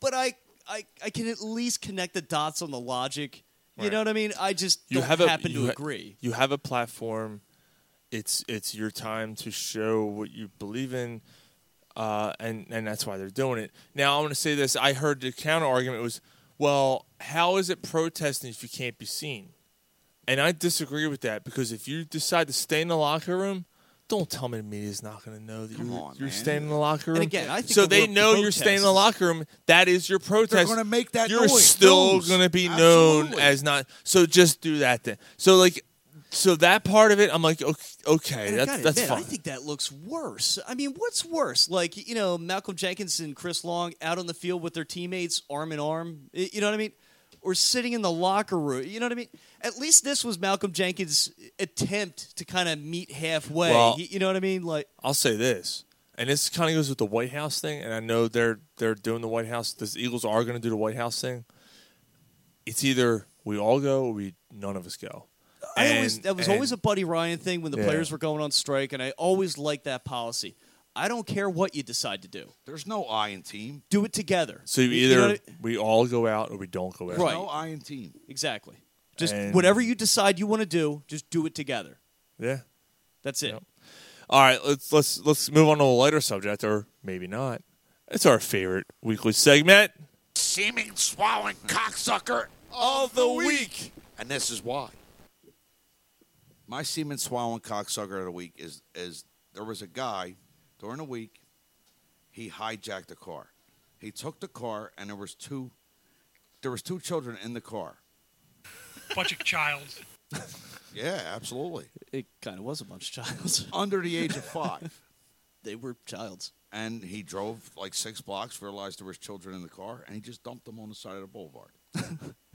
but I, I, I can at least connect the dots on the logic. You
Right.
know what I mean? I just
you
don't
have a,
happen
you
to
ha-
agree.
You have a platform. It's it's your time to show what you believe in, uh, and and that's why they're doing it. Now I want to say this. I heard the counter argument was, well, how is it protesting if you can't be seen? And I disagree with that because if you decide to stay in the locker room, don't tell me the media's not going to know that you're, you're staying in the locker room.
And again, I think
so
the
they
word
know you're staying in the
protest-
locker room. That is your protest.
gonna
make that
You're
noise.
still
Noise.
going to be known
Absolutely.
as not. So just do that then. So like, so that part of it, I'm like, okay, okay
And I
that's
gotta
that's
admit, I
fine.
think that looks worse. I mean, what's worse? Like you know, Malcolm Jenkins and Chris Long out on the field with their teammates, arm in arm. Y- You know what I mean? Or sitting in the locker room. You know what I mean? At least this was Malcolm Jenkins' attempt to kind of meet halfway.
Well-
He- you know what I mean? Like
I'll say this, and this kind of goes with the White House thing, and I know they're they're doing the White House. The Eagles are going to do the White House thing. It's either we all go or we none of us go.
I always
And-
that was
and-
always a Buddy Ryan thing when the
Yeah.
players were going on strike, and I always liked that policy. I don't care what you decide to do.
There's no I in team.
Do it together.
So you
Y-
either
know what I-
we all go out or we don't go out.
Right.
No I in team.
Exactly. Just
And-
whatever you decide you want to do, just do it together.
Yeah.
That's it.
All right, let's let's let's move on to a lighter subject, or maybe not. It's our favorite weekly segment.
Seeming swallowing cocksucker Hmm. of the week. And this is why. My semen swallowing cocksucker of the week is is there was a guy during the week, he hijacked a car. He took the car and there was two there was two children in the car.
Bunch of childs.
Yeah, absolutely.
It kind of was a bunch of childs.
Under the age of five.
they were childs.
And he drove like six blocks, realized there was children in the car, and he just dumped them on the side of the boulevard.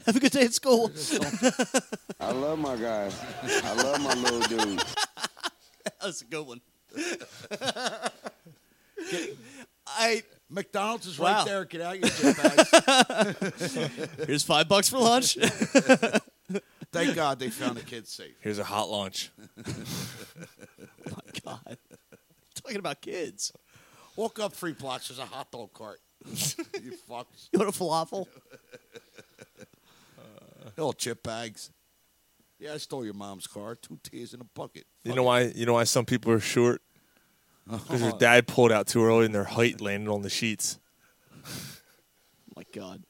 Have a good day at school.
I love my guys. I love my little dude.
That's a good one. I
McDonald's is
Wow.
right there. Get out your gym bags.
Here's five bucks for lunch. Oh
Thank God they found the kid safe.
Here's a hot lunch.
God, talking about kids.
Walk up three blocks. There's a hot dog cart. you fucks.
You want a falafel? Oh
Little chip bags. Yeah, I stole your mom's car. Two tears in a bucket.
You know why? You know why some people are short? Because their dad pulled out too early, and their height landed on the sheets.
My God.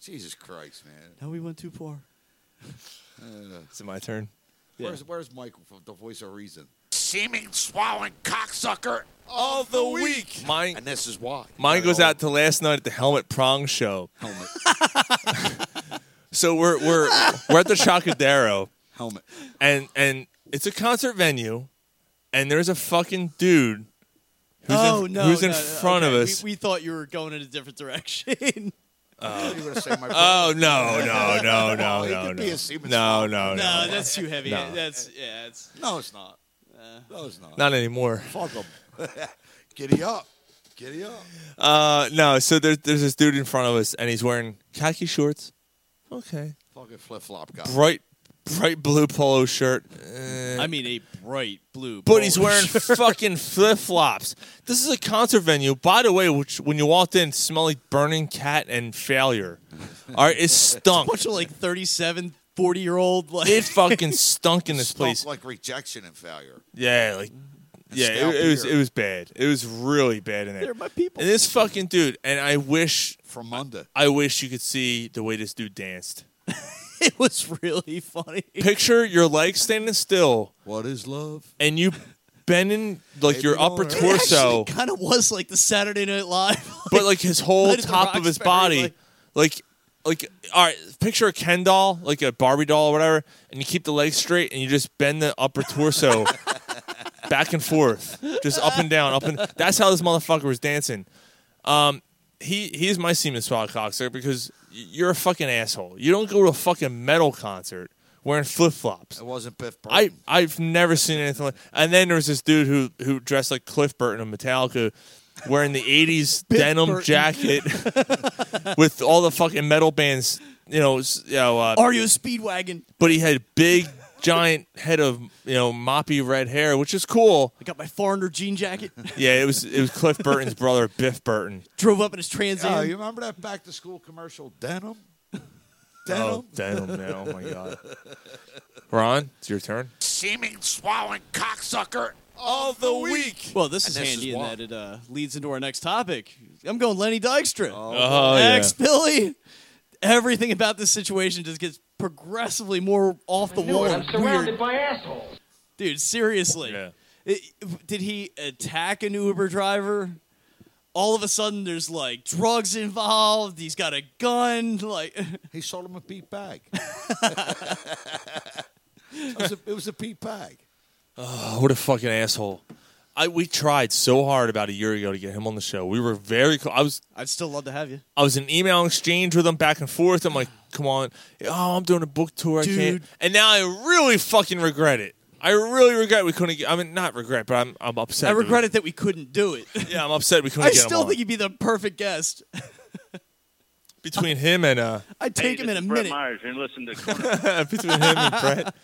Jesus Christ, man.
Now we went too far.
Uh,
Is it my turn?
Where's Where's Michael from the Voice of Reason?
Seeming swallowing cocksucker of the week.
Mine
and this is why.
Mine goes out to last night at the Helmet Prong Show.
Helmet.
so we're we're we're at the Chocodero.
Helmet.
And and it's a concert venue, and there's a fucking dude who's
oh
in,
no!
who's in
no, no,
front
okay.
of us.
We, we thought you were going in a different direction.
Uh,
You would've said my
oh
brother.
no no no no
Well, he
no
could
no
be a Siemens
no no
Smith.
no
no, that's too heavy.
No.
That's yeah. It's
No, it's not. no, it's not.
Not anymore.
Fuck them. Giddy up. Giddy up.
Uh, no. So there's there's this dude in front of us, and he's wearing khaki shorts,
Okay. Fucking flip flop guy.
bright bright blue polo shirt. eh,
I mean, a bright blue.
but he's
polo
wearing
shirt.
fucking flip flops. This is a concert venue, by the way. Which when you walked in, smelled like burning cat and failure. All right, it
a
stunk.
bunch of like 37, 40 year old. Like
It fucking stunk in this
Stunk
place.
like rejection and failure.
Yeah, like yeah,
stout
it, it was
beer.
it was bad. It was really bad in there.
They're my people.
And this fucking dude. And I wish
from Munda.
I wish you could see the way this dude danced.
it was really funny.
Picture your legs standing still.
What is love?
And you bending like your upper torso,
kind of was like the Saturday Night Live.
Oh. but like his whole
Lady
top of his
Roxbury,
body, like. Like, all right, picture a Ken doll, like a Barbie doll or whatever, and you keep the legs straight and you just bend the upper torso back and forth, just up and down, up and. That's how this motherfucker was dancing. Um, he he's my semen swag cocksucker because y- you're a fucking asshole. You don't go to a fucking metal concert wearing flip flops.
It wasn't Biff Burton.
I I've never seen anything like. And then there was this dude who who dressed like Cliff Burton of Metallica, wearing the '80s denim
Burton.
jacket with all the fucking metal bands. You know, s- you know. Uh,
Are you a speedwagon?
But he had big giant head of you know moppy red hair, which is cool.
I got my foreigner jean jacket.
Yeah, it was it was Cliff Burton's brother, Biff Burton.
Drove up in his Trans Am.
Oh, you remember that back to school commercial? Denim. Denim.
Oh, denim. Man. Oh my god. Ron, it's your turn.
Seeming swallowing cocksucker of the week.
Well, this is
And
handy in
why.
that it uh, leads into our next topic. I'm going Lenny Dykstra.
Oh, yeah.
Ex Billy. Everything about this situation just gets progressively more off the wall. and weird.
by assholes.
Dude, seriously. It- did he attack an Uber driver? All of a sudden, there's like drugs involved. He's got a gun. Like
he sold him a beat bag. it, was a, it was a Pete bag.
Oh, what a fucking asshole. I, we tried so hard about a year ago to get him on the show. We were very close. I was
I'd still love to have you.
I was in email exchange with him back and forth. I'm like, come on. Oh, I'm doing a book tour. I can't.
Dude.
And now I really fucking regret it. I really regret we couldn't get. I mean, not regret, but I'm I'm upset.
I regret it that we couldn't do it.
it. Yeah, I'm upset we couldn't
I
get
still
him
think he'd be the perfect guest.
on. Between him and uh,
I'd take
Hey,
him
this
in a
is Brett
minute.
Myers. You're listening to Corner
between him and Brett.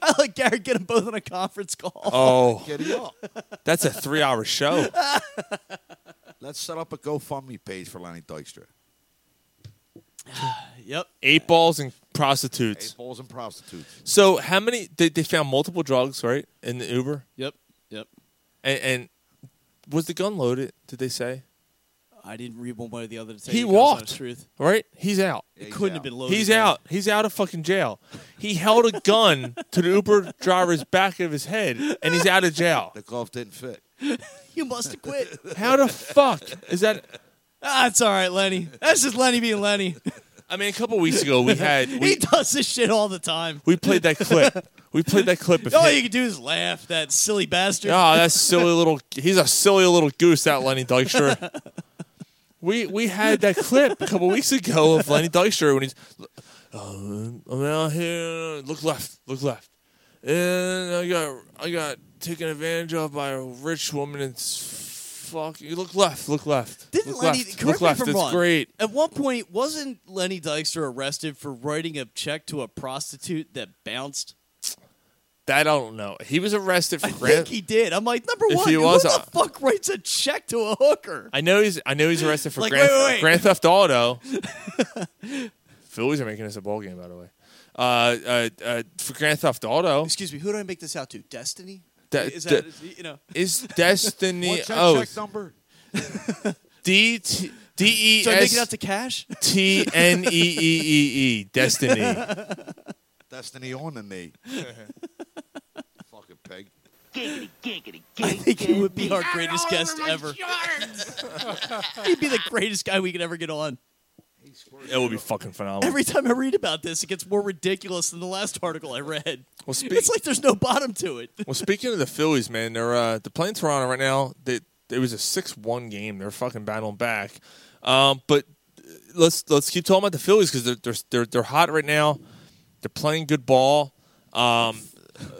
I like Garrett get them both on a conference call.
Oh,
Giddy up.
that's a three hour show.
Let's set up a GoFundMe page for Lenny Dykstra.
Yep.
Eight balls and prostitutes.
Eight balls and prostitutes.
So how many? They, they found multiple drugs, right, in the Uber,
Yep. Yep.
and, and was the gun loaded? Did they say?
I didn't read one way or the other to tell
He
you guys honest
walked.
Truth.
Right, he's out.
it couldn't have been loaded.
He's
man.
out. He's out of fucking jail. He held a gun to the Uber driver's back of his head, and he's out of jail.
The glove didn't fit.
You must have quit.
How the fuck is that?
ah, it's all right, Lenny. That's just Lenny being Lenny.
I mean, a couple weeks ago we had
he
we,
does this shit all the time.
we played that clip. We played that clip. Of
All
him.
you can do is laugh. That silly bastard.
Oh, that's silly little. He's a silly little goose, that Lenny Dykstra. we we had that clip a couple weeks ago of Lenny Dykstra when he's, "Um, I'm out here. Look left. Look left. And I got I got taken advantage of by a rich woman. It's fucking. Look left. Look left.
Didn't
look
Lenny?
left.
correct
Look
me
left.
if I'm
It's
wrong.
great.
At one point, wasn't Lenny Dykstra arrested for writing a check to a prostitute that bounced?
That I don't know. He was arrested for.
I
grand-
think he did. I'm like, number
If
one,
he
who
was,
the
uh,
fuck writes a check to a hooker?
I know he's. I know he's arrested for
Like,
grand,
wait, wait, wait.
grand theft auto. Phillies are making this a ball game, by the way. Uh, uh, uh, for grand theft auto,
Excuse me, who do I make this out to? Destiny?
De-
is
de-
that you know?
is Destiny
What's that
oh
check number?
D T D E
Do I make it out
S
to cash?
T N E E E E Destiny.
Destiny on the knee. Fucking pig.
I think he would be our greatest guest ever. He'd be the greatest guy we could ever get on.
It would be fucking phenomenal.
Every time I read about this, it gets more ridiculous than the last article I read.
well, speak,
It's like there's no bottom to it.
well, speaking of the Phillies, man, they're uh, they're playing Toronto right now. They, it was a six-one game. They're fucking battling back. Um, but let's let's keep talking about the Phillies because they're, they're they're they're hot right now. They're playing good ball. Um,
so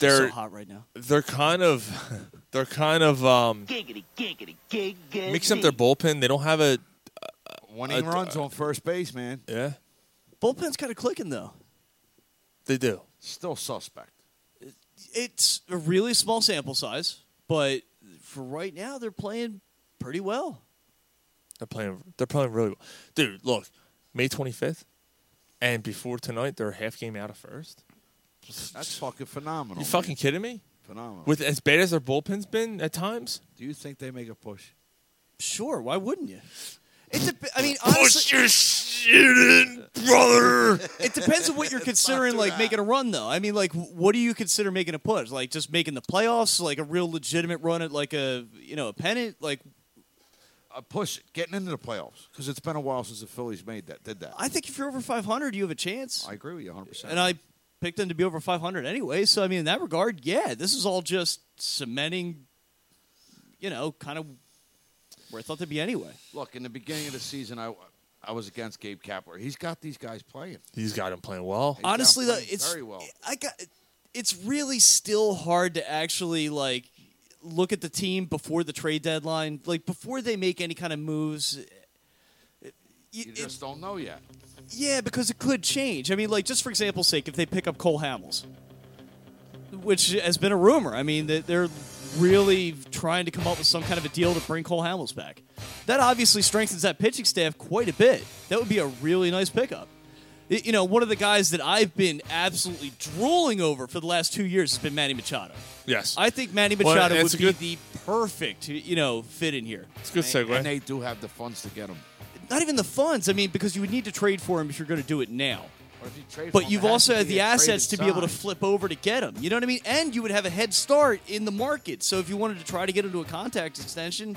they're
hot right now.
they're kind of they're kind of um, mixing up their bullpen. They don't have a
Winning
Uh,
runs on first base, man.
yeah.
Bullpen's kind of clicking though.
They do.
Still suspect.
It's a really small sample size, but for right now, they're playing pretty well.
They're playing. They're playing really well, dude. Look, May twenty fifth, and before tonight, they're a half game out of first.
That's fucking phenomenal.
You
Oh,
man.
fucking kidding me?
phenomenal.
With as bad as their bullpen's been at times,
Do you think they make a push?
Sure, why wouldn't you? It dep I mean,
Oh,
honestly,
your shit in, brother.
it depends on what you're considering,
do
like
that.
making a run, though. I mean, like, what do you consider making a push? Like, just making the playoffs, like a real legitimate run at like a you know a pennant. Like,
A push getting into the playoffs because it's been a while since the Phillies made that. Did that?
I think if you're over 500, you have a chance.
I agree with you 100. percent
and I picked them to be over 500 anyway. So I mean, in that regard, yeah, this is all just cementing, you know, kind of where I thought they'd be anyway.
look in the beginning of the season. I I was against Gabe Kapler. He's got these guys playing.
He's got him playing well.
He's got 'em
Honestly, though,
playing
it's
very well.
I got it's really still hard to actually like look at the team before the trade deadline, like before they make any kind of moves. It-
You
it-
just don't know yet.
yeah, because it could change. I mean, like just for example's sake, if they pick up Cole Hamels, which has been a rumor. I mean, that they're really trying to come up with some kind of a deal to bring Cole Hamels back. That obviously strengthens that pitching staff quite a bit. That would be a really nice pickup. Y- You know, one of the guys that I've been absolutely drooling over for the last two years has been Manny Machado.
Yes.
I think Manny
Well,
Machado
it's
would
a
be
good-
the perfect, you know, fit in here.
It's a good
And-
segue.
And they do have the funds to get him.
Not even the funds. I mean, because you would need to trade for him if you're going to do it now.
Or if you trade for
But
him,
you've
it has
also
to
had
be
the
a trade
assets to
and
be able to
sign.
flip over to get him. You know what I mean? And you would have a head start in the market. So if you wanted to try to get into a contact extension,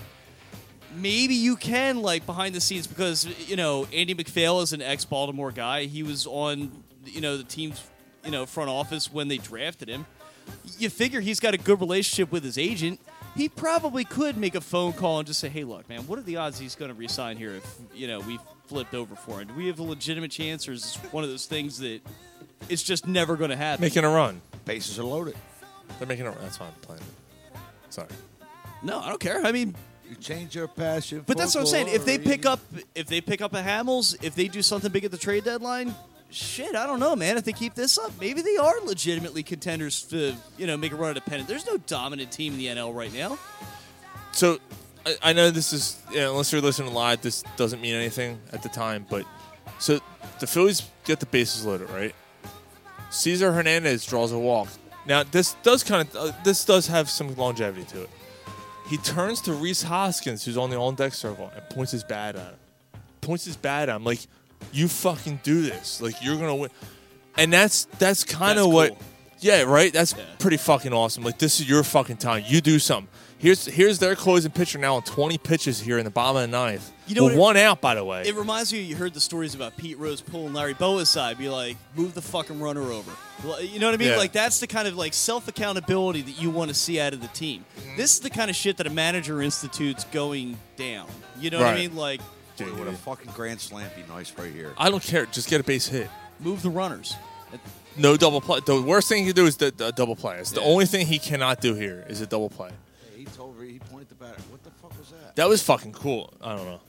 maybe you can like behind the scenes because you know Andy McPhail is an ex-Baltimore guy. He was on you know the team's you know front office when they drafted him. You figure he's got a good relationship with his agent. He probably could make a phone call and just say, "Hey, look, man, what are the odds he's going to resign here if you know we flipped over for him? Do we have a legitimate chance, or is this one of those things that it's just never going to happen?"
Making a run.
Bases are loaded.
They're making a run. That's why I'm playing it. Sorry.
No, I don't care. I mean,
you change your passion.
But that's
for
what I'm saying. If they
glory.
pick up, if they pick up a Hamels, if they do something big at the trade deadline, shit, I don't know, man. If they keep this up, maybe they are legitimately contenders to you know make a run at a pennant. There's no dominant team in the NL right now.
So I, I know this is you know, unless you're listening live, this doesn't mean anything at the time. But so the Phillies get the bases loaded, right? Cesar Hernandez draws a walk. Now this does kind of uh, this does have some longevity to it. He turns to Reese Hoskins, who's on the on-deck circle, and points his bat at him. Points his bat at him, like you fucking do this, like you're gonna win. And that's that's kind of what, yeah, right. That's pretty fucking awesome. Like this is your fucking time. You do something. Here's here's their closing pitcher now on 20 pitches here in the bottom of the ninth.
You know
With
what
one out, by the way.
It reminds me, you heard the stories about Pete Rose pulling Larry Boa aside, be like, move the fucking runner over. Well, You know what I mean?
Yeah.
Like that's the kind of like self accountability that you want to see out of the team.
Mm-hmm.
This is the kind of shit that a manager institutes going down. You know what I
Right.
mean? Like,
Dude,
what
what
a
a fucking grand slam be nice right here.
I don't care. Just get a base hit.
move the runners.
No double play. The worst thing he can do is the, the double play. It's the only thing he cannot do here is a double play.
He told Reed, he pointed the batter. What the fuck was that?
That was fucking cool. I don't know.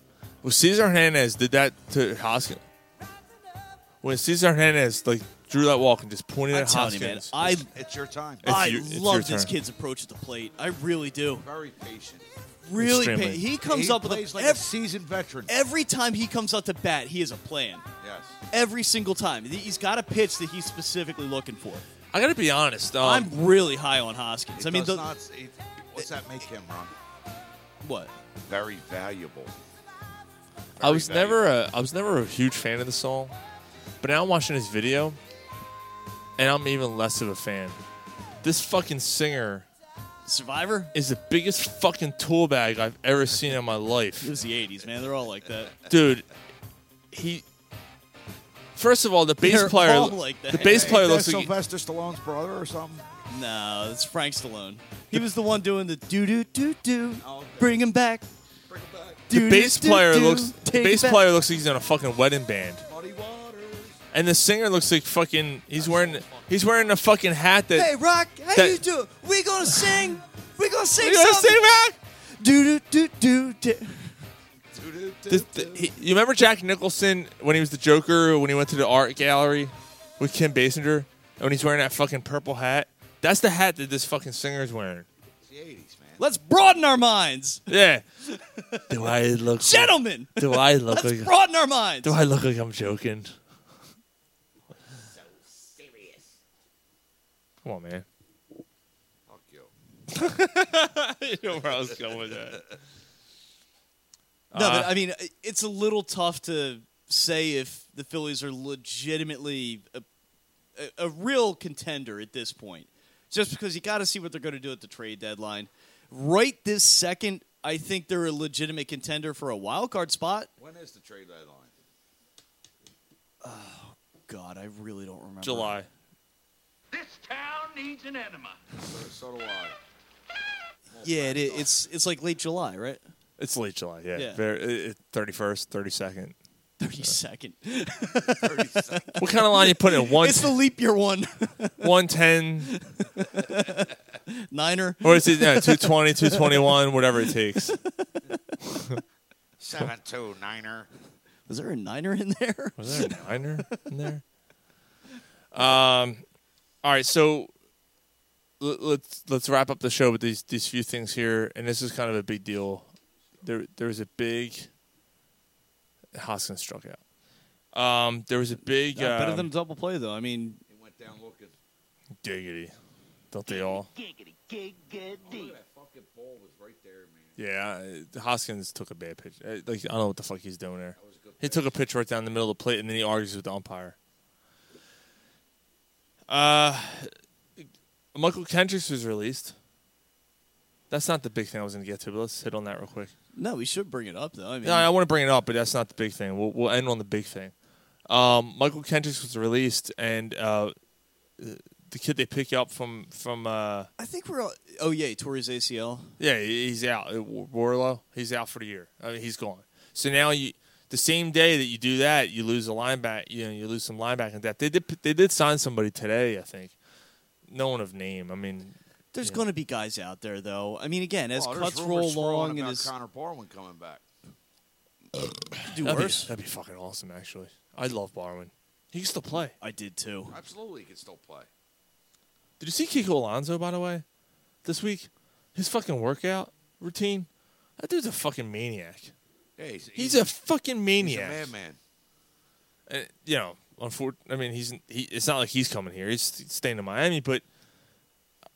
Well, Cesar Hernandez did that to Hoskins. When Cesar Hernandez like drew that walk and just pointed
I'm
at
telling you,
Hoskins,
man, I
It's your time.
It's
I
your- it's your
love this
turn.
kid's approach at the plate. I really do.
Very patient.
Really, pa-
Extremely.
he comes
He
up with
plays
a,
like
ev-
a seasoned veteran.
every time he comes out to bat, he has a plan.
Yes.
Every single time, he's got a pitch that he's specifically looking for.
I gotta be honest. Um,
I'm really high on Hoskins.
It
I mean,
does
the-
not, it, what's that make him, Ron?
what?
Very valuable.
I was never a I was never a huge fan of the song, but now I'm watching this video, and I'm even less of a fan. This fucking singer
Survivor?
is the biggest fucking tool bag I've ever seen in my life,
It was the '80s, man. They're all like that.
dude. He first of all the bass
They're
player
all like that.
the bass player
Ain't that
looks like he-
Sylvester Stallone's brother or something.
No, it's Frank Stallone. He was the one doing the do do do do. Oh, Bring him back.
the bass player looks the
Take
bass
it back.
player looks like he's in a fucking wedding band.
Muddy Waters.
And the singer looks like fucking. He's wearing. He's wearing a fucking hat that.
Hey, Rock, how
that-
you doing? We gonna sing. We gonna sing
You know what I'm
something.
saying, Rock?
Do do do do.
This- th- he- you remember Jack Nicholson when he was the Joker when he went to the art gallery with Kim Basinger and when he's wearing that fucking purple hat? That's the hat that this fucking singer's wearing.
It's the 80s, man.
Let's broaden our minds,
Yeah. do I look?
gentlemen.
do I look like?
Broaden our minds.
Do I look like I'm joking? Come on, man.
Fuck you.
you know where I was going with that.
No,
Uh,
but I mean, it's a little tough to say if the Phillies are legitimately a, a, a real contender at this point, just because you got to see what they're going to do at the trade deadline. Right this second, I think they're a legitimate contender for a wild card spot.
When is the trade deadline?
God, I really don't remember.
July.
This town needs an enema.
So, so do I.
Yeah, it, i- it's it's like late July, right?
It's late July. Yeah.
Yeah.
Very- it- it- 31st, 32nd.
Thirty second.
What kind of line you put in? One,
It's the leap year one.
110,
Niner.
or is it yeah, 220, 221, whatever it takes.
Seven two niner.
Was there a niner in there?
Was there a niner in there? Um, all right, so l- let's let's wrap up the show with these these few things here, and this is kind of a big deal. There there was a big Hoskins struck out. Um, there was a big
Yeah, better
um,
than a double play though. I mean,
It went down looking.
diggity, don't they all?
Look at that fucking ball was right there, man.
Yeah, uh, Hoskins took a bad pitch. Uh, Like I don't know what the fuck he's doing there.
was a good
He took a pitch right down the middle of the plate, and then he argues with the umpire. Uh, Michael Kendricks was released. That's not the big thing I was going to get to, but let's hit on that real quick.
no, we should bring it up though. I mean,
No, I want to bring it up, but that's not the big thing. We'll, we'll end on the big thing. Um, Michael Kendricks was released, and uh, the kid they pick up from from uh,
I think we're all. Oh yeah, Torres ACL.
yeah, he- he's out. Uh, War- Warlow, he's out for the year. I mean, he's gone. So now you, the same day that you do that, you lose a linebacker. You know, you lose some linebacker. That they did. They did sign somebody today, I think. No one of name. I mean,
There's
Yeah.
going to be guys out there though. I mean, again, as
Oh, there's
cuts roll
rumors swirling
along and
about
as
Connor Barwin coming back.
do
that'd
worse.
Be, that'd be fucking awesome, actually. I love Barwin. He used to play.
I did too.
Absolutely, he can still play.
Did you see Kiko Alonso by the way? This week, his fucking workout routine. That dude's a fucking maniac.
Yeah, he's,
He's a fucking
he's a
maniac.
madman.
And, you know, unfor- I mean, he's he. It's not like he's coming here. He's st- staying in Miami, but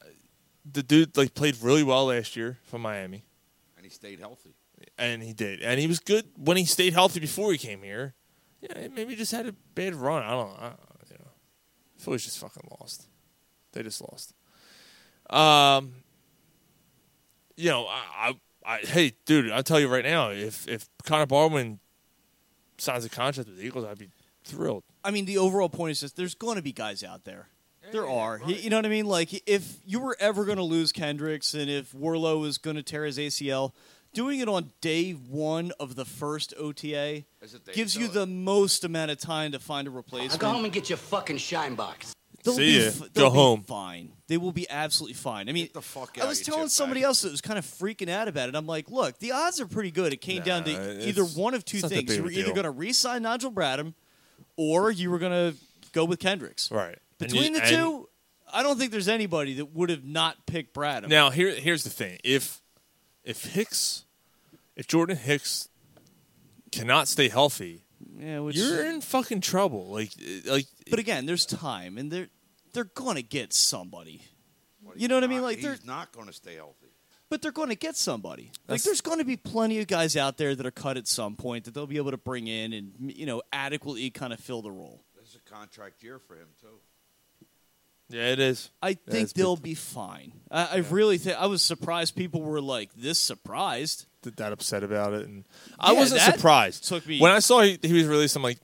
uh, the dude like played really well last year for Miami,
And he stayed healthy.
and he did, and he was good when he stayed healthy before he came here. Yeah, maybe he just had a bad run. I don't. I, you know, Philly's just fucking lost. They just lost. Um, you know, I, I, I hey, dude, I'll tell you right now, if if Connor Barwin signs a contract with the Eagles, I'd be thrilled.
I mean, the overall point is just there's going to be guys out there. There are. You- You know what I mean? Like, if you were ever going to lose Kendricks and if Warlow was going to tear his ACL, doing it on day one of the first OTA
Is it day
gives
to
you the most amount of time to find a replacement.
go home and get your fucking shine box.
They'll
See
be
ya.
f-
Go
they'll be
home.
fine. They will be absolutely fine. I mean,
The fuck
I was telling somebody else that was kind of freaking out about it. I'm like, look, the odds are pretty good. It came
Nah,
down
it's-
to either one of two
it's not that
things.
big
You
of
were
a
either
deal.
going to re sign Nigel Bradham or you were going to go with Kendricks.
Right. And you-
Between the
and-
two, I don't think there's anybody that would have not picked Bradham.
Now here here's the thing. If if Hicks if Jordan Hicks cannot stay healthy,
yeah, which,
you're in fucking trouble. Like uh, like
but again, there's time, and they're they're going to get somebody. You know what I mean? Like they're
he's not going to stay healthy.
but they're going to get somebody. Like
That's-
there's going to be plenty of guys out there that are cut at some point that they'll be able to bring in and you know adequately kind of fill the role.
This is a contract year for him too.
Yeah, it is.
I
Yeah,
think
it's
they'll be fine. I, I really think I was surprised people were like this surprised.
th- that upset about it and I
Yeah,
wasn't
that
surprised.
took me-
When I saw he, he was released, I'm like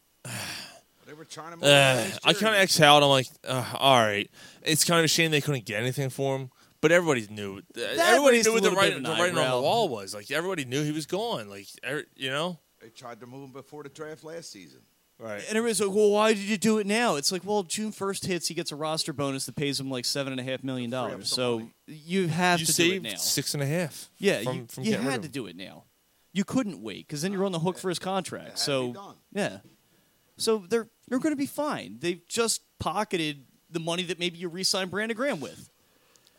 They were trying to. Move
uh,
him.
I kind of exhaled. I'm like, uh, all right. It's kind of a shame they couldn't get anything for him, but everybody knew. eh, everybody
raised
knew
a
what the,
little bit
writing
of
the
an
writing on the
eyebrow.
wall was. Like everybody knew he was gone. Like er- you know,
They tried to move him before the draft last season.
right?
And everybody's like, "Well, why did you do it now?" It's like, "Well, June first hits, he gets a roster bonus that pays him like seven and a half million dollars. So you have
You
to do it now.
saved six and a half.
Yeah,
from,
you,
from
you
getting rid
had
of
to
him.
do it now. You couldn't wait because then you're on the hook for his contract. so
done.
yeah, so they're they're going to be fine. They've just pocketed the money that maybe you re-sign Brandon Graham with.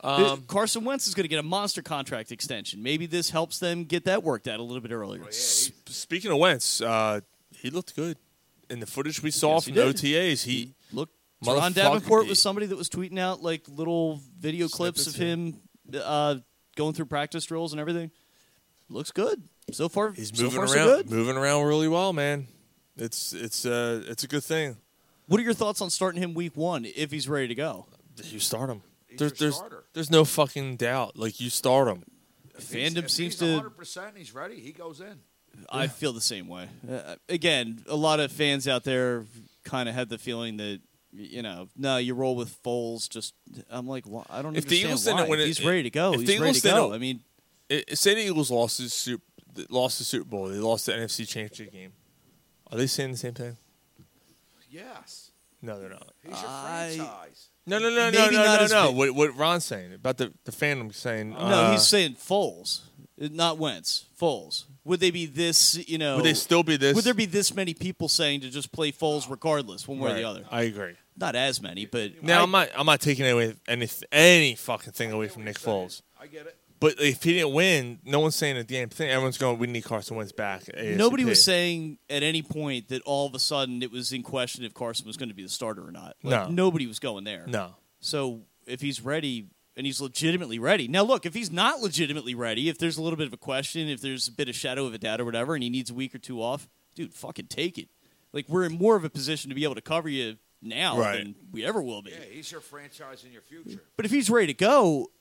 Uh,
Um,
Carson Wentz is going to get a monster contract extension. Maybe this helps them get that worked out a little bit earlier.
S- Speaking of Wentz, uh, he looked good in the footage we saw
Yes, he
from the
did.
OTAs. He
Look,
Motherfucker,
Ron Davenport
he-
was somebody that was tweeting out like little video clips of
Snippets, yeah.
him uh, going through practice drills and everything. Looks good so far.
he's
so
moving
far,
around,
so good.
moving around really well, man. It's it's uh it's a good thing.
What are your thoughts on starting him week one if he's ready to go?
You start him.
He's
There's
your
there's
starter.
there's no fucking doubt. Like you start him.
Fandom seems
He's
to.
100. percent He's ready. He goes in.
I feel the same way. Uh, again, a lot of fans out there kind of had the feeling that you know, no, you roll with Foles. Just I'm like, why I don't
If the
understand
Eagles didn't
why.
win it-
he's ready to go.
if the
He's ready
Eagles
to go.
didn't-
I mean,
I I- say the Eagles lost the Super lost the Super Bowl. They lost the NFC Championship game. Are they saying the same thing?
Yes,
No, they're not.
he's your
I-
franchise.
No, no, no,
Maybe
no,
not
no, no,
as
no.
big.
What what Ron's saying about the the fandom saying?
no,
uh,
he's saying Foles, not Wentz. Foles. Would they be this? You know,
uh, Would they still be this?
Would there be this many people saying to just play Foles regardless, one way or
Right.
the other?
I agree.
Not as many, but
Now I, am not I'm not taking away any any fucking thing away from Nick Foles.
I get it.
But if he didn't win, no one's saying a damn thing. Everyone's going, we need Carson Wentz back. ASAP.
Nobody was saying at any point that all of a sudden it was in question if Carson was going to be the starter or not.
No.
Like, Nobody was going there.
No.
So if he's ready and he's legitimately ready. Now, look, if he's not legitimately ready, if there's a little bit of a question, if there's a bit of shadow of a doubt or whatever, and he needs a week or two off, dude, fucking take it. Like, we're in more of a position to be able to cover you now
Right.
than we ever will be.
Yeah, he's your franchise in your future.
But if he's ready to go,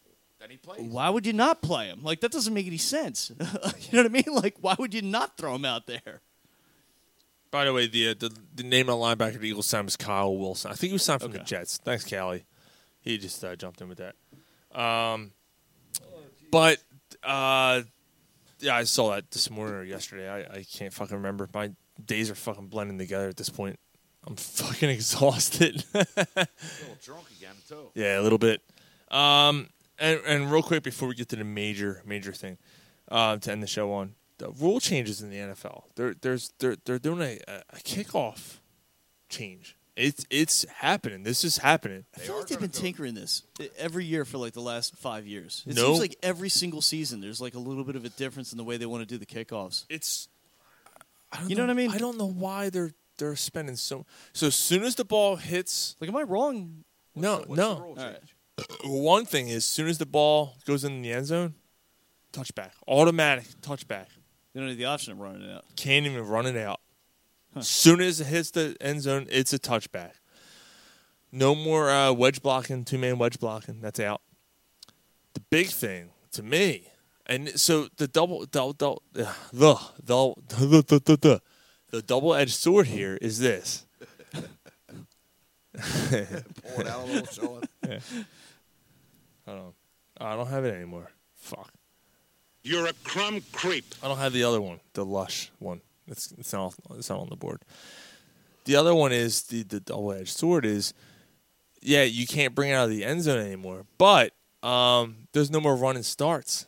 Then he plays.
why would you not play him? Like that doesn't make any sense. you know what I mean? Like why would you not throw him out there?
By the way, the, uh, the the name of the linebacker the Eagles signed was Kyle Wilson. I think he was signed from the
Okay.
Jets. Thanks, Callie. He just uh, jumped in with that. Um, but uh, yeah, I saw that this morning or yesterday. I, I can't fucking remember. My days are fucking blending together at this point. I'm fucking exhausted.
A little drunk again too.
Yeah, a little bit. Um, and and real quick before we get to the major major thing, uh, to end the show on the rule changes in the NFL. They're there's they're they're doing a, a kickoff change. It's it's happening. This is happening.
I feel like they've been tinkering this e, every year for like the last five years. It
No.
seems like every single season there's like a little bit of a difference in the way they want to do the kickoffs.
It's
you know, what I mean?
I don't know why they're they're spending so so as soon as the ball hits.
Like, am I wrong?
No,
Oh,
no. One thing is, as soon as the ball goes in the end zone, touchback, automatic touchback.
They don't have the option of running it out.
Can't even run it out. Soon as it hits the end zone, it's a touchback. No more uh, wedge blocking, two man wedge blocking. That's out. The big thing to me, and so the double, double, double the, the, the, the, the, the, the, the double edged sword here is this.
Pour it out a little, show it.
I don't, I don't have it anymore. Fuck.
You're a crumb creep.
I don't have the other one, the lush one. It's, it's not it's not on the board. The other one is the, the double edged sword is, yeah, you can't bring it out of the end zone anymore. But um, there's no more running starts.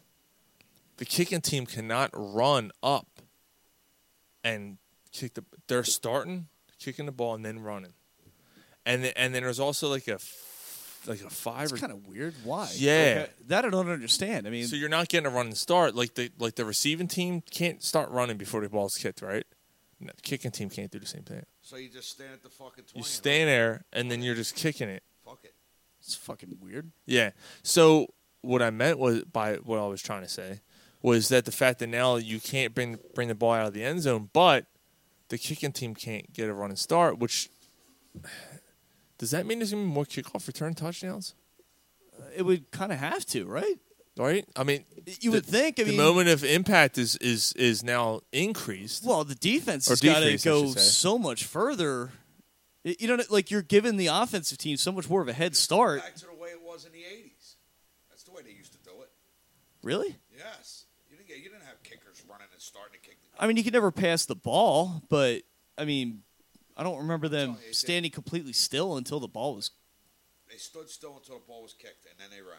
The kicking team cannot run up and kick the. They're starting kicking the ball and then running, and the, and then there's also like a f- like a five
It's
or
kind of weird. Why?
Yeah.
Like, uh, that I don't understand. I mean,
so you're not getting a running start. Like the like the receiving team can't start running before the ball's kicked, right? No, the kicking team can't do the same thing.
So you just stand at the fucking. 20
You
and
stay in there and then you're just kicking it.
Fuck it.
it's fucking weird.
Yeah. So what I meant was by what I was trying to say was that the fact that now you can't bring bring the ball out of the end zone, but the kicking team can't get a running start, which does that mean there's gonna be more kickoff return touchdowns?
It would kind of have to, right?
Right? I mean
You would think. I
the
mean,
moment of impact is is is now increased.
Well, the defense
Or
has got to
decrease, I should
go
say.
so much further. Y- You know, like you're giving the offensive team so much more of a head start.
Back to the way it was in the '80s. That's the way they used to do it.
Really?
Yes. You didn't get. You didn't have kickers running and starting to kick.
I mean, you could never pass the ball, but I mean, I don't remember them standing completely still until the ball was.
They stood still until the ball was kicked, and then they ran.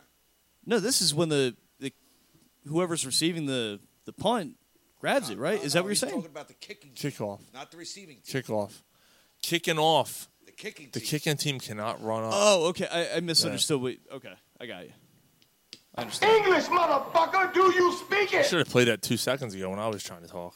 No, this is when the, the whoever's receiving the the punt grabs it, right? is that what you're
He's
saying?
Talking about the kicking,
Kickoff.
not the receiving. Team.
Kickoff. Kicking off.
The kicking.
The kicking team cannot run off.
Oh, okay. I, I misunderstood. Wait, okay, I got you. I understand.
English, motherfucker, do you speak
I should have played that two seconds ago when I was trying to talk.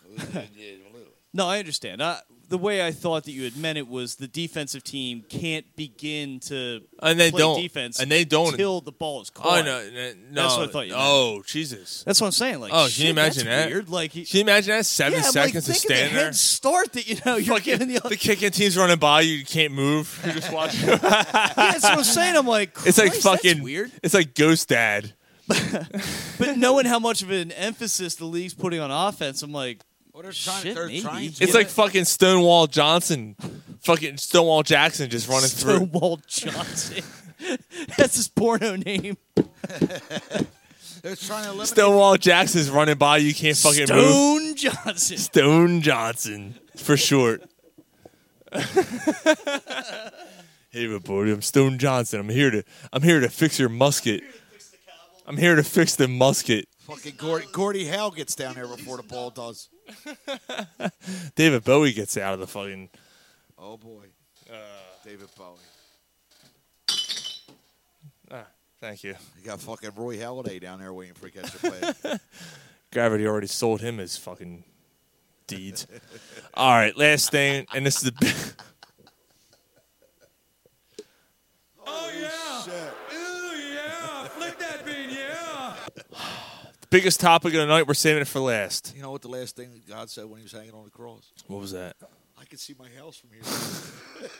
No, I understand. I, the way I thought that you had meant it was the defensive team can't begin to
And they
play
don't.
defense
And they don't.
until the ball is
Oh
caught.
no, n- no!
That's what I thought you meant.
Oh Jesus!
That's what I'm saying. Like,
oh, can
shit,
you imagine
that's
that?
Weird. Like, he-
can you imagine that seven
yeah, I'm like,
seconds
think
to
of the
stand there?
head start that you know you're giving the.
The kicking team's running by you. You can't move. You're just watching.
yeah, that's what I'm saying. I'm like,
it's like
Christ, that's
fucking
weird.
It's like Ghost Dad.
But knowing how much of an emphasis the league's putting on offense, I'm like,
Well, they're trying.
Shit,
they're
maybe.
trying.
It's like fucking Stonewall Johnson, fucking Stonewall Jackson just running through.
Stonewall Johnson. that's his porno name.
They're trying to eliminate.
Stonewall Jackson's running by you. Can't fucking move.
Stone Johnson.
Stone Johnson for short. hey, everybody, I'm Stone Johnson. I'm here to I'm here to fix your musket. I'm here to fix the musket.
Fucking Gordy, Gordy Howe gets down there before the ball does.
David Bowie gets out of the fucking.
Uh.
Oh boy, David Bowie.
Thank you.
You got fucking Roy Halladay down there waiting for a catch a play.
Gravity already sold him his fucking deeds. All right, last thing, and this is the. big
Oh, yeah. Ooh, yeah. Flick that bean, yeah.
biggest topic of the night. We're saving it for last.
You know what the last thing that God said when he was hanging on the cross?
What was that?
I can see my house from here.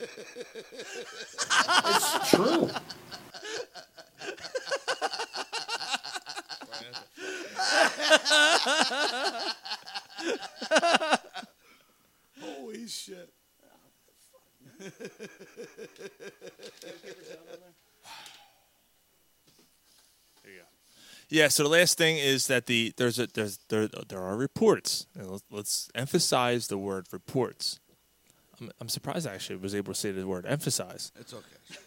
It's true.
Holy shit.
Yeah. So the last thing is that the there's a there's there there are reports, and let's, let's emphasize the word reports. I'm, I'm surprised I actually was able to say the word emphasize.
It's okay.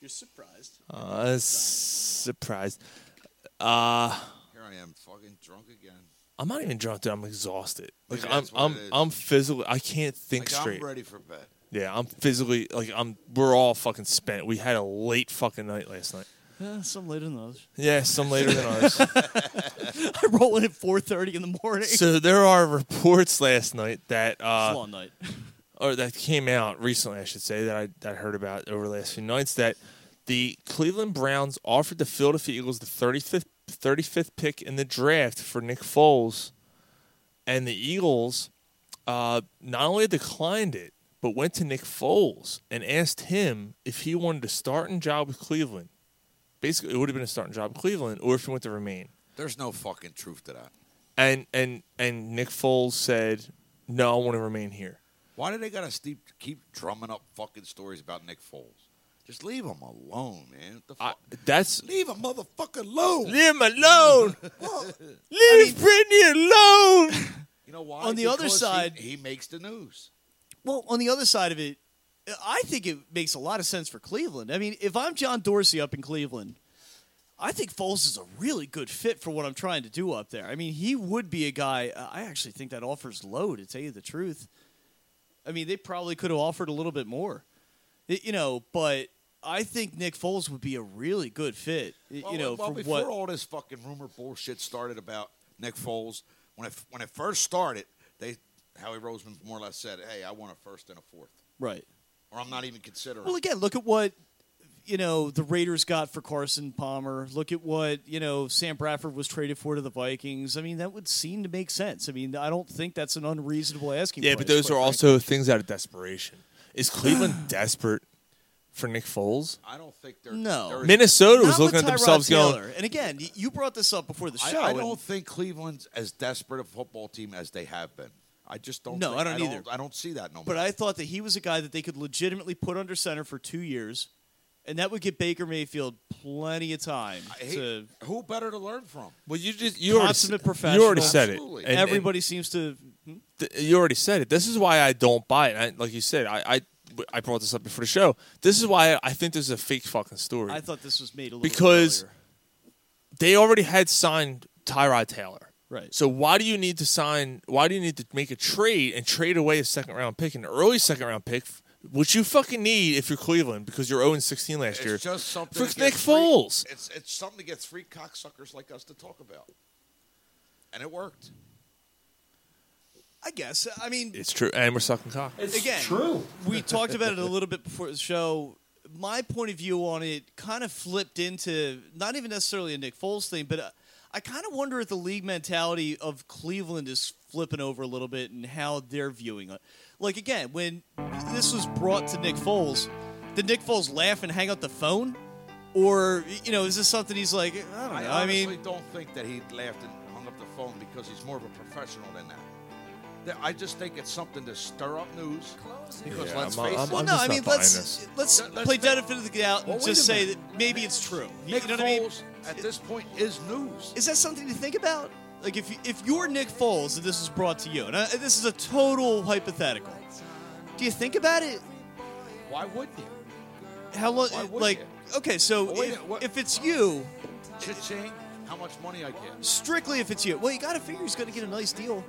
You're surprised.
Uh, s- surprised. Uh,
Here I am, fucking drunk again.
I'm not even drunk, dude. I'm exhausted. Like
Yeah,
I'm
that's what
I'm
it is.
I'm physically. I can't think
Like,
straight.
I'm ready for bed.
Yeah, I'm physically like I'm. We're all fucking spent. We had a late fucking night last night.
Eh, some later than others.
Yeah, some later than ours.
I roll in at four thirty in the morning.
So there are reports last night that uh,
It's a long night.
or that came out recently, I should say, that I that I heard about over the last few nights that the Cleveland Browns offered the Philadelphia Eagles the 35th, 35th pick in the draft for Nick Foles, and the Eagles uh, not only declined it, but went to Nick Foles and asked him if he wanted a starting job with Cleveland. Basically, it would have been a starting job with Cleveland, or if he went to remain.
There's no fucking truth to that.
And and and Nick Foles said, "No, I want to remain here."
Why do they gotta steep, keep drumming up fucking stories about Nick Foles? Just leave him alone, man. What the fuck?
That's
leave a motherfucker alone.
Leave him alone. Leave Brittany alone.
You know why?
On the other
Because he-
side-
he, makes the news.
Well, on the other side of it, I think it makes a lot of sense for Cleveland. I mean, if I'm John Dorsey up in Cleveland, I think Foles is a really good fit for what I'm trying to do up there. I mean, he would be a guy. I actually think that offer's low, to tell you the truth. I mean, they probably could have offered a little bit more, Y- you know. But I think Nick Foles would be a really good fit, y-
Well,
you know,
well,
for
before
what
all this fucking rumor bullshit started about Nick Foles, when it when it first started, they Howie Roseman more or less said, "Hey, I want a first and a fourth,
right.
or I'm not even considering."
Well, again, look at what you know the Raiders got for Carson Palmer. Look at what you know Sam Bradford was traded for to the Vikings. I mean, that would seem to make sense. I mean, I don't think that's an unreasonable asking.
Yeah,
price,
but those
quite
are
frankly.
also things out of desperation. Is Cleveland desperate for Nick Foles?
I don't think they're
no.
they're-
Minnesota was
Not
looking
with
at themselves
Tyrod
going-
Taylor. And again, y- you brought this up before the
I-
show.
I,
and-
don't think Cleveland's as desperate a football team as they have been. I just don't.
No,
think-
I don't either.
I don't see that no more.
but I thought that he was a guy that they could legitimately put under center for two years, and that would give Baker Mayfield plenty of time
Hey,
to.
who better to learn from?
Well, you just you already, s-
Consummate
you already
professional.
said it.
Absolutely.
And- and
Everybody seems to. hmm?
th- you already said it. This is why I don't buy it. I, like you said, I, I I brought this up before the show. This is why I think this is a fake fucking story.
I thought this was made a little bit
because
earlier.
they already had signed Tyrod Taylor.
Right.
So why do you need to sign? Why do you need to make a trade and trade away a second round pick, an early second round pick, f- which you fucking need if you're Cleveland because you're 0 16 last
It's
year
just something
for
to get
Nick
three-
Foles.
It's it's something to get three cocksuckers like us to talk about, and it worked.
I guess. I mean,
It's true, and we're sucking cock.
again,
true.
we talked about it a little bit before the show. My point of view on it kind of flipped into not even necessarily a Nick Foles thing, but uh, I kind of wonder if the league mentality of Cleveland is flipping over a little bit and how they're viewing it. Like again, when this was brought to Nick Foles, did Nick Foles laugh and hang up the phone, or you know, is this something he's like? I don't know. I,
honestly
mean,
don't think that he laughed and hung up the phone because he's more of a professional than that. that. I just think it's something to stir up news. Because
Yeah,
let's
I'm-
face
I'm-
it,
well,
I'm
no.
just
I
not
mean,
buying
let's
this.
let's
Let- let's
play
think-
benefit of the doubt and
Well, wait
just
a
say that
minute.
maybe it's true. You
Nick
know what I mean?
Foles at this point is news.
is that something to think about? Like if you, if you're Nick Foles and this is brought to you, and I, this is a total hypothetical, do you think about it?
Why would you?
How long?
Why would
Like
you?
okay, so
Well, wait a
if,
minute, what-
if it's you,
Cha-ching.
how much money I get.
Strictly if it's you. Well, you got to figure he's going to get a nice deal.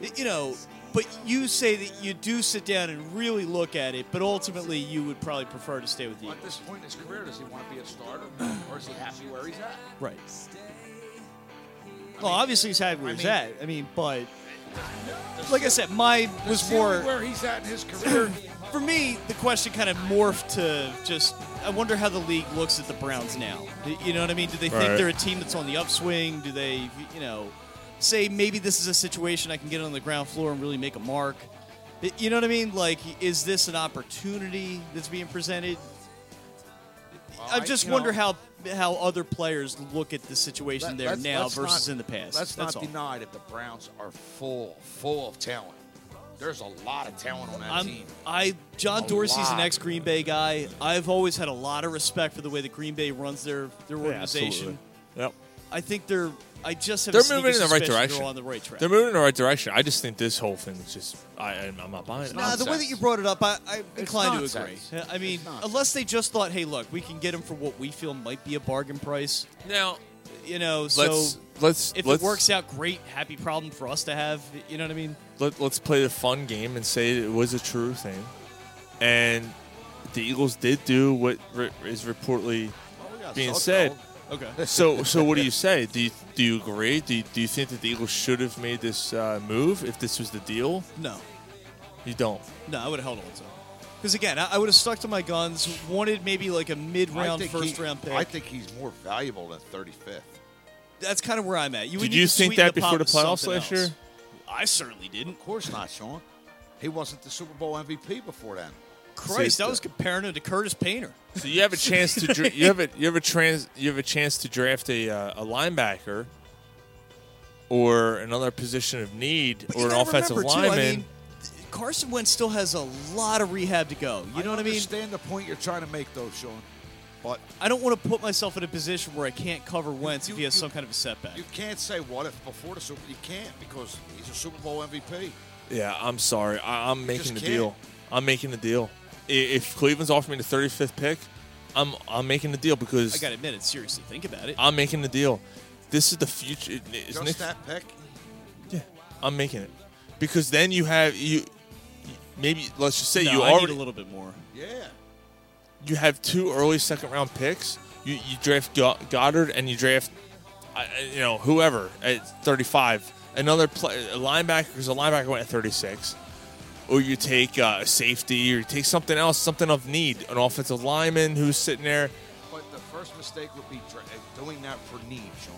Y- You know, but you say that you do sit down and really look at it, but ultimately you would probably prefer to stay with the
At this
Eagles.
point in his career, does he want to be a starter, or is he happy where he's at?
Right. Well, obviously he's happy where
I
he's
mean-
at. I mean, but like I said, my
Does
was
he
more.
know where he's at in his career.
For me, the question kind of morphed to just I wonder how the league looks at the Browns now. Y- You know what I mean? Do they think
Right.
they're a team that's on the upswing? Do they, you know, say maybe this is a situation I can get on the ground floor and really make a mark? Y- You know what I mean? Like, is this an opportunity that's being presented? I
I-
just
you
wonder
know-
how how other players look at the situation
Let-
they're
let's-
now
let's
versus
not-
in the past.
Let's
that's
not
all.
deny that the Browns are full, full of talent. There's a lot of talent on that
I'm,
team.
I John
A
Dorsey's an
lot.
ex Green Bay guy. I've always had a lot of respect for the way that Green Bay runs their their organization.
Yep.
I think they're. I just have. a
They're
sneaking
moving in the right
suspicion
direction.
They're on the right track.
They're moving in the right direction. I just think this whole thing is just. I, I'm I'm not buying it.
Nah, the way that you brought it up, I, I'm inclined to agree.
nonsense.
I mean, unless they just thought, "Hey, look, we can get him for what we feel might be a bargain price."
Now,
you know, so
let's- let's-
if
let's-
it works out, great, happy problem for us to have. You know what I mean?
Let, let's play the fun game and say it was a true thing, and the Eagles did do what re- is reportedly
Oh,
being said.
Okay.
So, so what do you say? Do you, do you agree? Do you, do you think that the Eagles should have made this uh, move if this was the deal?
No.
You don't.
No, I would have held on to. Because again, I, I would have stuck to my guns. Wanted maybe like a mid-round,
I think he-
first-round pick.
I think he's more valuable than 35th.
That's kind of where I'm at. You would
Did
need
you
to
think
sweeten
that before the
pot with
playoffs
something
last
else.
year?
I certainly didn't.
Of course not, Sean. He wasn't the Super Bowl MVP before that.
Christ,
See,
I was comparing him to Curtis Painter.
So you have a chance to dra- you have a you have a trans you have a chance to draft a uh, a linebacker or another position of need
But you
or an
gotta
offensive
remember, too, I
lineman.
mean, Carson Wentz still has a lot of rehab to go. You know what I mean?
Understand the point you're trying to make, though, Sean. But
I don't want to put myself in a position where I can't cover Wentz if
you-
he has
you-
some kind of a setback.
you can't say what if before the Super. You can't because he's a Super Bowl MVP.
yeah, I'm sorry. I, I'm making
just
the
can't.
deal. I'm making the deal. I- If Cleveland's offering me the 35th pick, I'm I'm making the deal
I
because
got to admit it. Seriously, think about it.
I'm making the deal. This is the future. It- it's
Just
Nick-
that pick.
I'm making it because then you have you maybe let's just say
No,
you
I
already
need a little bit more.
Yeah.
you have two early second round picks. You you draft Go- Goddard and you draft, I- I- you know, whoever at 35. Another play, a linebacker because a linebacker went at 36. Or you take uh, a safety, or you take something else, something of need, an offensive lineman who's sitting there.
But the first mistake would be dra- uh, doing that for need, Sean.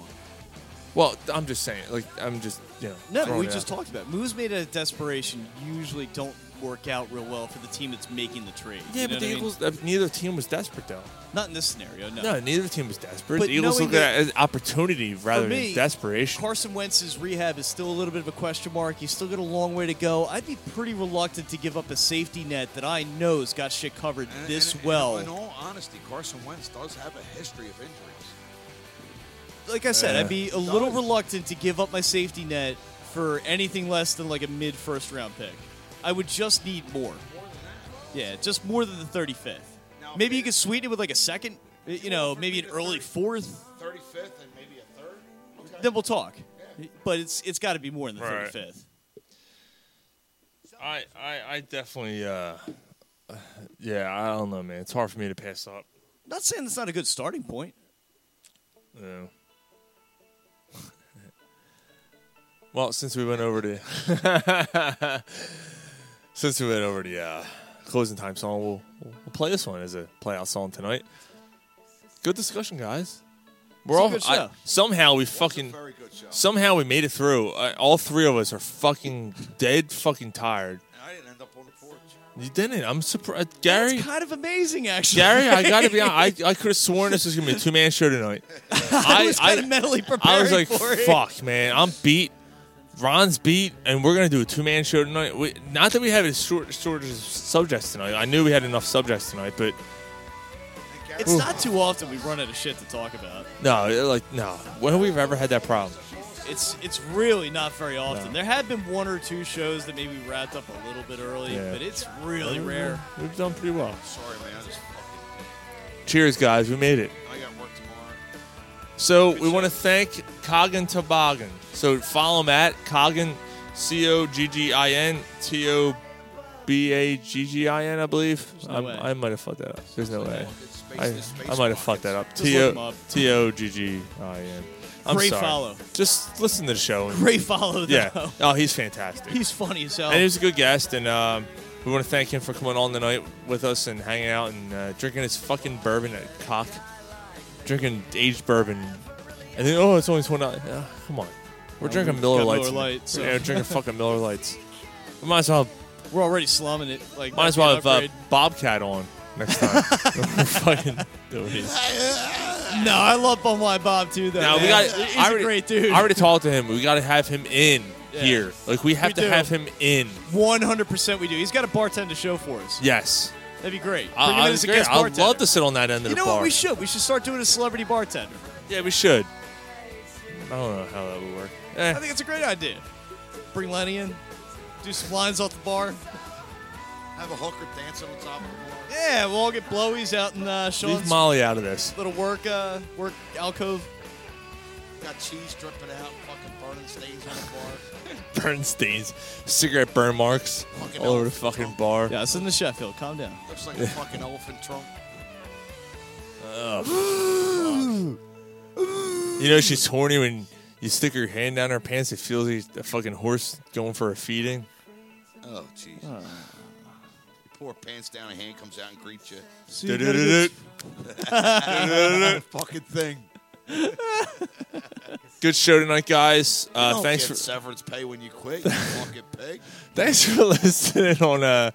Well, I'm just saying, like I'm just you know.
No,
throwing
we
it
just
out.
talked about it. moves made out of desperation usually don't work out real well for the team that's making the trade.
Yeah, but
You know
the
what I mean?
Eagles. uh, Neither team was desperate though.
Not in this scenario. No.
No, neither team was desperate.
But
the Eagles
knowing
looked at it as opportunity rather
For me,
than desperation.
Carson Wentz's rehab is still a little bit of a question mark. He's still got a long way to go. I'd be pretty reluctant to give up a safety net that I know's got shit covered
And-
this
and- and
well.
In all honesty, Carson Wentz does have a history of injuries.
like I said,
Yeah.
I'd be a little reluctant to give up my safety net for anything less than like a mid first round pick. I would just need more. Yeah, just more than the 35th. Maybe you could sweeten it with like a second, you know, maybe an early fourth.
35th and maybe a third. Okay.
Then we'll talk. But it's it's got to be more than the
Right.
35th.
I, I, I definitely, uh, yeah, I don't know, man. It's hard for me to pass up.
Not saying that's not a good starting point.
You know. well, since we went over to, since we went over the uh, closing time song, we'll, we'll play this one as a playout song tonight. Good discussion, guys. We're
It's a
all
good
I-
show.
somehow we fucking
Very good show.
somehow we made it through. I, all three of us are fucking dead, fucking tired.
And I didn't end up on the porch.
You didn't. I'm surprised, Gary.
It's kind of amazing, actually.
Gary, I gotta be honest. I, I could have sworn this was gonna be a two man show tonight.
I was kind of mentally prepared.
I was like,
for it.
fuck, man, I'm beat. Ron's beat, and we're gonna do a two man show tonight. We, not that we have a short shortage of subjects tonight. I knew we had enough subjects tonight, but
It's not too often we run out of shit to talk about.
no, it- like no. When have we ever had that problem?
It's it's really not very often. There have been one or two shows that maybe wrapped up a little bit early,
Yeah. Uh,
but it's really rare.
Mm-hmm. We've done pretty well.
Sorry, man. I just fucking.
Cheers, guys. We made it.
I got work tomorrow.
So we want to thank Coggin Toboggan. So follow him at Coggin, C O G G I N T O B A G G I N, I believe.
no
I'm-
way.
I might have fucked that up. There's no way. I,
space
I might have fucked that up.
Just
T
look him
O
up.
T O G G I N. I'm
Great
sorry.
follow.
Just listen to the show. and-
Great follow, though.
Yeah. Oh, he's fantastic.
He's funny as hell.
And he was a good guest, and um, we want to thank him for coming on tonight with us and hanging out and uh, drinking his fucking bourbon at cock, drinking aged bourbon, and then oh, it's only twenty. Uh, come on, we're
Uh,
drinking
we've
Miller Lights.
got Miller
in here.
Lite, so-
Yeah, we're drinking fucking Miller Lights. We might as well,
We're already slumming it. Like
might as
that
well have
can't
uh,
upgrade.
Bobcat on next time. fucking doing these.
no, I love Bum Wine Bob too. Though
Now we
man.
got.
He's
I already,
a great dude.
I already talked to him. We got to have him in
Yeah.
here. Like we have
We
to
do.
have him in.
One hundred percent, we do. He's got a bartender show for us.
Yes.
That'd be great. Bring
I,
him in
I,
as a
agree.
guest
I would
bartender.
love to sit on that end of the
You know
bar.
what? We should. We should start doing a celebrity bartender.
Yeah, we should. I don't know how that would work. Eh,
I think it's a great idea. Bring Lenny in. Do some lines off the bar.
Have a hooker dancing on top of the bar.
Yeah, we'll all get blowies out in uh,
leave
Sean's
Molly out of this.
little work uh, work alcove.
Got cheese dripping out, fucking burning stains on the
Burn stains, cigarette burn marks
Fucking
all over the
elephant
fucking bar.
Yeah, it's in the Sheffield. Calm down.
bar. Looks like a fucking elephant trunk.
You know she's horny when you stick her hand down her pants. It feels like a fucking horse going for a feeding.
Oh, jeez. You pull her pants down, a hand comes out and greets you.
Du-du-du-du.
uh,
fucking thing.
Good show tonight, guys. Uh,
don't
thanks
get
for
severance pay when you quit. You fucking pig.
thanks for listening on uh,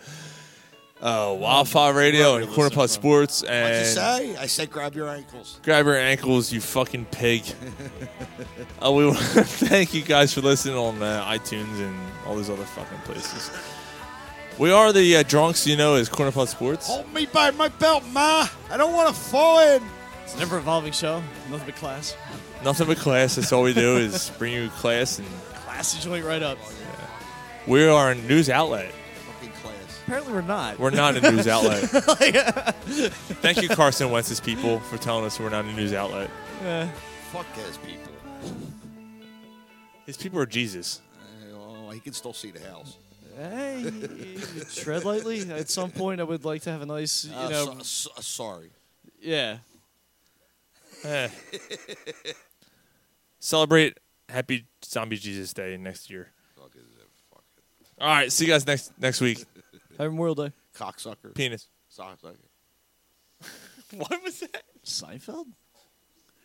uh, Wildfire Radio and Corner Pot Sports.
What'd you
And
say? I said grab your ankles.
Grab your ankles, you fucking pig. uh, we want to thank you guys for listening on uh, iTunes and all these other fucking places. We are the uh, drunks, you know, is Corner Pot Sports.
Hold me by my belt, ma. Ah, I don't want to fall in.
It's an ever evolving show. Nothing but class.
Nothing but class. That's all we do is bring you class, and
Class is joint right up.
we are a news outlet.
Fucking class.
Apparently we're not.
We're not a news outlet. Thank you, Carson Wentz's people, for telling us we're not a news outlet.
Eh,
Fuck his people.
These people are Jesus.
Oh, he can still see the house.
hey, tread lightly. At some point, I would like to have a nice, you
Uh,
know,
so- so- sorry.
yeah.
Eh. Celebrate Happy Zombie Jesus Day next year. All right, see you guys next next week.
Have Memorial Day.
Cocksucker.
Penis.
Cocksucker.
What was that?
Seinfeld.